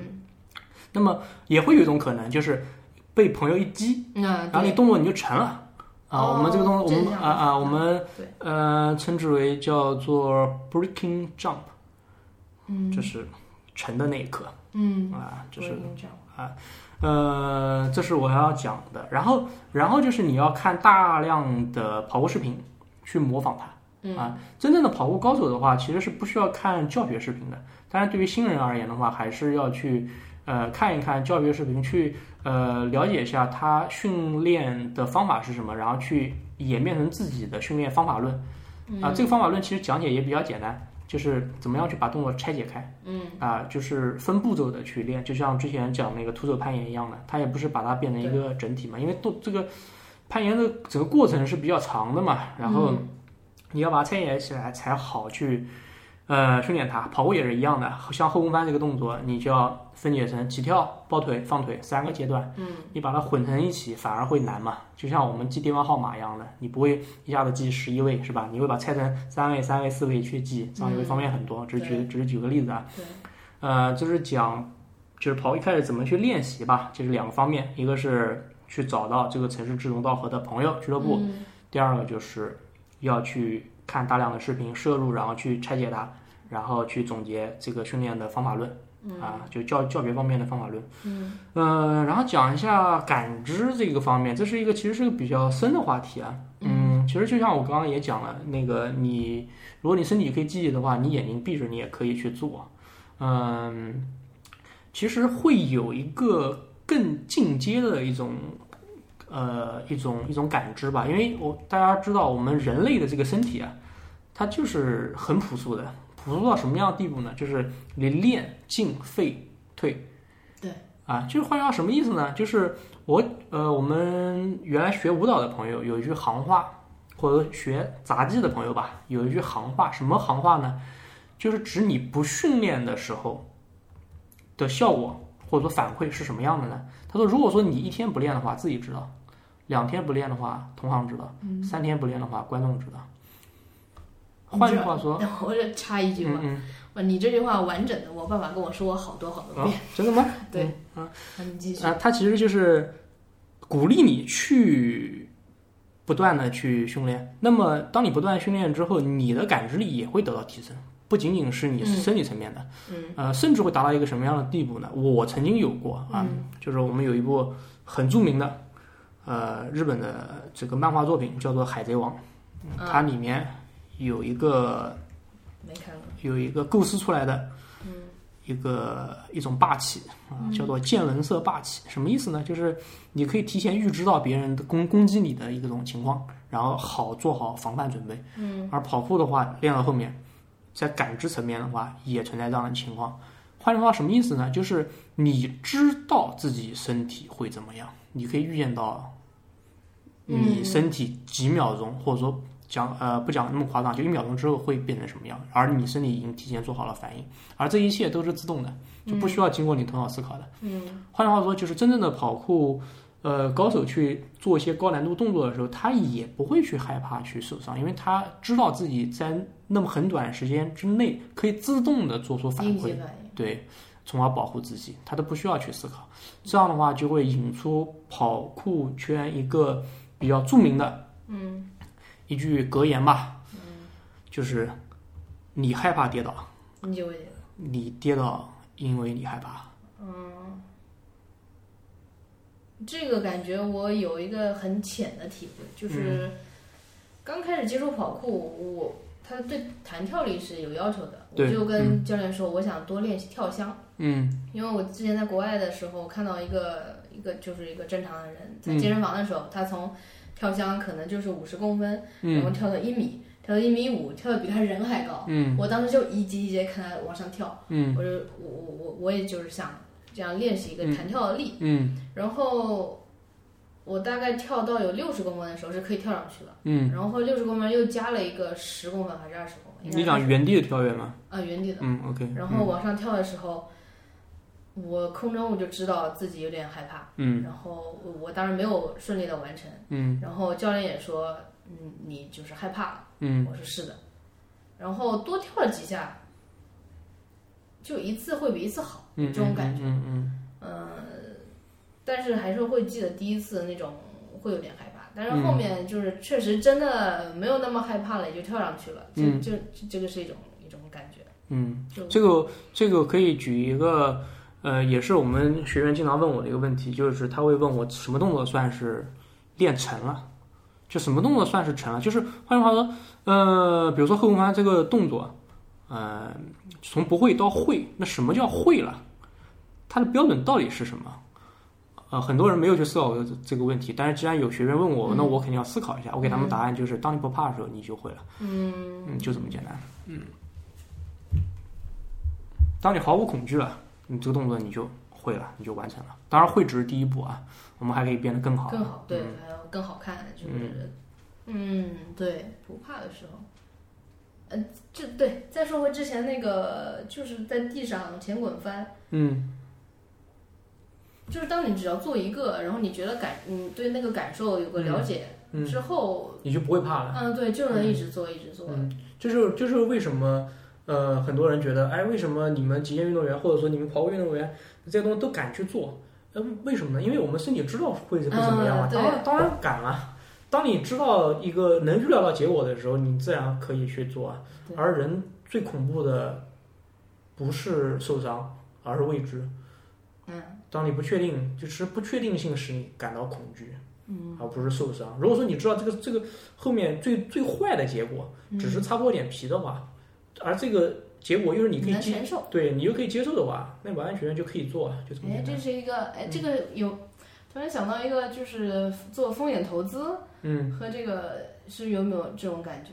那么也会有一种可能，就是被朋友一激，嗯那然后你动作你就沉了。啊，我们这个动作，我们啊啊，我们哦对呃称之为叫做 breaking jump，嗯就是沉的那一刻嗯，啊，就是这样，呃，这是我要讲的。然后，然后就是你要看大量的跑步视频去模仿它。嗯啊，真正的跑步高手的话，其实是不需要看教学视频的。当然，对于新人而言的话，还是要去呃看一看教学视频，去呃了解一下他训练的方法是什么，然后去演变成自己的训练方法论。啊，嗯这个方法论其实讲解也比较简单，就是怎么样去把动作拆解开。嗯啊、就是分步骤的去练，就像之前讲那个徒手攀岩一样的，它也不是把它变成一个整体嘛，因为都这个攀岩的整个过程是比较长的嘛，然嗯后你要把它拆解起来才好去呃训练它。跑步也是一样的，像后空翻这个动作，你就要分解成起跳、抱腿、放腿三个阶段，嗯，你把它混成一起反而会难嘛，就像我们记电话号码一样的，你不会一下子记十一位是吧？你会把它拆成三位、三位、四位去记，这样就会方便很多。只是举只是举个例子啊。对，呃，就是讲就是跑一开始怎么去练习吧，这、是两个方面，一个是去找到这个城市志同道合的朋友俱乐部，第二个就是要去看大量的视频摄入，然后去拆解它，然后去总结这个训练的方法论。嗯啊，就教教学方面的方法论，嗯，呃，然后讲一下感知这个方面，这是一个其实是个比较深的话题啊，嗯，其实就像我刚刚也讲了，那个你如果你身体可以记忆的话，你眼睛闭着你也可以去做，嗯，其实会有一个更进阶的一种，呃，一种一种感知吧，因为我大家知道我们人类的这个身体啊，它就是很朴素的，朴素到什么样的地步呢？就是你练进废退，对，啊，就是换句话什么意思呢？就是我呃，我们原来学舞蹈的朋友有一句行话，或者学杂技的朋友吧，有一句行话，什么行话呢？就是指你不训练的时候的效果或者说反馈是什么样的呢？他说，如果说你一天不练的话，自己知道；两天不练的话，同行知道；三天不练的话，观众知道。换句话说， 我就插一句吧，嗯哇你这句话完整的，我爸爸跟我说过好多好嗯，多啊遍，，真的吗？对嗯，那你继续，啊，它其实就是鼓励你去不断的去训练。那么，当你不断地训练之后，你的感知力也会得到提升，不仅仅是你嗯身体层面的，嗯，呃，甚至会达到一个什么样的地步呢？我曾经有过嗯啊，就是我们有一部很著名的，呃，日本的这个漫画作品叫做《海贼王》，嗯它里面有一个没嗯看过，有一个构思出来的，一个一种霸气啊，叫做见闻色霸气。什么意思呢？就是你可以提前预知到别人的攻攻击你的一种情况，然后好做好防范准备。嗯，而跑步的话，练到后面，在感知层面的话，也存在这样的情况。换句话什么意思呢？就是你知道自己身体会怎么样，你可以预见到你身体几秒钟，或者说讲呃不讲那么夸张，就一秒钟之后会变成什么样，而你身体已经提前做好了反应，而这一切都是自动的，就不需要经过你头脑思考的。嗯，换句话说，就是真正的跑酷。呃，高手去做一些高难度动作的时候，他也不会去害怕去受伤，因为他知道自己在那么很短时间之内可以自动的做出反应馈急。反应，对，从而保护自己，他都不需要去思考。这样的话，就会引出跑酷圈一个比较著名的，嗯，一句格言吧，就是你害怕跌倒，你就会你跌倒因为你害怕。这个感觉我有一个很浅的体会，嗯就是刚开始接触跑酷，我他对弹跳力是有要求的，我对就跟教练说，我想多练习跳箱，嗯因为我之前在国外的时候看到一个一个就是一个正常的人在嗯健身房的时候，他从跳箱可能就是五十公分，然嗯后跳到一米，跳到一米五，跳的比他人还高，嗯我当时就一级一级看他往上跳，嗯我就我我我我也就是想这样练习一个弹跳的力。嗯然后我大概跳到有六十公分的时候是可以跳上去了，嗯，然后六十公分又加了一个十公分还是二十公分？应该你讲原地的跳跃吗？啊原地的，嗯，OK。然后往上跳的时候，我空中我就知道自己有点害怕，嗯然后我我当然没有顺利的完成，嗯然后教练也说，嗯，你就是害怕了，嗯我说是的，然后多跳了几下，就一次会比一次好，嗯，这种感觉。嗯嗯但是还是会记得第一次那种会有点害怕，但是后面就是确实真的没有那么害怕了，也就跳上去了，就嗯就就这个是一种一种感觉，嗯，就这个这个可以举一个，呃，也是我们学员经常问我的一个问题，就是他会问我什么动作算是练成了。就什么动作算是成了？就是换句话说，呃，比如说后空翻这个动作，呃，从不会到会，那什么叫会了？它的标准到底是什么？呃，很多人没有去思考过这这个问题，但是既然有学员问我，那我肯定要思考一下。我给他们答案就是：当你不怕的时候，你就会了。嗯就这么简单。嗯，当你毫无恐惧了，你这个动作你就会了，你就完成了。当然，会只是第一步啊，我们还可以变得更好。嗯更好，对，还有更好看，就是嗯，对，不怕的时候。呃，这对，再说回之前那个，就是在地上前滚翻，嗯就是当你只要做一个，然后你觉得感，你对那个感受有个了解、嗯，之后，你就不会怕了。嗯，对，就能一直做，一直做，嗯这就是这就是为什么，呃，很多人觉得，哎，为什么你们极限运动员或者说你们跑步运动员这些东西都敢去做？呃，为什么呢？因为我们身体知道会会怎么样啊嗯，对当然当然敢了。当你知道一个能预料到结果的时候，你自然可以去做啊对。而人最恐怖的不是受伤，而是未知。嗯，当你不确定，就是不确定性使你感到恐惧，嗯，而不是受伤。如果说你知道这个这个后面最最坏的结果，只是擦破点皮的话，而这个结果又是你可以能接，承受。对你又可以接受的话，那完完全全就可以做，就这么哎，简单。嗯这是一个哎，这个有突然想到一个，就是做风险投资嗯和这个是有没有这种感觉？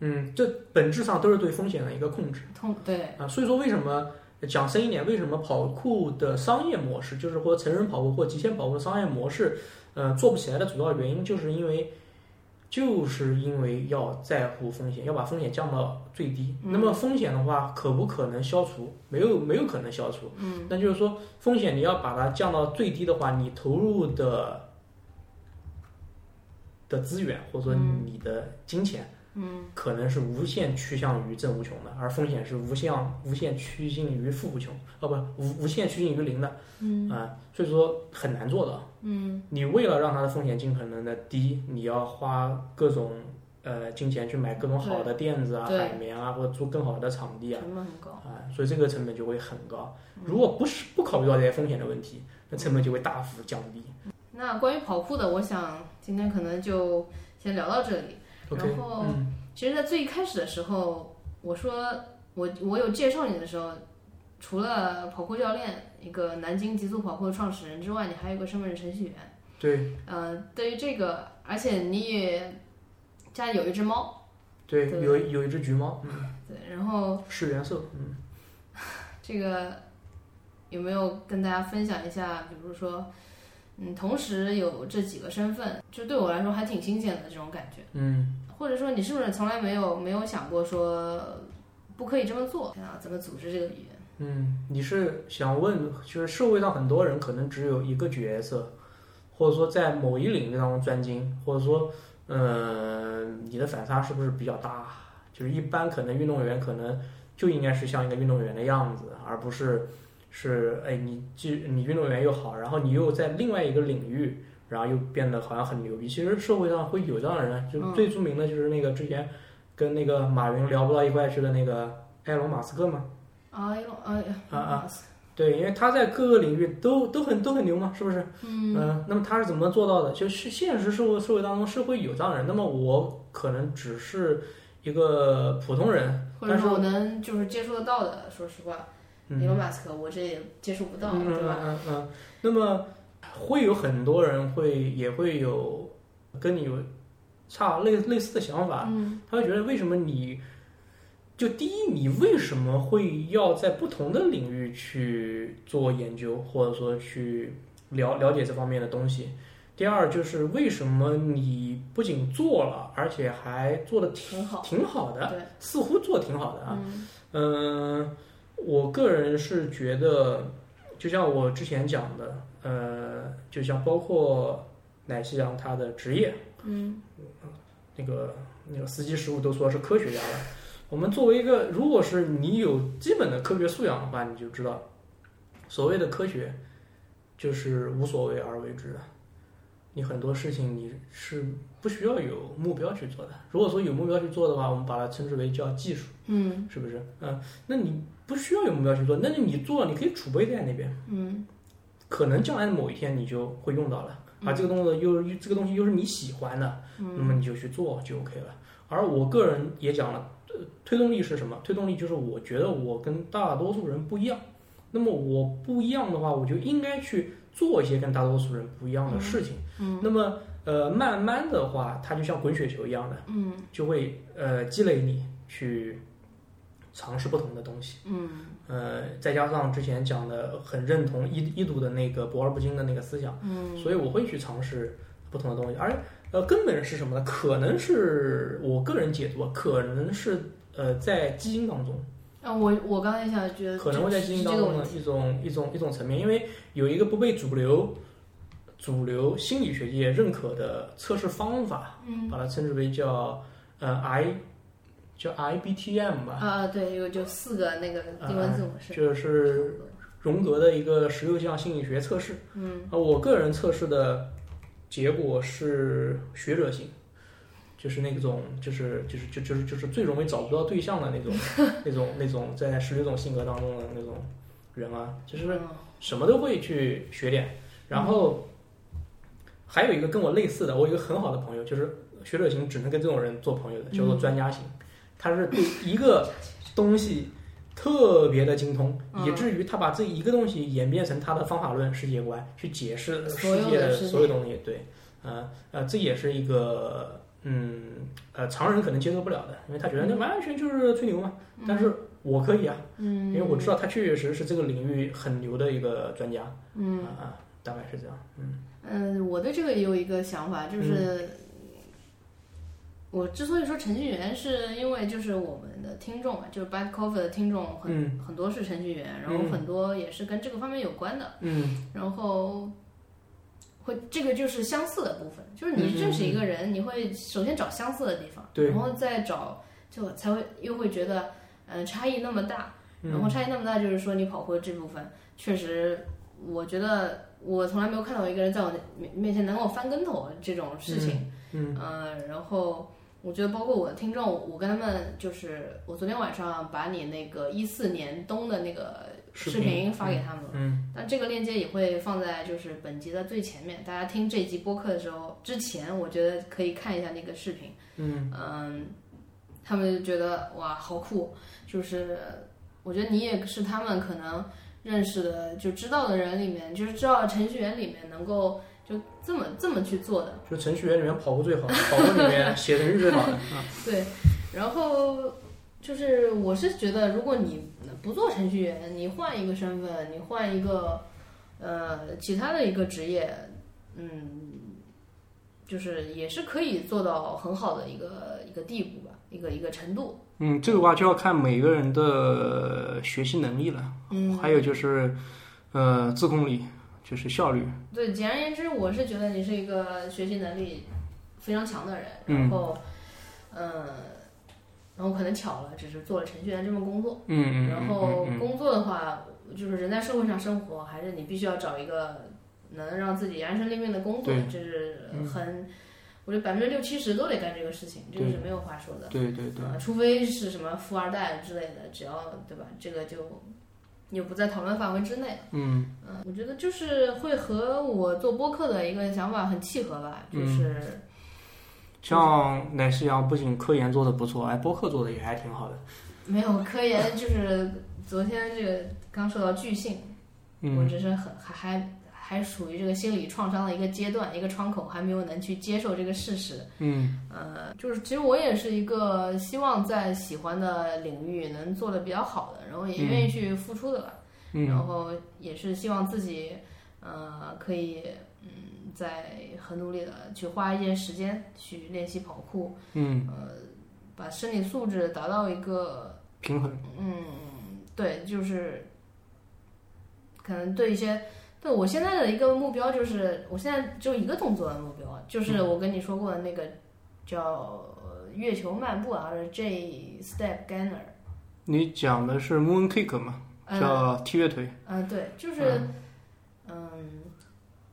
嗯，这本质上都是对风险的一个控制通对，啊。所以说，为什么讲深一点，为什么跑酷的商业模式，就是或成人跑步或极限跑步的商业模式，呃，做不起来的主要原因，就是因为。就是因为要在乎风险，要把风险降到最低。嗯那么风险的话，可不可能消除？没有，没有可能消除。嗯那就是说，风险你要把它降到最低的话，你投入的的资源或者说嗯你的金钱，嗯可能是无限趋向于正无穷的，而风险是无限无限趋近于负无穷，哦不，无无限趋近于零的啊、嗯所以说很难做到。嗯你为了让它的风险尽可能的低，你要花各种呃金钱去买各种好的垫子啊、对嗯海绵啊，或者租更好的场地啊，成本很高。啊，所以这个成本就会很高。嗯如果不是不考虑到这些风险的问题，那成本就会大幅降低。那关于跑酷的，我想今天可能就先聊到这里。 OK，然后嗯其实，在最开始的时候，我说我我有介绍你的时候，除了跑酷教练，一个南京极速跑酷的创始人之外，你还有一个身份证程序员。对呃，对于这个，而且你也家里有一只猫，对，对有有一只橘猫，嗯，对，然后是元兽，嗯这个有没有跟大家分享一下？比如说，嗯，同时有这几个身份，就对我来说还挺新鲜的这种感觉。嗯或者说，你是不是从来没有没有想过说不可以这么做啊？怎么组织这个语言？嗯，你是想问，就是社会上很多人可能只有一个角色，或者说在某一领域当中专精，或者说，呃，你的反差是不是比较大？就是一般可能运动员可能就应该是像一个运动员的样子，而不是是，哎，你既你运动员又好，然后你又在另外一个领域，然后又变得好像很牛逼。其实社会上会有这样的人，就是最著名的就是那个之前跟那个马云聊不到一块去的那个埃隆·马斯克嘛。哎呦，哎呀，啊啊，对，因为他在各个领域都都很都很牛嘛，是不是？嗯、那么他是怎么做到的？就是现实社会社会当中是会有这样的人。那么我可能只是一个普通人，或者但是说我能就是接触得到的，说实话，嗯伊隆马斯克我这也接触不到，嗯对吧？嗯嗯嗯。那么会有很多人会也会有跟你有差类类似的想法，嗯他会觉得为什么你就第一，你为什么会要在不同的领域去做研究，或者说去了了解这方面的东西？第二就是为什么你不仅做了，而且还做的挺很好挺好的，对，似乎做得挺好的啊。嗯嗯，我个人是觉得，就像我之前讲的，呃，就像包括乃西洋他的职业，嗯那个那个司机师傅都说是科学家了。我们作为一个，如果是你有基本的科学素养的话，你就知道，所谓的科学就是无所谓而为之的。你很多事情你是不需要有目标去做的。如果说有目标去做的话，我们把它称之为叫技术。嗯是不是？嗯，那你不需要有目标去做，那你做，你可以储备在那边，嗯可能将来某一天你就会用到了。啊，这个动作又又这个东西又是你喜欢的，嗯那么你就去做就 OK 了。而我个人也讲了，呃推动力是什么？推动力就是我觉得我跟大多数人不一样，那么我不一样的话，我就应该去做一些跟大多数人不一样的事情。嗯那么呃，慢慢的话，它就像滚雪球一样的，嗯就会呃积累你去尝试不同的东西。嗯呃，再加上之前讲的很认同一一读的那个博而不精的那个思想，嗯，所以我会去尝试不同的东西。而呃，根本是什么呢？可能是我个人解读啊，可能是呃在基因当中，啊，我我刚才想觉得可能会在基因这当呃这个中问的题，一种一种一种层面，因为有一个不被主流主流心理学界认可的测试方法，嗯把它称之为叫呃 I 叫 IBTM 吧，啊，对，有就四个那个英文字母是，啊就是荣格的一个十六项心理学测试。嗯啊，我个人测试的结果是学者型，就是那种就是就是就就是就是最容易找不到对象的那种 那种那种在十六种性格当中的那种人啊，就是什么都会去学点。然后还有一个跟我类似的，我有一个很好的朋友，就是学者型只能跟这种人做朋友的，叫做专家型，他是对一个东西。特别的精通，嗯以至于他把这一个东西演变成他的方法论、世界观，去解释所世有界的的事情所有东西。对，呃呃，这也是一个嗯呃常人可能接受不了的，因为他觉得那完全就是吹牛嘛。但是我可以啊，嗯，因为我知道他确实是这个领域很牛的一个专家。嗯啊、啊，大概是这样。嗯嗯，我对这个也有一个想法，就是、我之所以说程序员，是因为就是我们的听众啊，就是 Bad Coffee 的听众很、嗯很多是程序员，然后嗯很多也是跟这个方面有关的，嗯然后会这个就是相似的部分，就是嗯嗯你嗯认识一个人，你会首先找相似的地方，对然后再找就才会又会觉得嗯、呃差异那么大，然后嗯差异那么大，就是说你跑酷这部分，确实，我觉得我从来没有看到一个人在我面面前能够翻跟头这种事情。嗯呃，然后我觉得包括我的听众，我跟他们就是，我昨天晚上把你那个一四年冬的那个视视频发给他们了。嗯但这个链接也会放在就是本集的最前面，大家听这集播客的时候之前，我觉得可以看一下那个视频。嗯嗯，他们就觉得哇，好酷！就是我觉得你也是他们可能认识的就知道的人里面，就是知道程序员里面能够就这么这么去做的，就程序员里面跑酷最好，跑酷里 面写程序最好的。啊对。然后就是我是觉得，如果你不做程序员，你换一个身份，你换一个呃其他的一个职业，嗯。就是也是可以做到很好的一个一个地步吧，一个一个程度。嗯，这个话就要看每个人的学习能力了，嗯，还有就是呃自控力，就是效率。对，简而言之，我是觉得你是一个学习能力非常强的人，嗯然后，呃，然后可能巧了，只是做了程序员这份工作。嗯嗯，然后嗯嗯工作的话，就是人在社会上生活，还是你必须要找一个能让自己安身立命的工作对，这是嗯很，我觉得百分之六七十都得干这个事情，这个对是没有话说的嗯。对对对，啊，除非是什么富二代之类的，只要对吧，这个就也不在讨论范围之内。嗯嗯，我觉得就是会和我做播客的一个想法很契合吧，嗯就是、像奶昔羊不仅科研做的不错，哎，播客做的也还挺好的。没有科研，就是昨天这个刚受到巨信，我嗯只是很还还还属于这个心理创伤的一个阶段，一个窗口，还没有能去接受这个事实。嗯呃，就是其实我也是一个希望在喜欢的领域能做的比较好的，然后也愿意去付出的吧。嗯然后也是希望自己，呃，可以嗯，在很努力的去花一些时间去练习跑酷，嗯，把身体素质达到一个平衡。嗯，对，就是可能对一些，对我现在的一个目标就是，我现在只有一个动作的目标啊，就是我跟你说过的那个叫呃月球漫步啊，是 J Step Gainer，你讲的是 Moon Cake 嘛，嗯叫踢乐腿。嗯，对，就是嗯，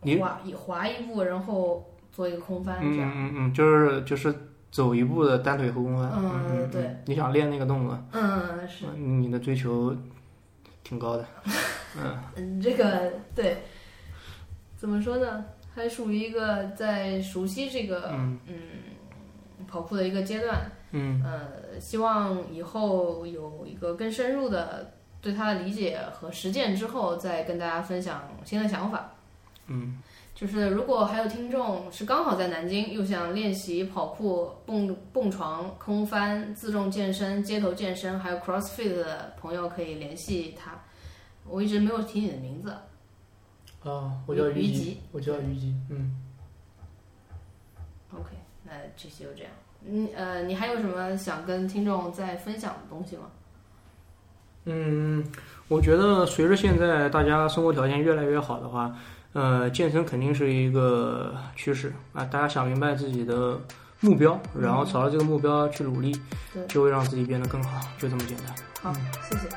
你滑一滑一步，然后做一个空翻嗯这样，嗯嗯，就是就是走一步的单腿后空翻。嗯嗯，嗯对。你想练那个动作，嗯，是，嗯你的追求挺高的。嗯，这个对，怎么说呢？还属于一个在熟悉这个嗯嗯跑酷的一个阶段，嗯呃，希望以后有一个更深入的对它的理解和实践之后，再跟大家分享新的想法。嗯就是如果还有听众是刚好在南京，又想练习跑酷、蹦蹦床、空翻、自重健身、街头健身，还有 CrossFit 的朋友，可以联系他。我一直没有提你的名字，啊，我叫虞虞姬姬，我叫虞姬，嗯， OK，那这期就这样。嗯呃，你还有什么想跟听众再分享的东西吗？嗯，我觉得随着现在大家生活条件越来越好的话，呃，健身肯定是一个趋势啊。大家想明白自己的目标，然后朝着这个目标去努力对，就会让自己变得更好，就这么简单。好，谢谢。